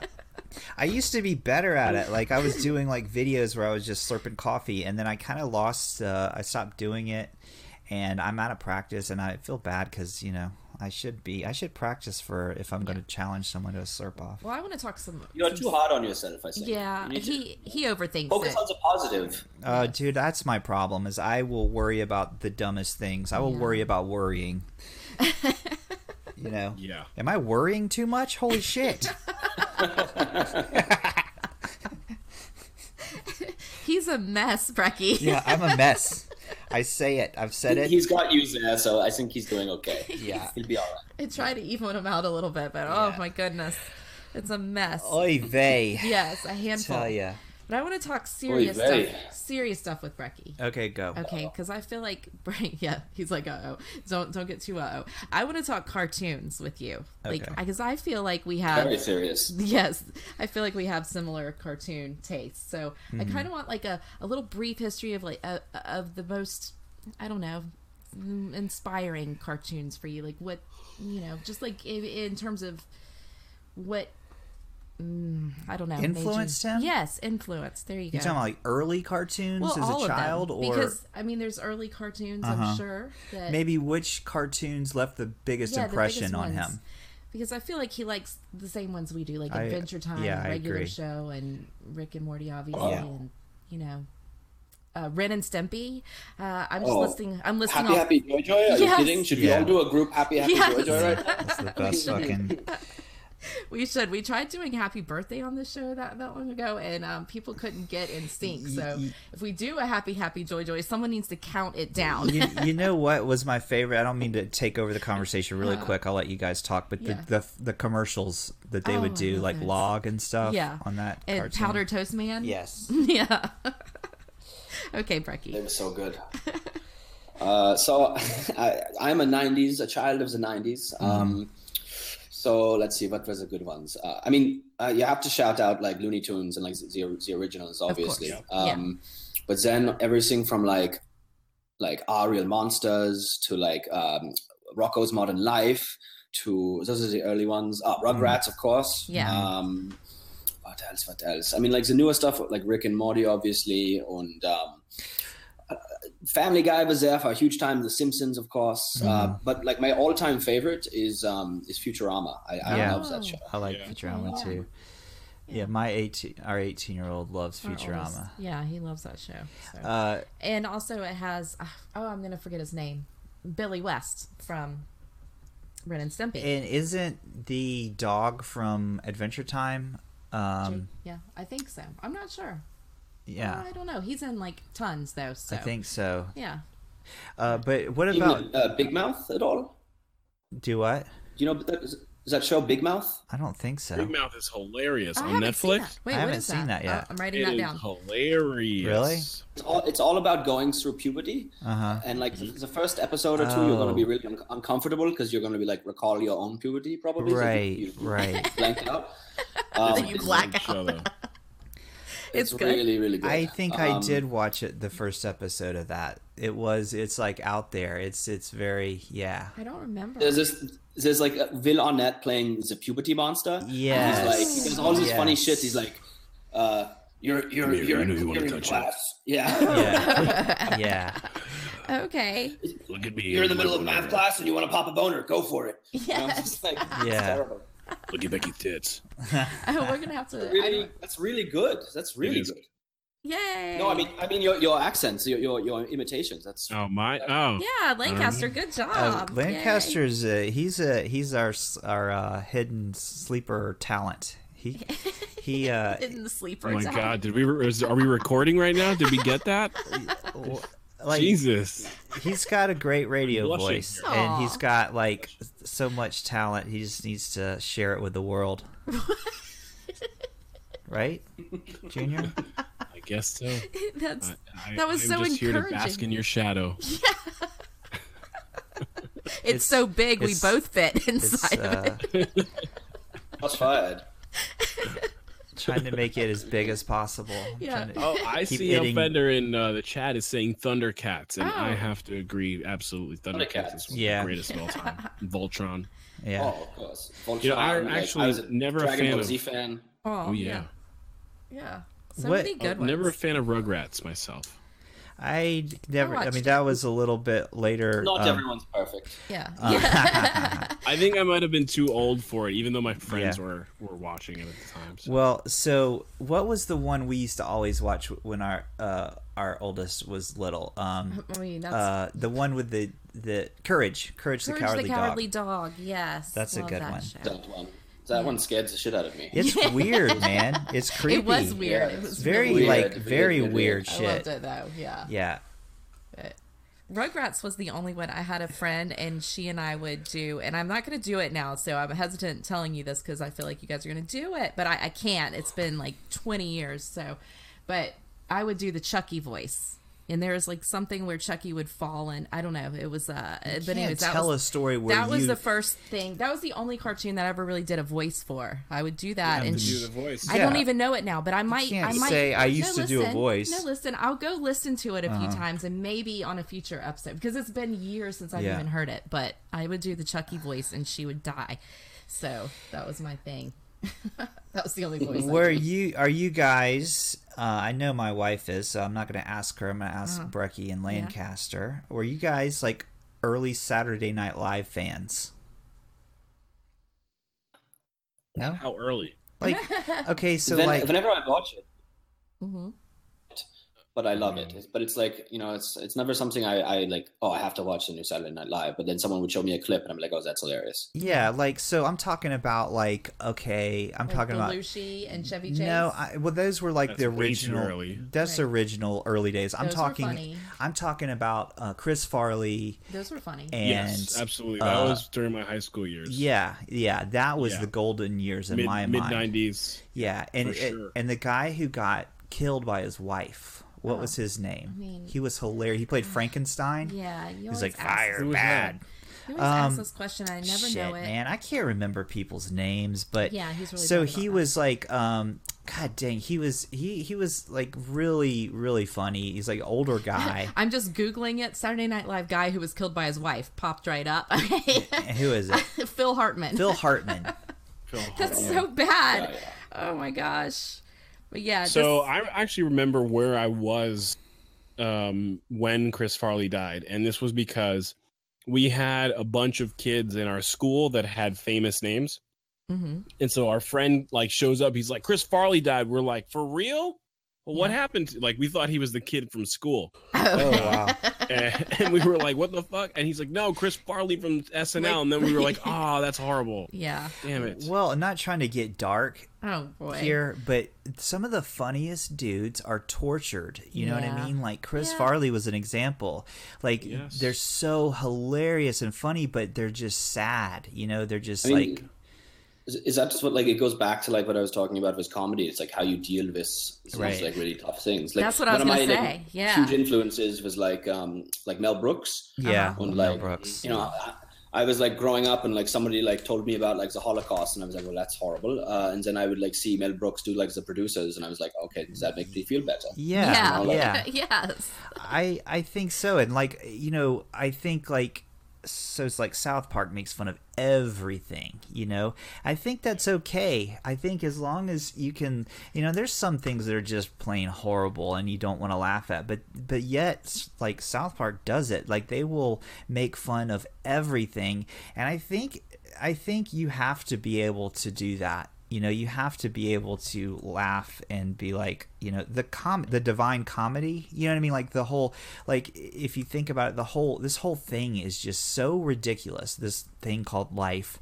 Speaker 3: I used to be better at it. Like I was doing like videos where I was just slurping coffee, and then I kind of lost. Uh, I stopped doing it, and I'm out of practice, and I feel bad because you know I should be. I should practice for if I'm going to challenge someone to a slurp off.
Speaker 2: well, I want to talk some.
Speaker 4: You're
Speaker 2: some-
Speaker 4: too hard on yourself, I think.
Speaker 2: Yeah,
Speaker 4: You need to
Speaker 2: he he overthinks
Speaker 4: focus
Speaker 2: it.
Speaker 4: on the positive.
Speaker 3: Uh, dude, that's my problem. Is I will worry about the dumbest things. I will
Speaker 2: Yeah.
Speaker 3: worry about worrying. you know.
Speaker 1: Yeah.
Speaker 3: Am I worrying too much? Holy shit!
Speaker 2: He's a mess, Brecky.
Speaker 3: yeah, I'm a mess. I say it. I've said it.
Speaker 4: He's got you there, so I think he's doing okay.
Speaker 3: yeah.
Speaker 4: He'll be all
Speaker 2: I
Speaker 4: right.
Speaker 2: try to even him out a little bit, but oh
Speaker 3: Yeah.
Speaker 2: my goodness, it's a mess.
Speaker 3: Oy vey.
Speaker 2: Yes, a handful.
Speaker 3: Tell ya.
Speaker 2: But I want to talk serious
Speaker 4: vey.
Speaker 2: stuff. Serious stuff with Brecky.
Speaker 3: Okay, go.
Speaker 2: Okay, because I feel like yeah, he's like uh oh, don't don't get too uh oh. I want to talk cartoons with you, like
Speaker 3: Okay.
Speaker 2: because I feel like we have
Speaker 4: Very serious.
Speaker 2: yes i feel like we have similar cartoon tastes so
Speaker 3: Hmm.
Speaker 2: i kind of want like a, a little brief history of like uh, of the most i don't know mm, inspiring cartoons for you like what you know just like in, in terms of what mm, i don't know made you-
Speaker 3: Influenced him?
Speaker 2: yes influence there you go
Speaker 3: You talking about like early cartoons
Speaker 2: well, all
Speaker 3: as a
Speaker 2: of them,
Speaker 3: child, or Uh-huh.
Speaker 2: because I mean, there's early cartoons. I'm sure that
Speaker 3: maybe which cartoons left the biggest
Speaker 2: yeah, the biggest
Speaker 3: impression
Speaker 2: ones.
Speaker 3: on him?
Speaker 2: Because I feel like he likes the same ones we do, like
Speaker 3: I-
Speaker 2: Adventure Time,
Speaker 3: yeah, I
Speaker 2: Regular
Speaker 3: agree.
Speaker 2: Show, and Rick and Morty, obviously,
Speaker 3: Yeah.
Speaker 4: Oh.
Speaker 2: and you know, uh, Ren and Stimpy. Uh, I'm just
Speaker 4: Oh.
Speaker 2: listing. I'm listing
Speaker 4: Happy,
Speaker 2: all.
Speaker 4: happy, joy, joy? Are
Speaker 2: Yes.
Speaker 4: you kidding? Should we
Speaker 3: Yeah.
Speaker 4: all do a group happy, happy,
Speaker 2: Yes.
Speaker 4: joy, joy right now?
Speaker 3: That's the best fucking.
Speaker 2: We should. We tried doing Happy Birthday on this show that that long ago, and um, people couldn't get in sync. So
Speaker 3: y-
Speaker 2: if we do a Happy Happy Joy Joy, someone needs to count it down.
Speaker 3: You, you know what was my favorite? I don't mean to take over the conversation really quick. I'll let you guys talk, but
Speaker 2: Uh-huh. yeah.
Speaker 3: the, the the commercials that they
Speaker 2: Oh,
Speaker 3: would
Speaker 2: I
Speaker 3: do,
Speaker 2: love
Speaker 3: like
Speaker 2: those.
Speaker 3: log and stuff,
Speaker 2: Yeah.
Speaker 3: on that
Speaker 2: and
Speaker 3: cartoon.
Speaker 2: Powder Toast Man.
Speaker 3: Yes.
Speaker 2: yeah. okay,
Speaker 4: They
Speaker 2: Brecky.
Speaker 4: were so good. Uh, so I, I'm a 90s, a child of the 90s.
Speaker 2: Mm-hmm.
Speaker 4: Um, so let's see, what was the good ones? Uh, I mean, uh, you have to shout out like Looney Tunes and like the, the originals, obviously.
Speaker 2: course, yeah.
Speaker 4: Um, But then everything from like like Our Real Monsters to like um, Rocco's Modern Life to those are the early ones. Uh, Rugrats, of course.
Speaker 2: Mm-hmm. Yeah.
Speaker 4: Um, what else? What else? I mean, like the newer stuff, like Rick and Morty, obviously, and um, Family Guy was there for a huge time. The Simpsons, of course,
Speaker 3: Mm-hmm.
Speaker 4: uh, but like my all-time favorite is um, is Futurama. I, I
Speaker 3: Yeah.
Speaker 4: love that show.
Speaker 3: I like
Speaker 1: Yeah.
Speaker 3: Futurama
Speaker 2: Oh, yeah.
Speaker 3: too. Yeah, my eighteen, our eighteen year old loves Futurama.
Speaker 2: Yeah, he loves that show. so.
Speaker 3: Uh,
Speaker 2: And also, it has oh, I'm gonna forget his name, Billy West from Ren and Stimpy.
Speaker 3: and isn't the dog from Adventure Time? Um,
Speaker 2: yeah, I think so. I'm not sure.
Speaker 3: yeah,
Speaker 2: I don't know. He's in like tons though. So
Speaker 3: I think so.
Speaker 2: yeah.
Speaker 3: Uh, but what
Speaker 4: Do you
Speaker 3: about
Speaker 4: know, uh, Big Mouth at all?
Speaker 3: do what?
Speaker 4: Do you know that, is that show Big Mouth?
Speaker 3: I don't think so.
Speaker 1: Big Mouth is hilarious
Speaker 2: I
Speaker 1: on
Speaker 2: haven't seen
Speaker 1: Netflix.
Speaker 2: that. Wait,
Speaker 3: I
Speaker 2: what
Speaker 3: haven't
Speaker 2: is
Speaker 3: seen that yet.
Speaker 2: Oh, I'm writing
Speaker 1: It
Speaker 2: that
Speaker 1: is
Speaker 2: down.
Speaker 1: hilarious.
Speaker 3: Really?
Speaker 4: It's all it's all about going through puberty.
Speaker 3: Uh huh.
Speaker 4: And like the- the first episode or two, you're going
Speaker 3: Oh.
Speaker 4: to be really un- uncomfortable because you're going to be like recall your own puberty probably. so you-
Speaker 3: Right,
Speaker 4: you, you
Speaker 3: right.
Speaker 4: Blank it out. Um,
Speaker 2: You
Speaker 4: it's-
Speaker 2: black
Speaker 1: Good show,
Speaker 2: out.
Speaker 1: though.
Speaker 2: It's
Speaker 4: it's
Speaker 2: good.
Speaker 4: really really good.
Speaker 3: I think I
Speaker 4: Um,
Speaker 3: did watch it. The first episode of that. It was. It's like out there. It's. It's very. Yeah.
Speaker 2: I don't remember.
Speaker 4: There's this. There's like uh, Will Arnett playing the puberty monster.
Speaker 3: Yes.
Speaker 4: He's like he does all this funny
Speaker 3: Yes.
Speaker 4: shit. He's like, uh, you're you're
Speaker 1: Mary,
Speaker 4: you're
Speaker 1: I
Speaker 4: in,
Speaker 1: know you wanna
Speaker 4: you're in
Speaker 1: touch it.
Speaker 4: class. Yeah.
Speaker 3: Yeah. yeah.
Speaker 2: okay.
Speaker 1: Look at me.
Speaker 4: You're in the middle of math class and you want to pop a boner. Go for it. You know, it's
Speaker 2: Yes.
Speaker 4: like, it's
Speaker 3: Yeah.
Speaker 4: terrible.
Speaker 1: Look at Becky's tits.
Speaker 2: Oh, we're gonna have to. I
Speaker 4: Really,
Speaker 2: don't-
Speaker 4: that's really good. That's really
Speaker 1: is.
Speaker 4: good.
Speaker 2: yay.
Speaker 4: No, I mean, I mean your your accents, your your, your imitations. That's
Speaker 1: Oh, my. Oh.
Speaker 2: Yeah, Lancaster. Good
Speaker 3: Uh,
Speaker 2: job. Yay.
Speaker 3: Lancaster's. Uh, he's a. He's our s- our uh, hidden sleeper talent. He. He. Uh,
Speaker 2: in the sleeper.
Speaker 1: Oh my
Speaker 2: zone.
Speaker 1: God! Did we? Re- is- are we recording right now? Did we get that?
Speaker 3: w- like
Speaker 1: Jesus!
Speaker 3: he's got a great radio
Speaker 1: blushing
Speaker 3: voice,
Speaker 2: here.
Speaker 3: and he's
Speaker 2: Aw.
Speaker 3: got like so much talent. He just needs to share it with the world. right, Junior.
Speaker 1: I guess so.
Speaker 2: That's
Speaker 1: I, I-
Speaker 2: That was
Speaker 1: I'm
Speaker 2: so
Speaker 1: just Here to bask
Speaker 2: encouraging.
Speaker 1: in your shadow.
Speaker 2: it's, so big.
Speaker 3: it's- uh,
Speaker 2: we both fit
Speaker 3: It's,
Speaker 2: inside. of it.
Speaker 3: uh,
Speaker 4: shots fired.
Speaker 3: trying to make it as big as possible. I'm
Speaker 2: Yeah.
Speaker 3: trying to-
Speaker 1: Oh, I
Speaker 3: Keep
Speaker 1: see
Speaker 3: eating.
Speaker 1: offender in uh, the chat is saying Thundercats, and I
Speaker 2: Oh.
Speaker 1: have to agree absolutely. Thundercats is one of
Speaker 3: Yeah.
Speaker 1: the greatest of all time. Voltron.
Speaker 3: yeah.
Speaker 4: Oh, of course. Voltron,
Speaker 1: You know, I
Speaker 4: like,
Speaker 1: actually
Speaker 4: was a
Speaker 1: never a
Speaker 4: Dragon
Speaker 1: fan
Speaker 4: Ball
Speaker 1: of.
Speaker 4: Z fan.
Speaker 2: Oh,
Speaker 1: Oh yeah, Uh, Oh,
Speaker 2: yeah, yeah. So
Speaker 3: What-
Speaker 2: many good ones.
Speaker 1: never a fan of Rugrats myself.
Speaker 3: I d- never. I,
Speaker 2: watched
Speaker 3: mean,
Speaker 2: it.
Speaker 3: that was a little bit later.
Speaker 4: Not
Speaker 3: um,
Speaker 4: everyone's perfect.
Speaker 2: Yeah.
Speaker 3: uh,
Speaker 1: I think I might have been too old for it, even though my friends
Speaker 3: Yeah.
Speaker 1: were were watching it at the time. So.
Speaker 3: Well, so what was the one we used to always watch when our uh, our oldest was little? Um,
Speaker 2: I mean, that's
Speaker 3: uh, the one with the the courage,
Speaker 2: Courage
Speaker 3: courage, the cowardly, dog.
Speaker 2: dog. Yes,
Speaker 3: That's a
Speaker 2: love
Speaker 3: good
Speaker 2: that
Speaker 3: one.
Speaker 2: show.
Speaker 4: That one. That one scares the shit out of me.
Speaker 3: It's weird, man. It's creepy.
Speaker 2: It was weird.
Speaker 4: Yeah,
Speaker 2: it was
Speaker 4: it's
Speaker 3: Very
Speaker 2: really
Speaker 3: like
Speaker 2: weird.
Speaker 4: Weird,
Speaker 3: very weird,
Speaker 4: weird, weird.
Speaker 2: I loved
Speaker 3: shit.
Speaker 2: it though. Yeah.
Speaker 3: Yeah.
Speaker 2: But Rugrats was the only one I had a friend, and she and I would do. And I'm not going to do it now, so I'm hesitant telling you this because I feel like you guys are going to do it, but I, I can't. It's been like 20 years, so. But I would do the Chucky voice. And there was like something where Chucky would fall, and I don't know. It was, uh, but
Speaker 3: Can't
Speaker 2: anyways, that
Speaker 3: tell
Speaker 2: was,
Speaker 3: a story where
Speaker 2: that
Speaker 3: you
Speaker 2: was the first thing. That was the only cartoon that I ever really did a voice for. I would do that, and sh-
Speaker 1: voice.
Speaker 2: I don't
Speaker 3: Yeah.
Speaker 2: even know it now, but I might.
Speaker 3: can't
Speaker 2: I might
Speaker 3: say, "I used to do a
Speaker 2: listen,
Speaker 3: voice." Uh-huh.
Speaker 2: No, listen, I'll go listen to it a few times and maybe on a future episode because it's been years since I've
Speaker 3: Yeah.
Speaker 2: even heard it. But I would do the Chucky voice, and she would die. So that was my thing. that was the only voice. I
Speaker 3: Were
Speaker 2: did.
Speaker 3: you are you guys? Uh, I know my wife is, so I'm not going to ask her. I'm going to ask
Speaker 2: Mm-hmm.
Speaker 3: Brecky and Lancaster. Were you guys like early Saturday Night Live fans? No,
Speaker 1: How early?
Speaker 3: like okay, so
Speaker 4: When-
Speaker 3: like
Speaker 4: whenever I watch it,
Speaker 2: Mhm.
Speaker 4: but I love it. It's- But it's like you know, it's it's never something I, I like. Oh, I have to watch the new Saturday Night Live. But then someone would show me a clip, and I'm like, oh, that's hilarious.
Speaker 3: yeah, like so I'm talking about like okay, I'm
Speaker 2: Like
Speaker 3: talking about
Speaker 2: Belushi and Chevy Chase?
Speaker 3: no, I, well those were like
Speaker 1: That's
Speaker 3: the
Speaker 1: way too
Speaker 3: original.
Speaker 1: early.
Speaker 3: That's
Speaker 2: Right.
Speaker 3: original early days. I'm
Speaker 2: Those were
Speaker 3: talking.
Speaker 2: funny.
Speaker 3: I'm talking about uh, Chris Farley
Speaker 2: those were funny.
Speaker 3: and
Speaker 1: yes, absolutely. That
Speaker 3: uh,
Speaker 1: was during my high school years.
Speaker 3: Yeah, yeah, that was
Speaker 1: Yeah.
Speaker 3: the golden years in
Speaker 1: mid
Speaker 3: my
Speaker 1: mid
Speaker 3: mind.
Speaker 1: nineties.
Speaker 3: Yeah, and
Speaker 1: For
Speaker 3: it-
Speaker 1: sure.
Speaker 3: and the guy who got killed by his wife, what was his name?
Speaker 2: Oh, I mean-
Speaker 3: he was hilarious. He played Frankenstein.
Speaker 2: yeah, you
Speaker 3: he
Speaker 2: always
Speaker 3: was like
Speaker 2: ask,
Speaker 3: fire
Speaker 1: Who was
Speaker 3: bad.
Speaker 2: You always ask
Speaker 3: Um,
Speaker 2: this question. I never
Speaker 3: Shit,
Speaker 2: know it.
Speaker 3: man, I can't remember people's names, but
Speaker 2: Yeah, he's really
Speaker 3: so
Speaker 2: bad about
Speaker 3: he
Speaker 2: that.
Speaker 3: was like, um, God dang, he was he he was like really really funny. He's like an older guy.
Speaker 2: I'm just googling it. Saturday Night Live guy who was killed by his wife popped right up.
Speaker 3: who is it?
Speaker 2: Phil Hartman.
Speaker 3: Phil Hartman.
Speaker 2: That's so bad.
Speaker 4: Yeah, yeah.
Speaker 2: Oh my gosh. But yeah.
Speaker 1: So
Speaker 2: this-
Speaker 1: I actually remember where I was um, when Chris Farley died, and this was because we had a bunch of kids in our school that had famous names,
Speaker 2: Mhm.
Speaker 1: and so our friend like shows up. He's like, "Chris Farley died." We're like, "For real?" Well, what happened? Like we thought he was the kid from school,
Speaker 3: Oh wow.
Speaker 1: and, and we were like, "What the fuck?" And he's like, "No, Chris Farley from SNL." and then we were like, "Oh, that's horrible!
Speaker 2: Yeah.
Speaker 1: Damn it!"
Speaker 3: Well, I'm not trying to get dark
Speaker 2: Oh boy.
Speaker 3: here, but some of the funniest dudes are tortured. You know what
Speaker 2: Yeah.
Speaker 3: I mean? Like Chris
Speaker 2: Yeah.
Speaker 3: Farley was an example. Like
Speaker 1: Yes.
Speaker 3: they're so hilarious and funny, but they're just sad. You know, they're just
Speaker 4: I mean,
Speaker 3: like
Speaker 4: Is, is that just what like it goes back to like what I was talking about with comedy? It's like how you deal with those,
Speaker 3: Right.
Speaker 4: like really tough things. Like
Speaker 2: That's what I was
Speaker 4: one of
Speaker 2: gonna
Speaker 4: my,
Speaker 2: say.
Speaker 4: Like,
Speaker 2: Yeah.
Speaker 4: huge influences was like um like Mel Brooks.
Speaker 3: yeah,
Speaker 4: on
Speaker 3: Mel
Speaker 4: like
Speaker 3: Brooks.
Speaker 4: you know. I, I was like growing up, and like somebody like told me about like the Holocaust, and I was like, "Well, that's horrible." Uh, and then I would like see Mel Brooks do like the producers, and I was like, "Okay, does that make me feel better?"
Speaker 3: Yeah, yeah,
Speaker 2: yes.
Speaker 3: I I think so, and like you know, I think like so it's like South Park makes fun of everything. You know, I think that's okay. I think as long as you can, you know, there's some things that are just plain horrible and you don't want to laugh at, but but yet like South Park does it. Like they will make fun of everything, and I think I think you have to be able to do that you know you have to be able to laugh and be like you know the com the divine comedy you know what i mean like the whole like if you think about it the whole this whole thing is just so ridiculous this thing called life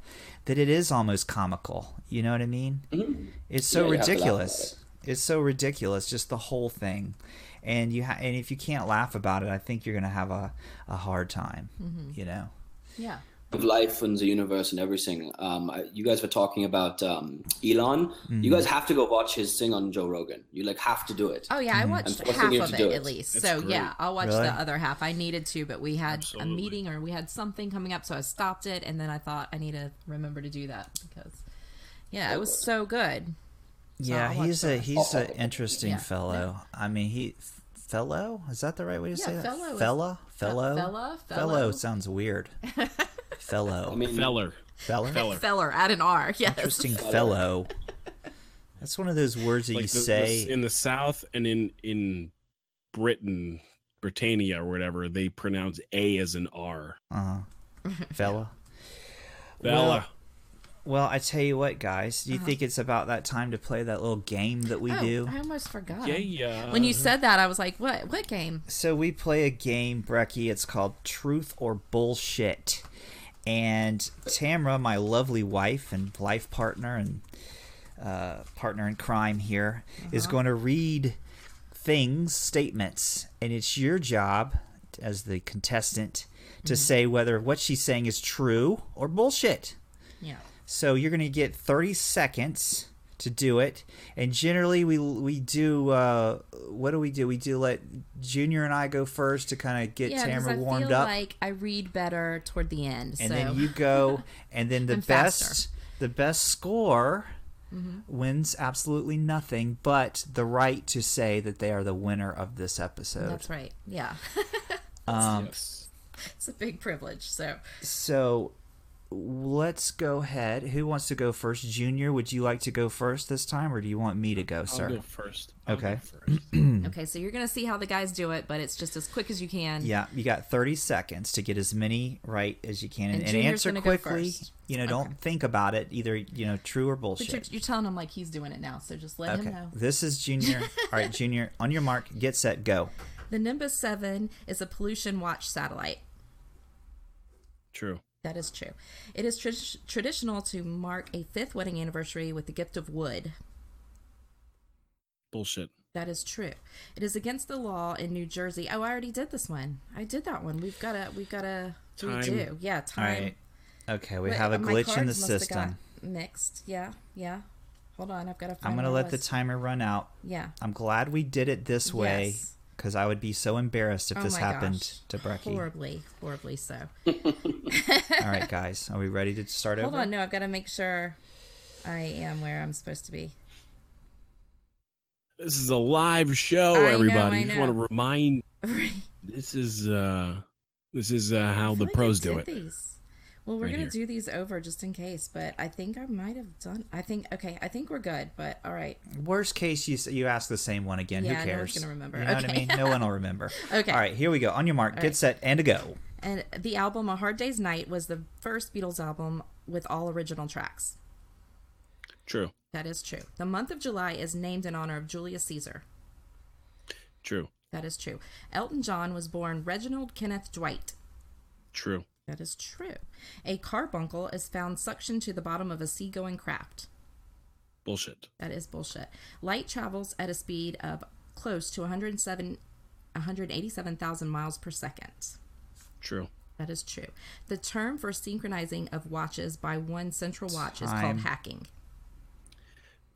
Speaker 3: that it is almost comical you know what i mean it's so
Speaker 4: Mm-hmm. Yeah, you have to laugh
Speaker 3: ridiculous it's so ridiculous just the whole thing and you ha- and if you can't laugh about it i think you're gonna have a, a hard time you know
Speaker 2: Yeah.
Speaker 4: of life and the universe and everything. Um, I, you guys were talking about um, Elon.
Speaker 3: Mm-hmm.
Speaker 4: You guys have to go watch his thing on Joe Rogan. You like have to do it.
Speaker 2: Oh yeah, I watched
Speaker 4: forcing
Speaker 2: half
Speaker 4: you to
Speaker 2: of it,
Speaker 4: do it.
Speaker 2: at least.
Speaker 1: That's
Speaker 2: so
Speaker 1: great.
Speaker 2: yeah, I'll watch
Speaker 3: Really?
Speaker 2: the other half. I needed to, but we had
Speaker 1: Absolutely.
Speaker 2: a meeting or we had something coming up, so I stopped it and then I thought I need to remember to do that because yeah, it was so good.
Speaker 3: Yeah,
Speaker 2: I'll watch
Speaker 3: he's a
Speaker 2: that.
Speaker 3: he's an interesting
Speaker 2: Yeah.
Speaker 3: fellow. I mean, he fellow is that the right way to
Speaker 2: Yeah,
Speaker 3: say that?
Speaker 2: fellow is-
Speaker 3: Fella, fellow,
Speaker 2: fella,
Speaker 3: fellow
Speaker 2: fellow.
Speaker 3: sounds weird. fellow,
Speaker 4: I mean,
Speaker 1: Feller.
Speaker 3: feller,
Speaker 1: Feller.
Speaker 2: Feller, add an R. Yes.
Speaker 3: interesting fellow. That's one of those words that you
Speaker 1: Like the- the-
Speaker 3: say.
Speaker 1: in the South and in in Britain, Britannia or whatever, they pronounce A as an R.
Speaker 3: uh, fella.
Speaker 1: Fella.
Speaker 3: Well, Well, I tell you what, guys. Do you think it's about that time to play that little game that we
Speaker 2: Oh,
Speaker 3: do?
Speaker 2: I almost forgot.
Speaker 1: yeah, yeah.
Speaker 2: um, When you said that, I was like, "What? What game?"
Speaker 3: So we play a game, Brecky. It's called Truth or Bullshit. And Tamra, my lovely wife and life partner and uh, partner in crime here, is going to read things, statements, and it's your job as the contestant to say whether what she's saying is true or bullshit.
Speaker 2: Yeah.
Speaker 3: So you're going to get 30 seconds to do it. And generally, we we do uh, what do we do? We do let Junior and I go first to kind of get
Speaker 2: yeah, because I
Speaker 3: Tamara warmed
Speaker 2: feel
Speaker 3: up,
Speaker 2: like I read better toward the end. so
Speaker 3: and then you go, and then the
Speaker 2: And
Speaker 3: best
Speaker 2: faster. Mm-hmm.
Speaker 3: the best score. Wins absolutely nothing but the right to say that they are the winner of this episode.
Speaker 2: that's right. Yeah,
Speaker 1: Yes.
Speaker 2: it's a big privilege. So
Speaker 3: So let's go ahead. Who wants to go first? Junior, would you like to go first this time, or do you want me to go,
Speaker 1: I'll
Speaker 3: sir?
Speaker 1: go first. I'll
Speaker 3: Okay.
Speaker 1: go first.
Speaker 3: Hmm.
Speaker 2: okay, so you're gonna see how the guys do it, but it's just as quick as you can.
Speaker 3: Yeah, you got 30 seconds to get as many right as you can and,
Speaker 2: And
Speaker 3: and
Speaker 2: Junior's
Speaker 3: answer
Speaker 2: gonna go
Speaker 3: quickly.
Speaker 2: first.
Speaker 3: you know, don't think about it either, you know, true or
Speaker 2: But you're,
Speaker 3: bullshit.
Speaker 2: you're telling him like he's doing it now, so just let him
Speaker 3: Okay.
Speaker 2: know.
Speaker 3: This is Junior. All right, Junior, on your mark, get set, go.
Speaker 2: The Nimbus Seven is a pollution watch satellite.
Speaker 1: True.
Speaker 2: That is true. It is tr- traditional to mark a fifth wedding anniversary with the gift of wood.
Speaker 1: Bullshit.
Speaker 2: That is true. It is against the law in New Jersey. Oh, I already did this one. I did that one. We've got to. We've got to
Speaker 1: Time.
Speaker 2: redo. Yeah,
Speaker 3: All
Speaker 2: time.
Speaker 3: right. Okay, we
Speaker 2: Wait,
Speaker 3: have a
Speaker 2: my
Speaker 3: glitch in the
Speaker 2: cards must have
Speaker 3: system.
Speaker 2: got Mixed. Yeah, yeah. Hold on, I've got to.
Speaker 3: I'm going to let the timer run out.
Speaker 2: Yeah.
Speaker 3: I'm glad we did it this way
Speaker 2: Yes.
Speaker 3: because I would be so embarrassed if
Speaker 2: Oh
Speaker 3: this
Speaker 2: my
Speaker 3: happened
Speaker 2: gosh.
Speaker 3: to Brecky.
Speaker 2: Horribly, horribly so.
Speaker 3: All right, guys, are we ready to start
Speaker 2: Hold
Speaker 3: over?
Speaker 2: on, no, I've got to make sure I am where I'm supposed to be.
Speaker 1: This is a live show,
Speaker 2: I know,
Speaker 1: everybody.
Speaker 2: I
Speaker 1: Just
Speaker 2: know.
Speaker 1: want to remind
Speaker 2: Right.
Speaker 1: this is uh this is uh
Speaker 2: I
Speaker 1: how
Speaker 2: feel
Speaker 1: the
Speaker 2: like I
Speaker 1: pros do it.
Speaker 2: did These. Well, we're
Speaker 1: Right
Speaker 2: gonna
Speaker 1: here.
Speaker 2: do these over just in case, but I think I might have done. I think okay, I think we're good. But all right,
Speaker 3: Worst case, you s- you ask the same one again.
Speaker 2: Yeah,
Speaker 3: Who
Speaker 2: no
Speaker 3: cares?
Speaker 2: one's gonna remember.
Speaker 3: You know what I
Speaker 2: Okay.
Speaker 3: mean? No one will remember.
Speaker 2: Okay.
Speaker 3: All right, here we go. On your mark, get
Speaker 2: right.
Speaker 3: set, and go.
Speaker 2: and the album "A Hard Day's Night" was the first Beatles album with all original tracks.
Speaker 1: True.
Speaker 2: That is true. The month of July is named in honor of Julius Caesar.
Speaker 1: True.
Speaker 2: That is true. Elton John was born Reginald Kenneth Dwight.
Speaker 1: True.
Speaker 2: That is true. A carbuncle is found suctioned to the bottom of a seagoing craft.
Speaker 1: Bullshit.
Speaker 2: That is bullshit. Light travels at a speed of close to 107 187,000 miles per second.
Speaker 1: True.
Speaker 2: That is true. The term for synchronizing of watches by one central watch is
Speaker 3: Time.
Speaker 2: called hacking.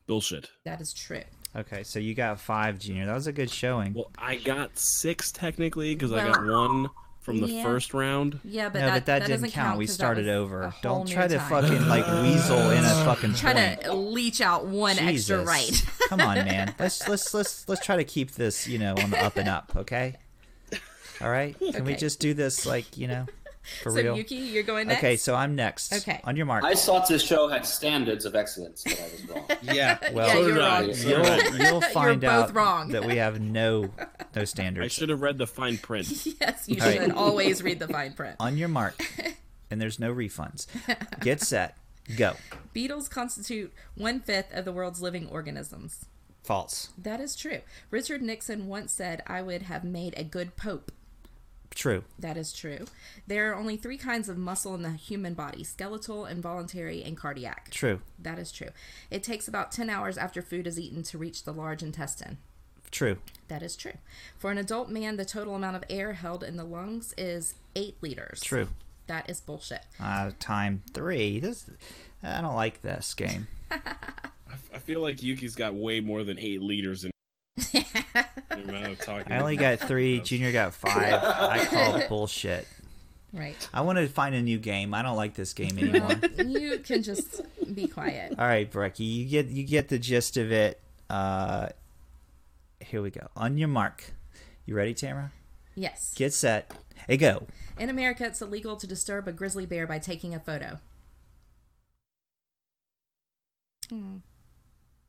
Speaker 1: Bullshit.
Speaker 2: That is true.
Speaker 3: Okay, so you got five, Junior. That was a good showing.
Speaker 1: Well, I got six technically because I
Speaker 2: Well,
Speaker 1: got one from the
Speaker 2: yeah.
Speaker 1: first round.
Speaker 2: Yeah, but
Speaker 3: no,
Speaker 2: that,
Speaker 3: but that,
Speaker 2: doesn't
Speaker 3: didn't count. We
Speaker 2: 'cause that
Speaker 3: started
Speaker 2: was a
Speaker 3: over.
Speaker 2: whole
Speaker 3: Don't
Speaker 2: new
Speaker 3: try to
Speaker 2: time.
Speaker 3: fucking like weasel in a fucking
Speaker 2: try
Speaker 3: point.
Speaker 2: to leech out one extra
Speaker 3: Jesus.
Speaker 2: right.
Speaker 3: Come on, man. Let's let's let's let's try to keep this, you know, on the up and up. Okay. All right. Can we
Speaker 2: Okay.
Speaker 3: just do this, like you know, for
Speaker 2: so
Speaker 3: real?
Speaker 2: Yuki, you're going next.
Speaker 3: Okay, so I'm next.
Speaker 2: Okay.
Speaker 3: On your mark.
Speaker 4: I thought this show had standards of excellence, but I was wrong.
Speaker 1: Yeah.
Speaker 3: Well,
Speaker 2: Yeah, uh,
Speaker 1: so
Speaker 2: you're
Speaker 1: did I. So
Speaker 2: wrong.
Speaker 1: did I.
Speaker 3: You'll, you'll find
Speaker 2: both
Speaker 3: out
Speaker 2: wrong.
Speaker 3: that we have no no
Speaker 1: I
Speaker 3: standards.
Speaker 1: should have read the fine print.
Speaker 2: yes, you
Speaker 3: All right.
Speaker 2: should always read the fine print.
Speaker 3: On your mark, and there's no refunds. Get set, go.
Speaker 2: Beetles constitute one fifth of the world's living organisms.
Speaker 3: False.
Speaker 2: That is true. Richard Nixon once said, I would have made a good pope.
Speaker 3: True.
Speaker 2: That is true. There are only three kinds of muscle in the human body skeletal, involuntary, and cardiac.
Speaker 3: True.
Speaker 2: That is true. It takes about 10 hours after food is eaten to reach the large intestine.
Speaker 3: True.
Speaker 2: That is true. For an adult man, the total amount of air held in the lungs is eight liters.
Speaker 3: True.
Speaker 2: That is bullshit.
Speaker 3: Uh, time three. This. I don't like this game.
Speaker 1: I feel like Yuki's got way more than eight liters in the amount of talking.
Speaker 3: I only got three. Junior got five. I call bullshit.
Speaker 2: Right.
Speaker 3: I want to find a new game. I don't like this game anymore.
Speaker 2: you can just be quiet.
Speaker 3: All right, Brecky, you get you get the gist of it. Uh, here we go. On your mark, you ready, Tamara?
Speaker 2: Yes.
Speaker 3: Get set. Hey, go.
Speaker 2: In America, it's illegal to disturb a grizzly bear by taking a photo.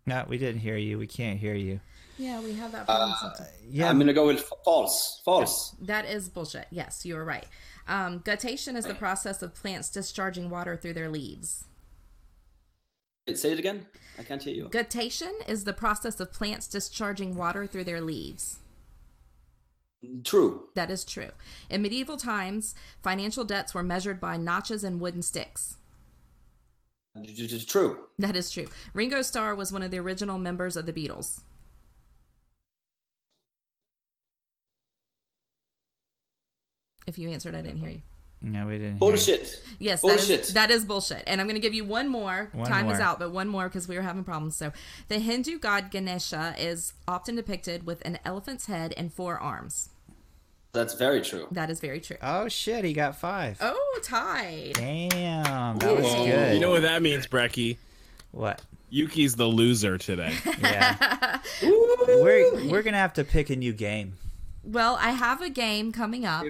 Speaker 3: No, we didn't hear you. We can't hear you.
Speaker 2: Yeah, we have that problem. sometimes.
Speaker 3: Yeah,
Speaker 4: I'm gonna go with false. False.
Speaker 2: That is bullshit. Yes, you are right. Um, guttation is the process of plants discharging water through their leaves.
Speaker 4: Say it again. I can't hear you.
Speaker 2: Guttation is the process of plants discharging water through their leaves.
Speaker 4: True.
Speaker 2: That is true. In medieval times, financial debts were measured by notches and wooden sticks.
Speaker 4: D- d- d- True.
Speaker 2: That is true. Ringo Starr was one of the original members of the Beatles. If you answered, I didn't hear you.
Speaker 3: no, we didn't. hear you.
Speaker 4: Bullshit.
Speaker 2: Yes, that is-
Speaker 4: Bullshit.
Speaker 2: that is bullshit. And I'm going to give you one more.
Speaker 3: One
Speaker 2: Time is
Speaker 3: more.
Speaker 2: out, but one more because we were having problems. So, the Hindu god Ganesha is often depicted with an elephant's head and four arms.
Speaker 4: That's very true.
Speaker 2: That is very true.
Speaker 3: Oh shit, he got five.
Speaker 2: Oh, tied.
Speaker 3: Damn, that was
Speaker 4: Whoa.
Speaker 3: good.
Speaker 1: You know what that means, Brecky?
Speaker 3: what?
Speaker 1: Yuki's the loser today.
Speaker 3: Yeah, we're we're gonna have to pick a new game.
Speaker 2: Well, I have a game coming up.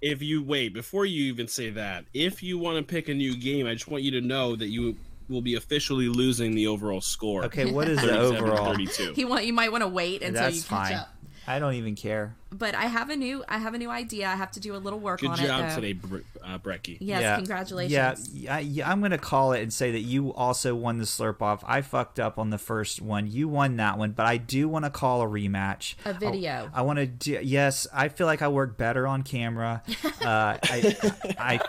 Speaker 1: if you wait before you even say that if you want to pick a new game i just want you to know that you will be officially losing the overall score
Speaker 3: Okay, what is the
Speaker 1: 37,
Speaker 3: overall?
Speaker 1: 32
Speaker 2: He want you might want to wait until
Speaker 3: That's
Speaker 2: you catch
Speaker 3: fine.
Speaker 2: up.
Speaker 3: I don't even care.
Speaker 2: but I have a new I have a new idea. I have to do a little work
Speaker 1: good
Speaker 2: on it.
Speaker 1: job
Speaker 2: though.
Speaker 1: today Bre- uh, brecky
Speaker 2: Yes,
Speaker 3: yeah.
Speaker 2: congratulations.
Speaker 3: Yeah, yeah, yeah, I'm gonna call it and say that you also won the slurp off. I fucked up on the first one. You won that one, but I do want to call a rematch. Oh,
Speaker 2: A video.
Speaker 3: I, want to do. Yes, I feel like I work better on camera. Uh, I, I,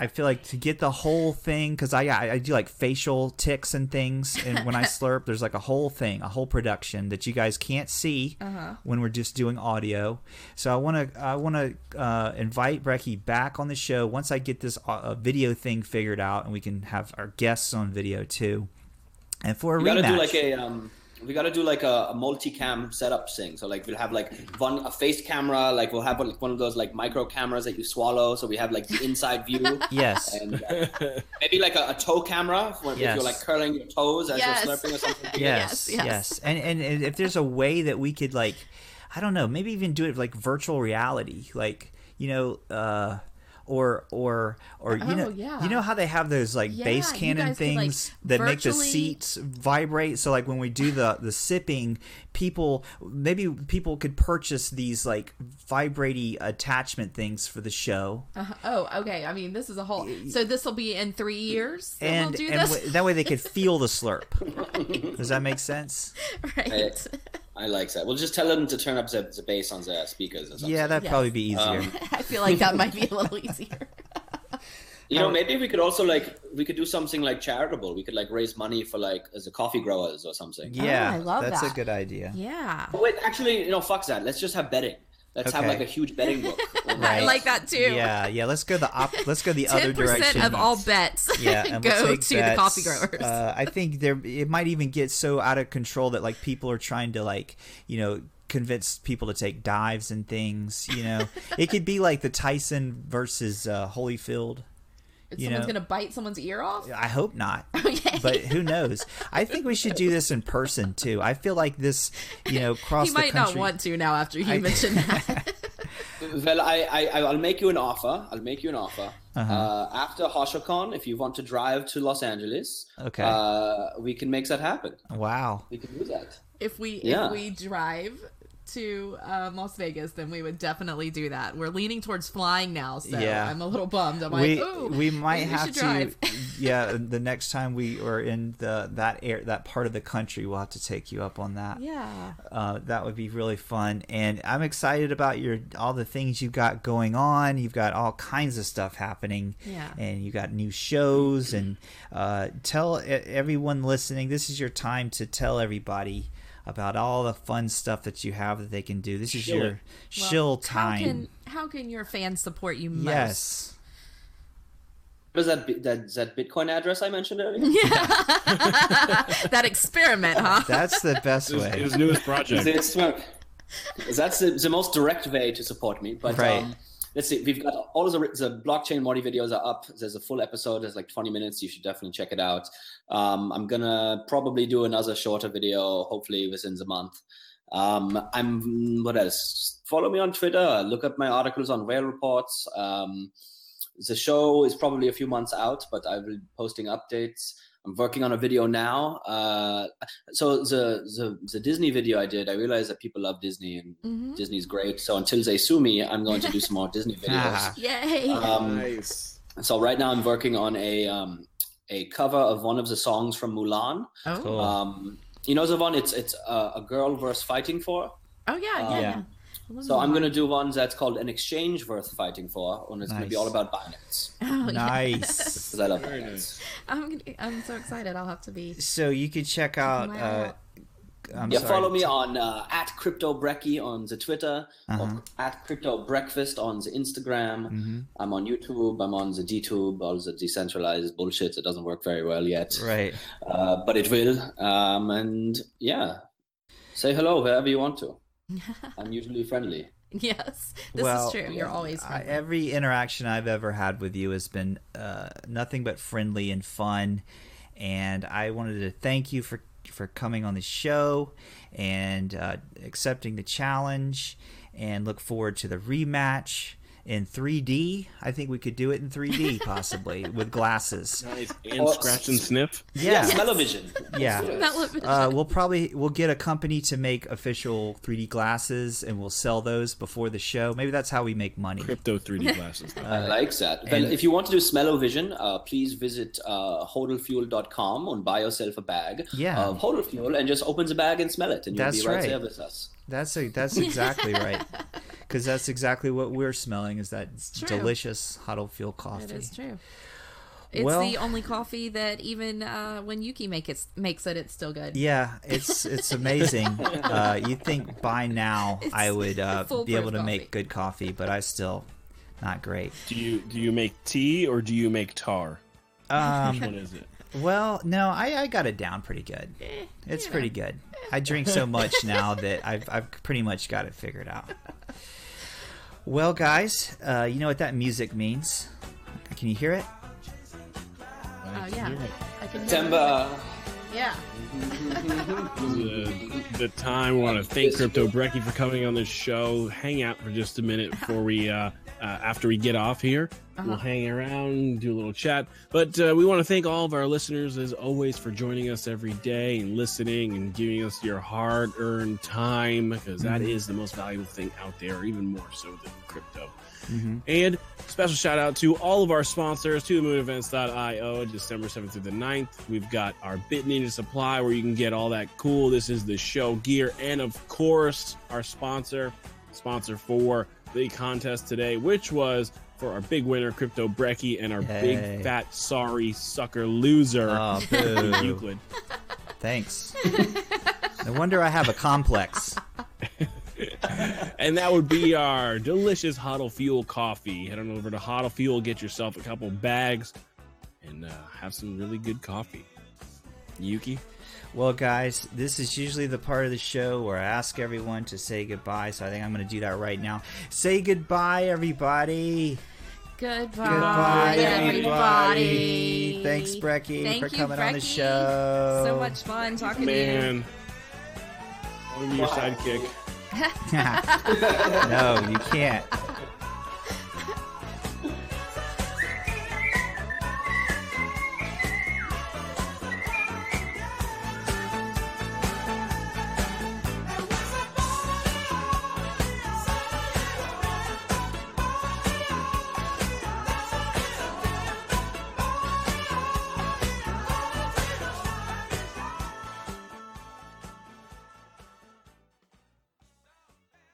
Speaker 3: I feel like to get the whole thing because I, I I do like facial ticks and things, and when I slurp, there's like a whole thing, a whole production that you guys can't see when we're just doing audio. So I want to I want to uh, invite Brecky back on the show once I get this uh, uh, video thing figured out, and we can have our guests on video too. And for a
Speaker 4: We
Speaker 3: rematch,
Speaker 4: gotta do like a um. We gotta do like a, a multi-cam setup thing. So like we'll have like one a face camera. Like we'll have like one of those like micro cameras that you swallow. So we have like the inside view.
Speaker 3: yes.
Speaker 4: And uh, maybe like a, a toe camera when, if
Speaker 3: Yes.
Speaker 4: you're like curling your toes as
Speaker 2: Yes.
Speaker 4: you're slurping or something.
Speaker 2: Yes,
Speaker 3: yes, yes,
Speaker 2: yes.
Speaker 3: And, and and if there's a way that we could like, I don't know, maybe even do it like virtual reality, like you know, uh, or or or you
Speaker 2: Oh,
Speaker 3: know,
Speaker 2: yeah.
Speaker 3: you know how they have those like
Speaker 2: Yeah,
Speaker 3: base
Speaker 2: you
Speaker 3: cannon
Speaker 2: guys could, like,
Speaker 3: things that make the
Speaker 2: virtually-
Speaker 3: seats vibrate. So like when we do the the sipping, people maybe people could purchase these like vibrate attachment things for the show.
Speaker 2: Uh-huh. Oh, okay. I mean, this is a whole. So this will be in three years. that
Speaker 3: and
Speaker 2: we'll do
Speaker 3: and
Speaker 2: this,
Speaker 3: w- that way they could feel the slurp. Does that make sense?
Speaker 2: right?
Speaker 4: I like that. We'll just tell them to turn up the, the bass on the speakers or something.
Speaker 3: Yeah, that'd
Speaker 2: Yes.
Speaker 3: probably be easier.
Speaker 2: I feel like that might be a little easier.
Speaker 4: You know, maybe we could also like we could do something like charitable. We could like raise money for like as a coffee growers or something.
Speaker 3: Yeah,
Speaker 2: Oh, I love
Speaker 3: that's
Speaker 2: that.
Speaker 3: a good idea.
Speaker 2: Yeah,
Speaker 4: Oh, Wait, actually, you know, fuck that. Let's just have betting. Let's have
Speaker 3: Okay.
Speaker 4: like a huge betting book.
Speaker 2: I
Speaker 3: Right.
Speaker 2: like that too.
Speaker 3: Yeah, yeah. Let's go the op- Let's go the other
Speaker 2: Ten percent
Speaker 3: direction.
Speaker 2: of all bets
Speaker 3: yeah, and we'll
Speaker 2: go
Speaker 3: take
Speaker 2: to the
Speaker 3: bets.
Speaker 2: coffee growers.
Speaker 3: Uh, I think there it might even get so out of control that like people are trying to like you know convince people to take dives and things. You know, it could be like the Tyson versus uh, Holyfield. you
Speaker 2: Someone's
Speaker 3: know-
Speaker 2: gonna bite someone's ear off.
Speaker 3: I hope not.
Speaker 2: Okay.
Speaker 3: But who knows? I think we should do this in person too. I feel like this, you know, across
Speaker 2: he
Speaker 3: the
Speaker 2: might
Speaker 3: country.
Speaker 2: not want to now after you
Speaker 3: I-
Speaker 2: mentioned that.
Speaker 4: well, I, I I'll make you an offer. I'll make you an offer. uh after HashoCon, if you want to drive to Los Angeles,
Speaker 3: Okay.
Speaker 4: uh, we can make that happen.
Speaker 3: Wow.
Speaker 4: We can do that.
Speaker 2: if we
Speaker 4: Yeah.
Speaker 2: if we drive to um, Las Vegas, then we would definitely do that. We're leaning towards flying now, so
Speaker 3: Yeah.
Speaker 2: I'm a little bummed. I'm
Speaker 3: we
Speaker 2: like, ooh,
Speaker 3: we might
Speaker 2: maybe
Speaker 3: have
Speaker 2: should
Speaker 3: to
Speaker 2: drive.
Speaker 3: yeah the next time we are in the that air that part of the country we'll have to take you up on that
Speaker 2: Yeah,
Speaker 3: uh, that would be really fun and i'm excited about your all the things you've got going on you've got all kinds of stuff happening
Speaker 2: Yeah.
Speaker 3: and you got new shows and uh, tell e- everyone listening this is your time to tell everybody about all the fun stuff that you have that they can do this is
Speaker 1: Shill
Speaker 3: your
Speaker 1: it.
Speaker 2: Well,
Speaker 3: shill time
Speaker 2: How can, how can your fans support you most?
Speaker 3: yes
Speaker 4: What is that? bi- That that Bitcoin address I mentioned earlier?
Speaker 2: that experiment, huh?
Speaker 3: that's the best
Speaker 1: his,
Speaker 3: way
Speaker 1: his newest project
Speaker 4: It's- well, that's the, the most direct way to support me. But
Speaker 3: Right.
Speaker 4: um, let's see. We've got all of the, the blockchain Marty videos are up. There's a full episode. There's like 20 minutes. You should definitely check it out. Um, I'm gonna probably do another shorter video, hopefully within the month. Um, I'm what else? Follow me on Twitter. Look up my articles on Whale Reports. Um, the show is probably a few months out, but I will be posting updates. I'm working on a video now. Uh, so the, the the Disney video I did, I realized that people love Disney and
Speaker 2: Mhm.
Speaker 4: Disney's great. So until they sue me, I'm going to do some more Disney
Speaker 3: Ah.
Speaker 4: videos.
Speaker 2: Yay.
Speaker 4: Um,
Speaker 1: nice.
Speaker 4: So right now I'm working on a um, a cover of one of the songs from Mulan.
Speaker 2: oh.
Speaker 3: cool.
Speaker 4: Um, you know the one it's it's uh, a girl worth fighting for.
Speaker 2: oh, yeah. Yeah.
Speaker 4: um,
Speaker 2: yeah. I love
Speaker 4: So I'm
Speaker 2: that.
Speaker 4: gonna do one that's called an exchange worth fighting for, and it's gonna be
Speaker 3: Nice.
Speaker 4: all about Binance
Speaker 2: Oh, yeah.
Speaker 3: Nice.
Speaker 4: because I love
Speaker 1: Very
Speaker 4: Binance.
Speaker 1: nice.
Speaker 2: I'm, gonna, I'm so excited. I'll have to be.
Speaker 3: So you could check out.
Speaker 2: Wow.
Speaker 3: Uh, I'm
Speaker 4: yeah,
Speaker 3: sorry.
Speaker 4: follow me on uh, at Crypto Brecky on the Twitter,
Speaker 3: Uh-huh.
Speaker 4: or at Crypto Breakfast on the Instagram.
Speaker 3: Mhm.
Speaker 4: I'm on YouTube. I'm on the DTube, all the decentralized bullshit that doesn't work very well yet,
Speaker 3: Right.
Speaker 4: uh, but it will. Um, and yeah, say hello wherever you want to. I'm usually friendly.
Speaker 2: Yes. This
Speaker 3: well,
Speaker 2: is true. You're always
Speaker 3: I,
Speaker 2: friendly.
Speaker 3: every interaction I've ever had with you has been uh, nothing but friendly and fun, and I wanted to thank you for for coming on the show and uh, accepting the challenge, and look forward to the rematch in 3D. I think we could do it in 3D possibly with glasses.
Speaker 1: Nice. And
Speaker 4: Or-
Speaker 1: scratch and sniff.
Speaker 3: Yeah.
Speaker 4: Smell-o-vision.
Speaker 3: Yeah.
Speaker 2: That would be-
Speaker 3: Uh, we'll probably we'll get a company to make official 3D glasses, and we'll sell those before the show. Maybe that's how we make money.
Speaker 1: Crypto 3D glasses.
Speaker 4: I like that. Well,
Speaker 3: and-
Speaker 4: if you want to do Smellovision, uh, please visit uh, hodelfuel.com and buy yourself a bag
Speaker 3: Yeah.
Speaker 4: of Hodel Fuel and just open the bag and smell it, and you'll
Speaker 3: That's
Speaker 4: be right,
Speaker 3: right.
Speaker 4: there with us.
Speaker 3: That's a, that's exactly right. Because that's exactly what we're smelling is that
Speaker 2: true.
Speaker 3: delicious huddle fuel coffee.
Speaker 2: It is true. It's
Speaker 3: Well-
Speaker 2: the only coffee that even uh, when Yuki make it, makes it, it's still good.
Speaker 3: Yeah, it's it's amazing. uh, you think by now I
Speaker 2: It's
Speaker 3: would uh, be
Speaker 2: foolproof
Speaker 3: able to
Speaker 2: coffee.
Speaker 3: make good coffee, but I still not great.
Speaker 1: Do you do you make tea or do you make tar?
Speaker 3: Um,
Speaker 1: Which one is it?
Speaker 3: Well, no, I, I got it down pretty good. It's pretty good. I drink so much now that I've, I've pretty much got it figured out. Well, guys, uh, you know what that music means. Can you hear it?
Speaker 2: Oh, yeah. I can hear it.
Speaker 4: September.
Speaker 2: Yeah.
Speaker 1: the, the time. We want to thank Crypto Brecky for coming on this show. Hang out for just a minute before we, uh, uh, after we get off here.
Speaker 2: Uh-huh.
Speaker 1: We'll hang around, do a little chat. But uh, we want to thank all of our listeners, as always, for joining us every day and listening and giving us your hard earned time because that is the most valuable thing out there, even more so than crypto. And special shout out to all of our sponsors, to moonevents.io, December 7th through the 9th. We've got our Bit Ninja Supply where you can get all that cool. This is the show gear. And of course, our sponsor, sponsor for the contest today, which was for our big winner, Crypto Brecky, and our
Speaker 3: Yay.
Speaker 1: big fat sorry sucker loser,
Speaker 3: Oh, boo.
Speaker 1: Euclid.
Speaker 3: Thanks. No wonder I have a complex.
Speaker 1: And that would be our delicious Huddle Fuel coffee. Head on over to Huddle Fuel, get yourself a couple bags, and uh, have some really good coffee. Yuki,
Speaker 3: Well, guys, this is usually the part of the show where I ask everyone to say goodbye, so I think I'm going to do that right now. Say goodbye, everybody.
Speaker 2: Goodbye,
Speaker 3: Goodbye,
Speaker 2: everybody.
Speaker 3: everybody. Thanks, Brecky,
Speaker 2: Thank
Speaker 3: for
Speaker 2: you,
Speaker 3: coming on the
Speaker 2: Brecky.
Speaker 3: show.
Speaker 2: So much fun talking to you.
Speaker 1: man, I want to be your sidekick.
Speaker 3: no, you can't.